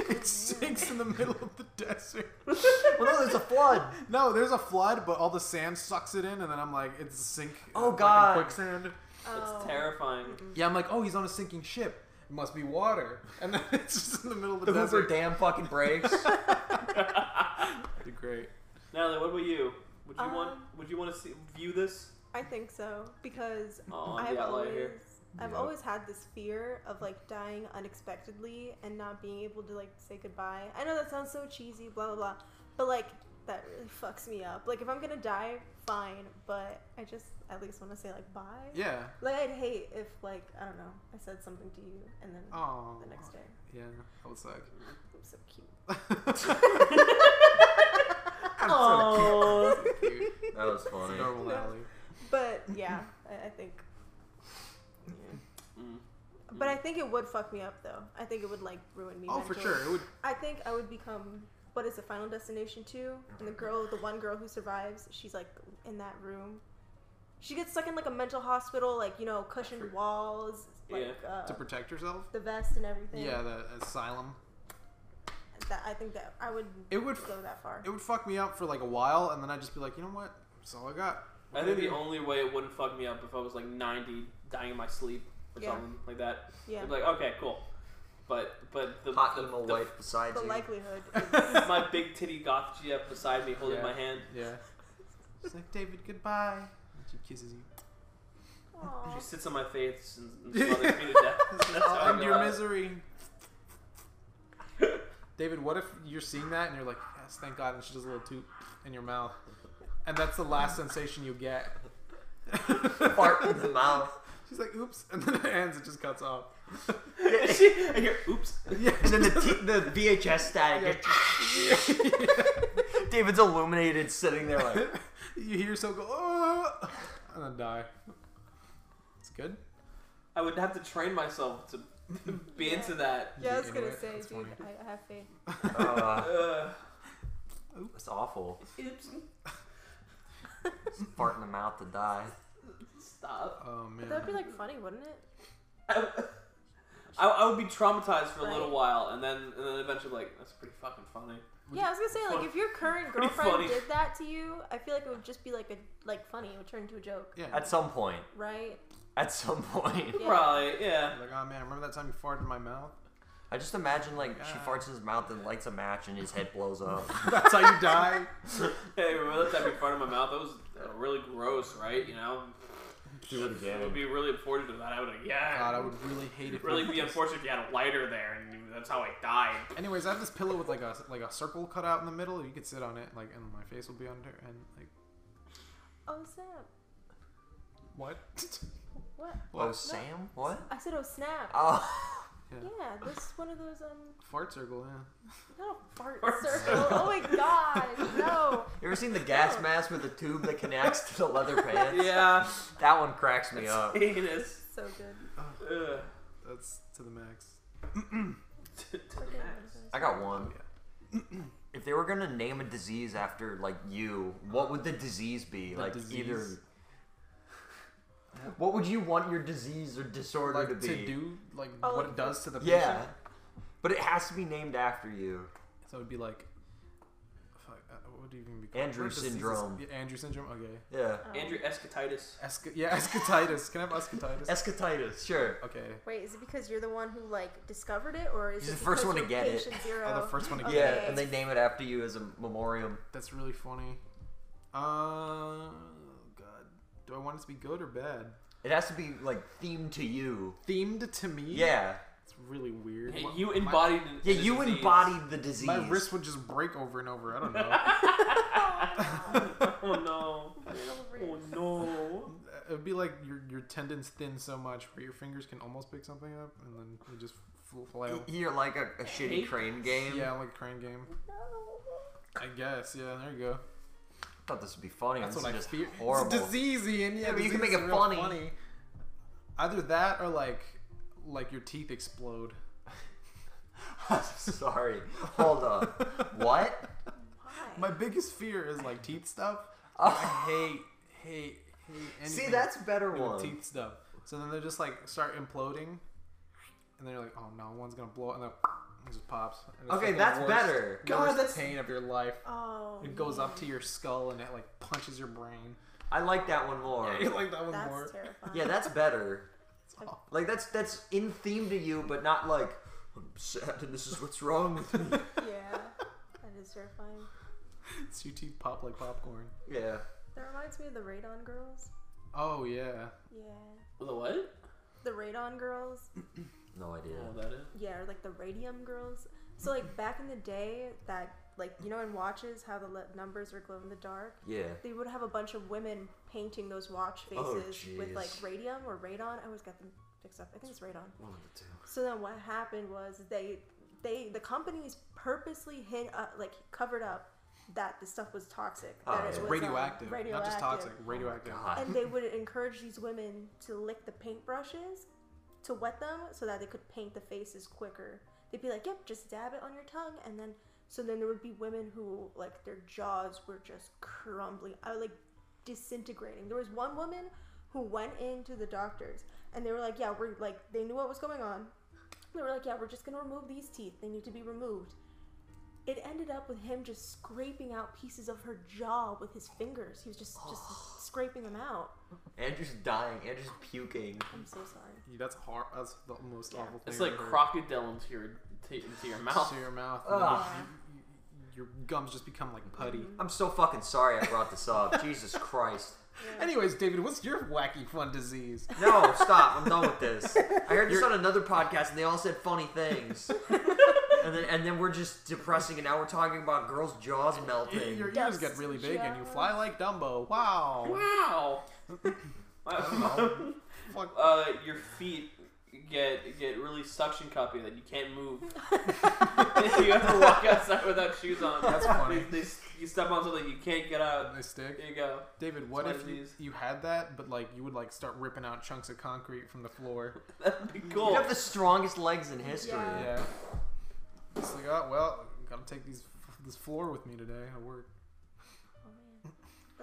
Speaker 1: it sinks in the middle of the desert.
Speaker 2: well, no, there's a flood.
Speaker 1: No, there's a flood, but all the sand sucks it in, and then I'm like, it's a sink.
Speaker 2: Oh,
Speaker 1: fucking
Speaker 2: God.
Speaker 1: quicksand.
Speaker 5: Oh.
Speaker 3: It's terrifying.
Speaker 1: Yeah, I'm like, oh, he's on a sinking ship. It must be water. And then it's just in the middle of the,
Speaker 2: The Hoover
Speaker 1: desert.
Speaker 2: Dam fucking breaks.
Speaker 1: That'd be Great.
Speaker 3: Natalie, what about you? Would you want?
Speaker 5: Um,
Speaker 3: Would you want to see, view this?
Speaker 5: I think so because
Speaker 3: Oh, I'm
Speaker 5: I've
Speaker 3: the outlier
Speaker 5: always
Speaker 3: here.
Speaker 5: I've
Speaker 2: Yeah.
Speaker 5: always had this fear of like dying unexpectedly and not being able to like say goodbye. I know that sounds so cheesy, blah blah blah, but like that really fucks me up. Like if I'm gonna die, fine, but I just at least want to say like bye.
Speaker 1: Yeah.
Speaker 5: Like I'd hate if like I don't know I said something to you and then
Speaker 1: Oh.
Speaker 5: the next day
Speaker 1: Yeah, that would suck.
Speaker 5: I'm so cute.
Speaker 3: Oh,
Speaker 1: Cute.
Speaker 2: that was funny.
Speaker 1: Normal
Speaker 5: Yeah.
Speaker 1: Natalie.
Speaker 5: But yeah, I, I think. yeah.
Speaker 3: Mm.
Speaker 5: But I think it would fuck me up though. I think it would like ruin me.
Speaker 1: Oh, for
Speaker 5: mentally.
Speaker 1: sure. It would.
Speaker 5: I think I would become what is it, Final Destination two? And the girl, the one girl who survives, she's like in that room. She gets stuck in like a mental hospital, like you know, cushioned walls, like uh,
Speaker 1: to protect yourself.
Speaker 5: the vest and everything.
Speaker 1: Yeah, the asylum.
Speaker 5: that I think that I would.
Speaker 1: It would-
Speaker 5: go that far.
Speaker 1: It would fuck me up for like a while, and then I'd just be like, you know what? That's all I got.
Speaker 3: I think the only way it wouldn't fuck me up if I was like 90, dying in my sleep or
Speaker 5: Yeah.
Speaker 3: something like that.
Speaker 5: Yeah.
Speaker 3: I'd be like, okay, cool. But but the,
Speaker 2: Hot
Speaker 3: the,
Speaker 2: emo
Speaker 3: the-
Speaker 2: wife beside
Speaker 5: The
Speaker 2: you.
Speaker 5: likelihood.
Speaker 3: my big titty goth GF beside me holding
Speaker 1: Yeah.
Speaker 3: my hand.
Speaker 1: Yeah. She's like, David, goodbye. And she kisses you.
Speaker 5: Aw.
Speaker 3: She sits on my face and, and smothers me to death. That's how I
Speaker 1: I'll end
Speaker 3: go
Speaker 1: your
Speaker 3: out.
Speaker 1: misery. David, what if you're seeing that and you're like, yes, thank God, and she does a little toot in your mouth, and that's the last sensation you get.
Speaker 2: Fart in the mouth.
Speaker 1: She's like, oops, and then it ends. It just cuts off.
Speaker 3: she, I hear, oops.
Speaker 1: Yeah.
Speaker 2: And then the, t- the VHS static. David's illuminated sitting there like,
Speaker 1: you hear yourself go, oh, and then die. It's good.
Speaker 3: I would have to train myself to be
Speaker 5: Yeah.
Speaker 3: into that.
Speaker 5: yeah, I was
Speaker 1: Anyway,
Speaker 5: gonna say,
Speaker 1: that's
Speaker 5: dude,
Speaker 1: funny.
Speaker 5: I, I have faith.
Speaker 2: uh,
Speaker 3: Uh,
Speaker 2: it's awful.
Speaker 3: oops.
Speaker 2: Fart in the mouth to die.
Speaker 3: Stop.
Speaker 1: Oh man.
Speaker 5: But that'd be like funny, wouldn't it?
Speaker 3: I, I, I would be traumatized for a little
Speaker 5: Right.
Speaker 3: while, and then and then eventually like that's pretty fucking funny.
Speaker 5: Yeah, I was gonna say like if your current
Speaker 3: Pretty
Speaker 5: girlfriend
Speaker 3: funny.
Speaker 5: did that to you, I feel like it would just be like a like funny. It would turn into a joke,
Speaker 1: yeah.
Speaker 2: At some point.
Speaker 5: right?
Speaker 2: At some point.
Speaker 5: Yeah.
Speaker 3: Probably, yeah.
Speaker 1: like, oh man, remember that time you farted in my mouth?
Speaker 2: I just imagine like she
Speaker 1: God.
Speaker 2: farts in his mouth and lights a match and his head blows up.
Speaker 1: That's how you die.
Speaker 3: Hey, remember that time you farted in my mouth? That was uh, really gross, right? You know,
Speaker 2: Do it
Speaker 3: it would be really unfortunate if that happened again.
Speaker 1: God, I would really hate it.
Speaker 3: It'd really be unfortunate if you had a lighter there, and you- that's how I died.
Speaker 1: Anyways, I have this pillow with like a like a circle cut out in the middle. You could sit on it, like, and my face will be under. And like,
Speaker 5: Oh snap!
Speaker 1: what?
Speaker 5: What?
Speaker 2: Oh, Sam? What?
Speaker 5: I said, oh snap!
Speaker 2: Oh.
Speaker 5: yeah, this is one of those um,
Speaker 1: Fart circle, yeah.
Speaker 5: not a fart
Speaker 3: Fart
Speaker 5: circle. oh my god, no!
Speaker 2: You ever seen the gas mask with the tube that connects to the leather pants?
Speaker 3: Yeah,
Speaker 2: That one cracks me up.
Speaker 3: penis.
Speaker 5: So good.
Speaker 3: Ugh.
Speaker 1: That's to the max.
Speaker 3: To- to the
Speaker 5: Okay,
Speaker 3: max.
Speaker 2: I got one. If they were gonna name a disease after like you, what would the disease be? like
Speaker 1: disease?
Speaker 2: either. What would you want your disease or disorder
Speaker 1: Like
Speaker 2: to be?
Speaker 1: to do like
Speaker 5: Oh,
Speaker 1: what it
Speaker 5: like-
Speaker 1: does to the patient.
Speaker 2: Yeah, but it has to be named after you.
Speaker 1: So it'd be like, fuck, uh, what would it even be called?
Speaker 2: Andrew
Speaker 1: What diseases-
Speaker 2: syndrome.
Speaker 1: Yeah, Andrew syndrome. Okay.
Speaker 2: Yeah,
Speaker 5: Um,
Speaker 3: Andrew Escatitis.
Speaker 1: Esca- yeah, escatitis. Can I have escatitis?
Speaker 2: escatitis. Sure.
Speaker 1: okay.
Speaker 5: Wait, is it because you're the one who like discovered it, or is
Speaker 2: He's
Speaker 5: it
Speaker 2: the first
Speaker 5: because
Speaker 2: one to
Speaker 5: you're
Speaker 2: get it.
Speaker 5: patient Zero?
Speaker 1: Oh, the first one to get
Speaker 5: Okay.
Speaker 2: Yeah, and they name it after you as a memoriam.
Speaker 1: That's really funny. Uh, God, do I want it to be good or bad?
Speaker 2: It has to be like themed to you.
Speaker 1: Themed to me.
Speaker 2: Yeah.
Speaker 1: It's really weird.
Speaker 3: Hey,
Speaker 1: My-
Speaker 3: you
Speaker 1: my-
Speaker 3: embodied. an-
Speaker 2: Yeah,
Speaker 3: the
Speaker 2: you
Speaker 3: disease.
Speaker 2: embodied the disease.
Speaker 1: My wrist would just break over and over. I don't know.
Speaker 3: Oh no! Oh no!
Speaker 1: It'd be like your your tendons thin so much where your fingers can almost pick something up and then you just fl- flail.
Speaker 2: You're like a, a shitty
Speaker 3: Hate-
Speaker 2: crane E-, game.
Speaker 1: Yeah, like a crane game. I guess. Yeah, there you go.
Speaker 2: I thought this would be funny.
Speaker 1: That's
Speaker 2: this
Speaker 1: what I
Speaker 2: is just
Speaker 1: fear.
Speaker 2: horrible.
Speaker 1: It's diseasey, and yeah,
Speaker 2: but you can
Speaker 1: disease
Speaker 2: make
Speaker 1: is
Speaker 2: it
Speaker 1: real
Speaker 2: funny.
Speaker 1: Either that or like like your teeth explode.
Speaker 2: Sorry. Hold on. What?
Speaker 5: Why?
Speaker 1: My biggest fear is like teeth stuff.
Speaker 2: Oh,
Speaker 1: I hate hate hate. Anything
Speaker 2: see, that's a better
Speaker 1: to do with
Speaker 2: one.
Speaker 1: teeth stuff. So then they just like start imploding, and they're like, oh no, one's gonna blow, and then it just pops. And it's,
Speaker 2: Okay,
Speaker 1: like, the
Speaker 2: that's
Speaker 1: worst-
Speaker 2: better.
Speaker 1: the
Speaker 2: God,
Speaker 1: worst
Speaker 2: that's-
Speaker 1: pain of your life.
Speaker 5: Oh,
Speaker 1: It goes up to your skull and it like punches your brain.
Speaker 2: I like that one more.
Speaker 1: You like that one
Speaker 5: that's
Speaker 1: more?
Speaker 5: terrifying.
Speaker 2: Yeah, that's better.
Speaker 5: awful.
Speaker 2: Like that's that's in theme to you, but not like I'm sad and this is what's wrong with me.
Speaker 5: yeah, that is terrifying.
Speaker 1: It's your teeth pop like popcorn.
Speaker 2: yeah.
Speaker 5: That reminds me of the Radon Girls.
Speaker 1: Oh yeah.
Speaker 5: Yeah.
Speaker 3: The what?
Speaker 5: the radon girls
Speaker 2: No idea.
Speaker 3: Oh, that is.
Speaker 5: yeah or like the radium girls so like back in the day that like you know in watches how the le- numbers are glow in the dark
Speaker 2: Yeah.
Speaker 5: they would have a bunch of women painting those watch
Speaker 2: Oh,
Speaker 5: faces with like
Speaker 2: jeez.
Speaker 5: radium or radon i always got them mixed up i think it's radon
Speaker 2: One of the two.
Speaker 5: so then what happened was they they the companies purposely hid up like covered up that the stuff was toxic
Speaker 2: Oh,
Speaker 5: that
Speaker 2: it's
Speaker 5: it was um,
Speaker 1: radioactive. Not just
Speaker 5: radioactive.
Speaker 1: toxic. Radioactive.
Speaker 2: God.
Speaker 5: and they would encourage these women to lick the paintbrushes to wet them so that they could paint the faces quicker. They'd be like, "Yep, just dab it on your tongue," and then so then there would be women who like their jaws were just crumbling, I like disintegrating. There was one woman who went into the doctors and they were like, "Yeah, we're like they knew what was going on." They were like, "Yeah, we're just gonna remove these teeth. They need to be removed." it ended up with him just scraping out pieces of her jaw with his fingers. He was just just scraping them out.
Speaker 2: Andrew's dying. Andrew's puking.
Speaker 5: I'm so sorry.
Speaker 1: That's hard. That's the most awful thing.
Speaker 3: It's
Speaker 1: I've
Speaker 3: like
Speaker 1: ever heard.
Speaker 3: crocodile into your t- into your mouth.
Speaker 1: to your mouth. and
Speaker 2: Ugh.
Speaker 1: you- you- your gums just become like putty.
Speaker 2: I'm so fucking sorry I brought this up. Jesus Christ.
Speaker 1: Anyways, David, what's your wacky fun disease?
Speaker 2: No, stop. I'm done with this. I heard this on another podcast and they all said funny things. and then and then we're just depressing and now we're talking about girls' jaws melting.
Speaker 1: Your ears get really big and you fly like Dumbo. Wow.
Speaker 3: Wow.
Speaker 1: Fuck.
Speaker 3: uh, your feet get get really suction cuppy that you can't move. you have to walk outside without shoes on.
Speaker 1: That's funny.
Speaker 3: They, they, you step on something you can't get out.
Speaker 1: They stick.
Speaker 3: There you go.
Speaker 1: David, what
Speaker 3: my
Speaker 1: if you,
Speaker 3: disease.
Speaker 1: you had that, but like you would like start ripping out chunks of concrete from the floor?
Speaker 3: That'd be
Speaker 2: You
Speaker 3: cool.
Speaker 2: have the strongest legs in history.
Speaker 5: Yeah.
Speaker 1: Yeah. It's like, oh well, gotta take these this floor with me today at work.
Speaker 5: Oh,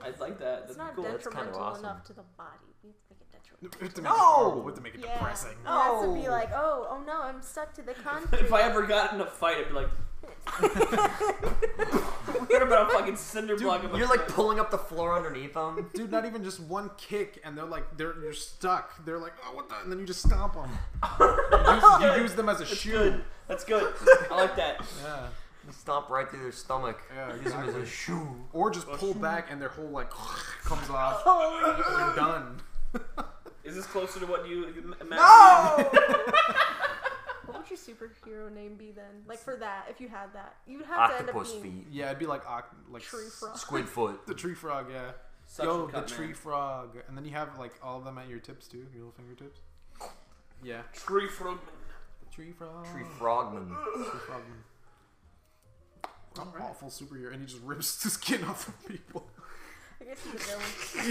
Speaker 5: man.
Speaker 3: I'd like that.
Speaker 5: It's
Speaker 3: That'd
Speaker 5: not
Speaker 3: be cool.
Speaker 2: That's kinda
Speaker 5: detrimental
Speaker 2: awesome.
Speaker 5: enough to the body. We have to make it detrimental.
Speaker 1: We have to make
Speaker 2: No!
Speaker 1: it horrible. We have to make it
Speaker 5: Yeah.
Speaker 1: depressing.
Speaker 5: It has to be
Speaker 2: No.
Speaker 5: like, oh, oh no, I'm stuck to the concrete.
Speaker 3: If I ever got in a fight, I'd be like, what about a fucking cinder block? of a
Speaker 2: You're like
Speaker 3: foot?"
Speaker 2: pulling up the floor underneath them.
Speaker 1: Dude, not even just one kick, and they're like, they're you're stuck. They're like, oh, what the? And then you just stomp them. you, use, you use them as a
Speaker 3: That's
Speaker 1: shoe.
Speaker 3: good. That's good. I like that.
Speaker 1: Yeah,
Speaker 2: Stomp right through their stomach.
Speaker 1: yeah,
Speaker 2: Use them as
Speaker 1: exactly.
Speaker 2: a shoe.
Speaker 1: Or just pull back, and their whole like comes off.
Speaker 5: Holy
Speaker 1: You're done.
Speaker 3: Is this closer to what you imagine?
Speaker 5: What would your superhero name be then? Like for that, if you had that, you'd have
Speaker 2: Octopus
Speaker 5: to end up being
Speaker 2: feet.
Speaker 1: Yeah, it'd be like oc- like
Speaker 5: tree frog.
Speaker 2: Squid foot.
Speaker 1: The tree frog, yeah.
Speaker 3: Suction
Speaker 1: Yo, the
Speaker 3: cup,
Speaker 1: tree
Speaker 3: man.
Speaker 1: frog, and then you have like all of them at your tips too, your little fingertips. Yeah,
Speaker 3: Tree frogman.
Speaker 1: tree frog.
Speaker 2: Tree frogman.
Speaker 1: Tree frog. I'm an awful superhero, and he just rips the skin off of people.
Speaker 5: I guess he's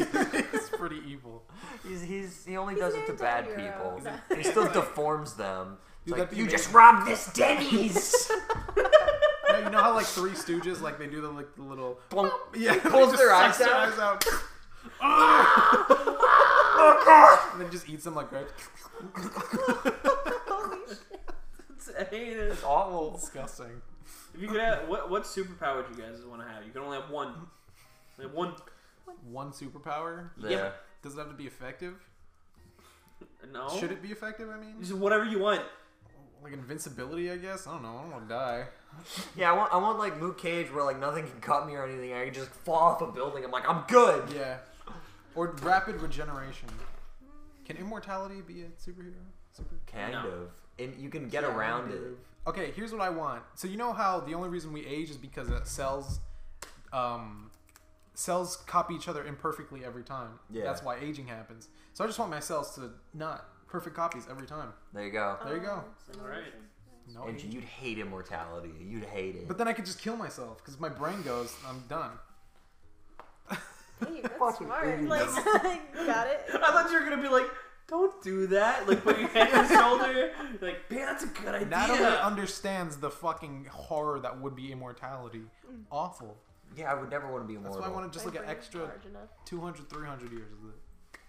Speaker 5: a villain.
Speaker 1: it's pretty evil.
Speaker 2: He's, he's he only
Speaker 5: He's
Speaker 2: does
Speaker 5: an
Speaker 2: it to bad
Speaker 5: anti-hero.
Speaker 2: people.
Speaker 5: He's
Speaker 2: He still deforms them. It's
Speaker 1: Dude,
Speaker 2: like,
Speaker 1: that'd be
Speaker 2: you just
Speaker 1: amazing."
Speaker 2: robbed this Denny's.
Speaker 1: Yeah, you know how like Three Stooges, like they do the like the little
Speaker 2: Plunk.
Speaker 1: yeah, he
Speaker 2: pulls
Speaker 1: just
Speaker 2: their
Speaker 1: sucks
Speaker 2: eyes out.
Speaker 1: eyes Ah! and then just eats them like right.
Speaker 5: Holy shit.
Speaker 3: It's heinous.
Speaker 2: Awful.
Speaker 1: Disgusting.
Speaker 3: If you could have, what what superpower would you guys want to have? You can only have one. Only have one.
Speaker 1: One superpower.
Speaker 2: Yeah.
Speaker 1: Does it have to be effective?
Speaker 3: No.
Speaker 1: Should it be effective? I mean,
Speaker 3: Just whatever you want.
Speaker 1: like invincibility, I guess. I don't know. I don't want to die.
Speaker 2: Yeah, I want I want like Luke Cage where like nothing can cut me or anything. I can just fall off a building. I'm like, I'm good.
Speaker 1: Yeah. Or rapid regeneration. Can immortality be a superhero? Super.
Speaker 2: Kind
Speaker 3: No.
Speaker 2: of. And you can get around it.
Speaker 1: Okay, here's what I want. So you know how the only reason we age is because uh, cells, um, cells copy each other imperfectly every time.
Speaker 2: Yeah.
Speaker 1: That's why aging happens. So I just want my cells to not perfect copies every time.
Speaker 2: There you go.
Speaker 1: There you go.
Speaker 5: Um,
Speaker 3: All right.
Speaker 1: No
Speaker 2: And
Speaker 1: aging.
Speaker 2: you'd hate immortality. You'd hate it.
Speaker 1: Oh, But then I could just kill myself because my brain goes, I'm done.
Speaker 5: Hey, that's
Speaker 2: Fucking
Speaker 5: smart.
Speaker 2: idiot.
Speaker 5: Like, got it.
Speaker 3: I thought you were gonna be like, don't do that. Like put your hand on your shoulder. Like, man, that's a good idea.
Speaker 1: Natalie understands the fucking horror that would be immortality. Awful.
Speaker 2: yeah, I would never want to be
Speaker 1: That's
Speaker 2: immortal.
Speaker 1: why I want to just
Speaker 5: My
Speaker 1: like an
Speaker 5: brain's
Speaker 1: extra
Speaker 5: large enough.
Speaker 1: 200, 300 years of it.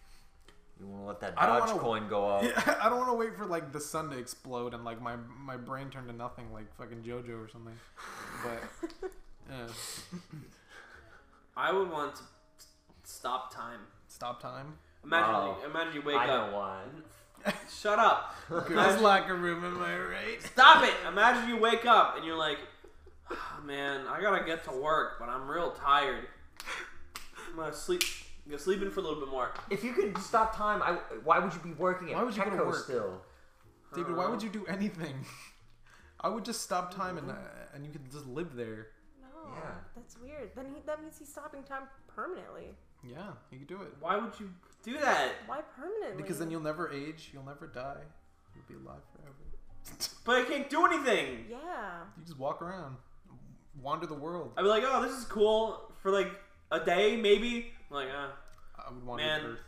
Speaker 2: You want to let that
Speaker 1: I don't
Speaker 2: Dodge
Speaker 1: wanna-
Speaker 2: coin go up.
Speaker 1: I don't want to wait for like the sun to explode and like my my brain turn to nothing like fucking JoJo or something. But yeah.
Speaker 3: I would want to stop time.
Speaker 1: stop time.
Speaker 3: Imagine,
Speaker 2: Wow.
Speaker 3: you, imagine you wake
Speaker 2: I
Speaker 3: up.
Speaker 2: know why.
Speaker 3: Shut up.
Speaker 1: Girls locker room, am I right?
Speaker 3: Stop it. Imagine you wake up and you're like, "Ah, man, I gotta get to work, but I'm real tired. I'm gonna sleep. I'm gonna sleep in for a little bit more.
Speaker 2: If you could stop time, I, why would you be working at
Speaker 1: Why would you go to
Speaker 2: Petco
Speaker 1: work?
Speaker 2: still?
Speaker 1: David, why would you do anything? I would just stop time and uh, and you could just live there.
Speaker 5: No,
Speaker 2: Yeah.
Speaker 5: that's weird. Then he, that means he's stopping time permanently.
Speaker 1: Yeah, you could do it
Speaker 3: Why would you do that?
Speaker 5: Why permanently?
Speaker 1: because then you'll never age, you'll never die, you'll be alive forever.
Speaker 3: But I can't do anything.
Speaker 5: Yeah.
Speaker 1: You just walk around, wander the world.
Speaker 3: I'd be like, oh, this is cool for like a day, maybe. I'm like, uh,
Speaker 1: I would wander
Speaker 3: Man.
Speaker 1: the earth.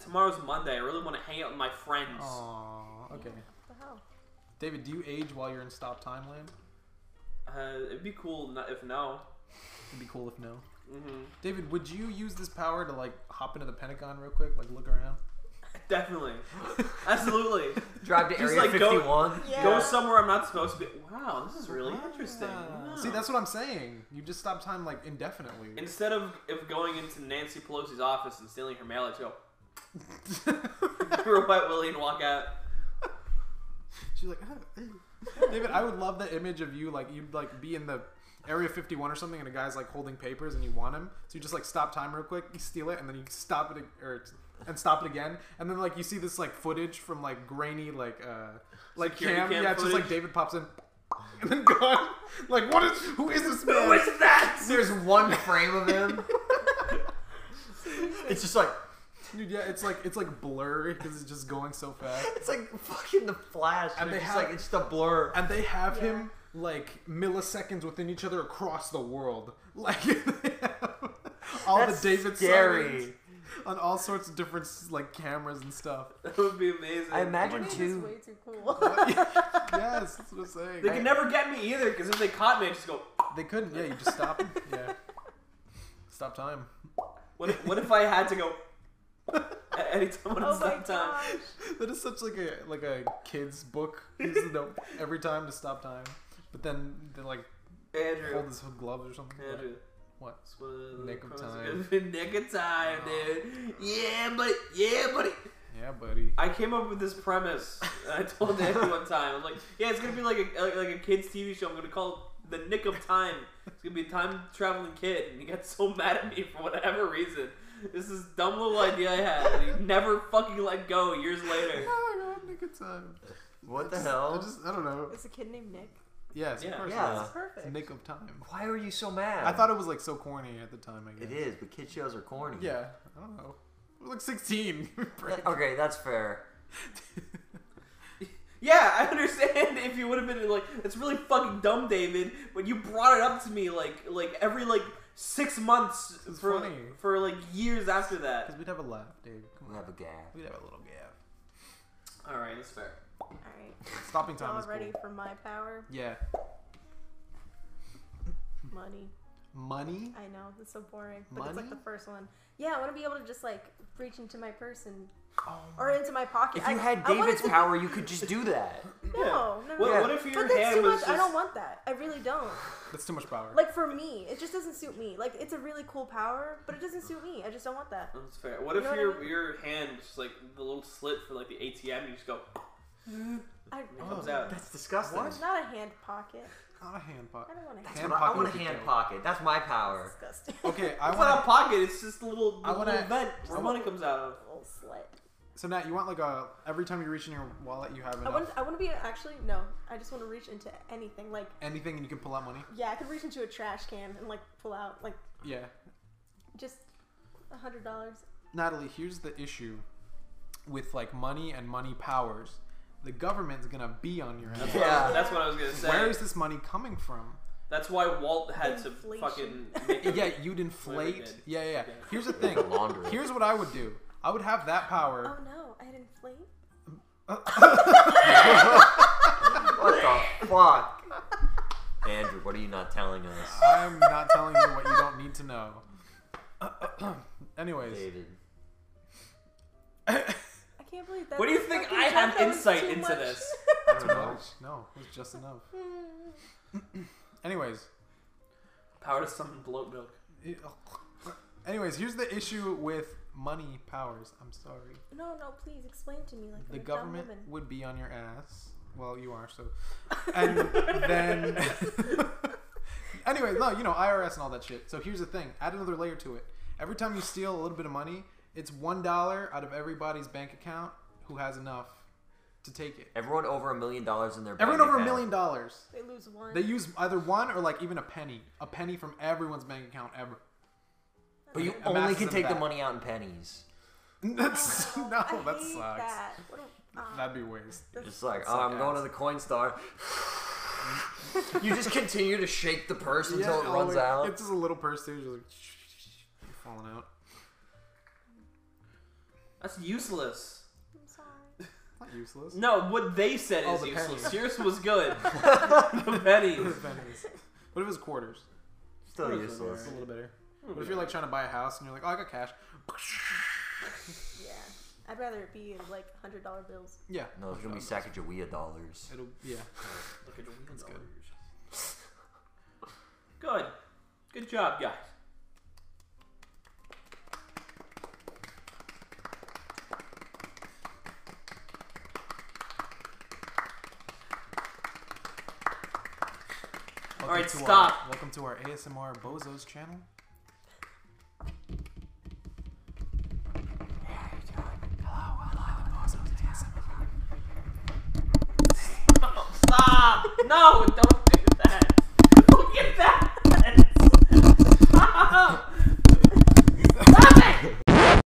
Speaker 3: tomorrow's Monday. I really want to hang out with my friends.
Speaker 1: Aww, okay.
Speaker 5: What the hell?
Speaker 1: David, do you age while you're in stop time land?
Speaker 3: Uh, it'd be cool no- if no.
Speaker 1: It'd be cool if no.
Speaker 3: hmm
Speaker 1: David, would you use this power to like hop into the Pentagon real quick, like look around?
Speaker 3: definitely, absolutely.
Speaker 2: Drive to
Speaker 3: Just
Speaker 2: Area
Speaker 3: like go-
Speaker 2: 51.
Speaker 5: Yeah.
Speaker 3: Go somewhere I'm not supposed to be. Wow, this is really interesting. Wow.
Speaker 1: See, that's what I'm saying. You just stop time like indefinitely.
Speaker 3: Instead of, of going into Nancy Pelosi's office and stealing her mallet, you go, throw White Willie and walk out.
Speaker 1: She's like, "Ah, eh." David, I would love the image of you like you'd like be in the Area 51 or something, and a guy's like holding papers, and you want him, so you just like stop time real quick, you steal it, and then you stop it ag- or and stop it again, and then like you see this like footage from like grainy like uh like
Speaker 3: Security
Speaker 1: cam,
Speaker 3: cam
Speaker 1: yeah, it's just like
Speaker 3: footage.
Speaker 1: David pops in. And then gone. Like, what is? Who is this man?
Speaker 2: that? There's one frame of him. it's just like
Speaker 1: Dude, yeah, it's like it's like blurry because it's just going so fast.
Speaker 2: it's like fucking the Flash.
Speaker 1: And
Speaker 2: And
Speaker 1: they
Speaker 2: it's just
Speaker 1: have-
Speaker 2: like it's just a blur.
Speaker 1: and they have
Speaker 5: Yeah.
Speaker 1: him like milliseconds within each other across the world. Like they have all
Speaker 2: That's
Speaker 1: the David
Speaker 2: scary.
Speaker 1: Simons on all sorts of different like cameras and stuff.
Speaker 3: That would be amazing.
Speaker 2: I imagine
Speaker 5: This is
Speaker 2: too.
Speaker 5: way too cool. Oh
Speaker 1: yes, that's what I'm saying.
Speaker 3: They could never get me either, because if they caught me, I'd just go.
Speaker 1: They couldn't. Yeah, you just stop. 'em. Yeah, stop time.
Speaker 3: What if, what if I had to go at any time when
Speaker 5: oh
Speaker 3: it's
Speaker 5: my
Speaker 3: that time?
Speaker 5: gosh.
Speaker 1: That is such like a like a kids book. You just know every time to stop time, but then they like hold
Speaker 3: Andrew.
Speaker 1: his gloves or something.
Speaker 3: Andrew.
Speaker 1: What?
Speaker 3: That's one of the
Speaker 1: Nick of
Speaker 3: promises.
Speaker 1: time. Oh.
Speaker 3: Nick of time, dude. Yeah, buddy. Yeah, buddy.
Speaker 1: Yeah, buddy.
Speaker 3: I came up with this premise. and I told Nick one time. I was like, "Yeah, it's gonna be like a like, like a kids TV show. I'm gonna call it the Nick of Time. It's gonna be a time traveling kid." And he got so mad at me for whatever reason. This is dumb little idea I had. And he never fucking let go. Years later.
Speaker 1: Oh my god, nigga time.
Speaker 2: What the
Speaker 1: I
Speaker 2: hell?
Speaker 1: just I don't know.
Speaker 5: There's a kid named Nick.
Speaker 1: Yes, of
Speaker 3: Yeah.
Speaker 1: course.
Speaker 2: Yeah.
Speaker 1: it is.
Speaker 5: That's perfect.
Speaker 1: Uh, Nick of time.
Speaker 2: Why were you so mad?
Speaker 1: I thought it was like so corny at the time. I guess
Speaker 2: it is, but kid shows are corny.
Speaker 1: Yeah, I don't know. We're like sixteen.
Speaker 2: That- Okay, that's fair.
Speaker 3: Yeah, I understand if you would have been like, "It's really fucking dumb, David," but you brought it up to me like like every like six months
Speaker 1: It's
Speaker 3: for
Speaker 1: funny.
Speaker 3: for like years after that.
Speaker 1: Because we'd have a laugh, Dave. Come
Speaker 2: We'll
Speaker 1: on,
Speaker 2: have a gap.
Speaker 1: we'd have a little gap.
Speaker 3: All right, that's fair.
Speaker 5: All right.
Speaker 1: Stopping time
Speaker 5: Y'all
Speaker 1: is
Speaker 5: ready
Speaker 1: cool.
Speaker 5: for my power?
Speaker 1: Yeah,
Speaker 5: Money.
Speaker 1: money.
Speaker 5: I know it's so boring, but it's like the
Speaker 1: Money?
Speaker 5: first one. Yeah, I want to be able to just like reach into my purse and
Speaker 1: Oh,
Speaker 5: or into my pocket.
Speaker 2: If you
Speaker 5: I-
Speaker 2: had
Speaker 5: I want
Speaker 2: David's
Speaker 5: it to be-
Speaker 2: power, you could just do that.
Speaker 5: No, no,
Speaker 3: What,
Speaker 5: no.
Speaker 3: what if your
Speaker 5: But that's
Speaker 3: hand
Speaker 5: too
Speaker 3: was
Speaker 5: much.
Speaker 3: just
Speaker 5: I don't want that. I really don't.
Speaker 1: that's too much power.
Speaker 5: Like for me, it just doesn't suit me. Like it's a really cool power, but it doesn't suit me. I just don't want that.
Speaker 3: That's fair. What
Speaker 5: You
Speaker 3: if
Speaker 5: know what I
Speaker 3: your
Speaker 5: mean?
Speaker 3: your hand was just like the little slit for like the ATM and you just go
Speaker 5: I,
Speaker 3: it comes out?
Speaker 2: That's disgusting.
Speaker 5: It's not a hand pocket.
Speaker 1: not a hand
Speaker 5: I
Speaker 1: pocket.
Speaker 5: don't want a hand.
Speaker 1: Hand
Speaker 2: I
Speaker 1: pocket
Speaker 2: want
Speaker 1: would
Speaker 2: a
Speaker 1: be
Speaker 2: hand
Speaker 1: dope.
Speaker 2: pocket. That's my power.
Speaker 5: Disgusting.
Speaker 1: Okay, I
Speaker 3: It's not a
Speaker 1: want.
Speaker 3: pocket. It's just a little,
Speaker 1: I
Speaker 3: little
Speaker 1: wanna-
Speaker 3: vent where
Speaker 1: I
Speaker 3: money comes out of.
Speaker 5: Little slit.
Speaker 1: So now you want like a every time you reach in your wallet, you have
Speaker 5: I
Speaker 1: enough
Speaker 5: want. I want to be actually no. I just want to reach into anything. Like
Speaker 1: anything, and you can pull out money.
Speaker 5: yeah, I could reach into a trash can and like pull out like
Speaker 1: Yeah,
Speaker 5: just a hundred dollars.
Speaker 1: Natalie. Here's the issue with like money and money powers. The government's gonna be on your ass.
Speaker 2: Yeah.
Speaker 3: That's what I was gonna say.
Speaker 1: Where is this money coming from?
Speaker 3: That's why Walt had to
Speaker 5: Inflation.
Speaker 3: fucking make it.
Speaker 1: Yeah, you'd inflate.
Speaker 3: did.
Speaker 1: Yeah, yeah, yeah.
Speaker 3: Yeah.
Speaker 1: Here's the thing.
Speaker 2: laundry.
Speaker 1: Here's what I would do. I would have that
Speaker 5: Oh
Speaker 1: power.
Speaker 5: no, I had inflate.
Speaker 2: What the fuck? Andrew, what are you not telling us?
Speaker 1: I'm not telling you what you don't need to know. Anyways,
Speaker 2: David.
Speaker 5: I can't believe that.
Speaker 3: What do you think I have insight into this?
Speaker 2: I don't know.
Speaker 1: Oh, no, it was just enough. Anyways,
Speaker 3: Power to summon bloat milk.
Speaker 1: it- anyways, here's the issue with money powers. I'm sorry.
Speaker 5: No, no, please explain to me. Like
Speaker 1: The
Speaker 5: I'm a
Speaker 1: government
Speaker 5: Dumb woman.
Speaker 1: would be on your ass. Well, you are so. And then. anyway, no, you know IRS and all that shit. So here's the thing: add another layer to it. Every time you steal a little bit of money, it's one dollar out of everybody's bank account who has enough to take it.
Speaker 2: Everyone over a million dollars in their
Speaker 1: Everyone
Speaker 2: bank
Speaker 1: over a
Speaker 2: account.
Speaker 1: million dollars.
Speaker 5: They lose one.
Speaker 1: They use either one or like even a penny. A penny from everyone's bank account ever.
Speaker 2: But you
Speaker 1: Amasses
Speaker 2: only can
Speaker 1: of
Speaker 2: take the
Speaker 1: that.
Speaker 2: money out in pennies.
Speaker 1: That's, no,
Speaker 5: Oh, I
Speaker 1: that
Speaker 5: hate
Speaker 1: sucks.
Speaker 5: That. What a, ah,
Speaker 1: That'd be waste.
Speaker 2: It's like,
Speaker 1: Suck
Speaker 2: oh, I'm going
Speaker 1: ass.
Speaker 2: to the coin star. you just continue to shake the purse until it
Speaker 1: Yeah,
Speaker 2: runs
Speaker 1: always-
Speaker 2: out.
Speaker 1: It's just a little purse too. Just like you're falling out.
Speaker 3: That's useless.
Speaker 5: I'm sorry.
Speaker 1: Not useless.
Speaker 3: No, what they said
Speaker 1: Oh,
Speaker 3: is
Speaker 1: the
Speaker 3: useless.
Speaker 1: pennies.
Speaker 3: Yours was good. the pennies.
Speaker 1: Pennies. What if it's quarters?
Speaker 2: Still
Speaker 1: It's
Speaker 2: useless.
Speaker 1: a little better. What if you're like trying to buy a house and you're like, oh, I got cash.
Speaker 5: Yeah. I'd rather it be in like hundred dollar bills.
Speaker 1: Yeah.
Speaker 2: No, it's gonna be Sacagawea dollars.
Speaker 1: It'll yeah.
Speaker 6: Look at the wheel
Speaker 1: good.
Speaker 6: dollars. Good. Good job, guys.
Speaker 1: Welcome
Speaker 6: Alright,
Speaker 1: to our-
Speaker 6: stop.
Speaker 1: welcome to our ASMR Bozos channel.
Speaker 6: Oh, stop! No, don't do that. Look at that. Stop. Stop it.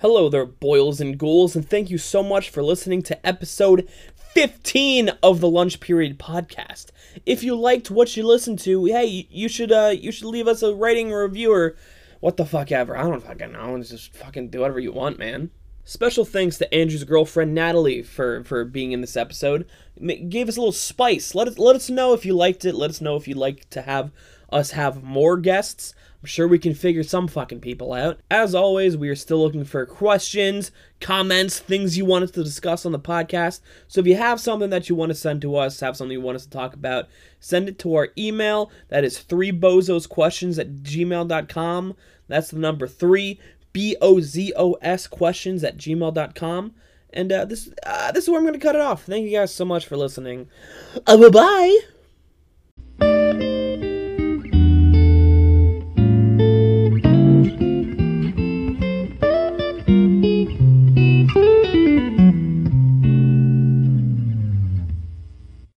Speaker 3: Hello there, boils and ghouls, and thank you so much for listening to episode 15 of the Lunch Period podcast. If you liked what you listened to, hey, you should uh, you should leave us a rating or review or what the fuck ever. I don't fucking know. Just fucking do whatever you want, man. Special thanks to Andrew's girlfriend Natalie for for being in this episode. M- gave us a little spice. Let us let us know if you liked it. Let us know if you'd like to have us have more guests. I'm sure we can figure some fucking people out. As always, we are still looking for questions, comments, things you want us to discuss on the podcast. So if you have something that you want to send to us, have something you want us to talk about, send it to our email. That is three bozos questions at gmail.com. That's the number three b o z o s questions at gmail.com. And uh, this uh, this is where I'm going to cut it off. Thank you guys so much for listening. Uh, bye bye.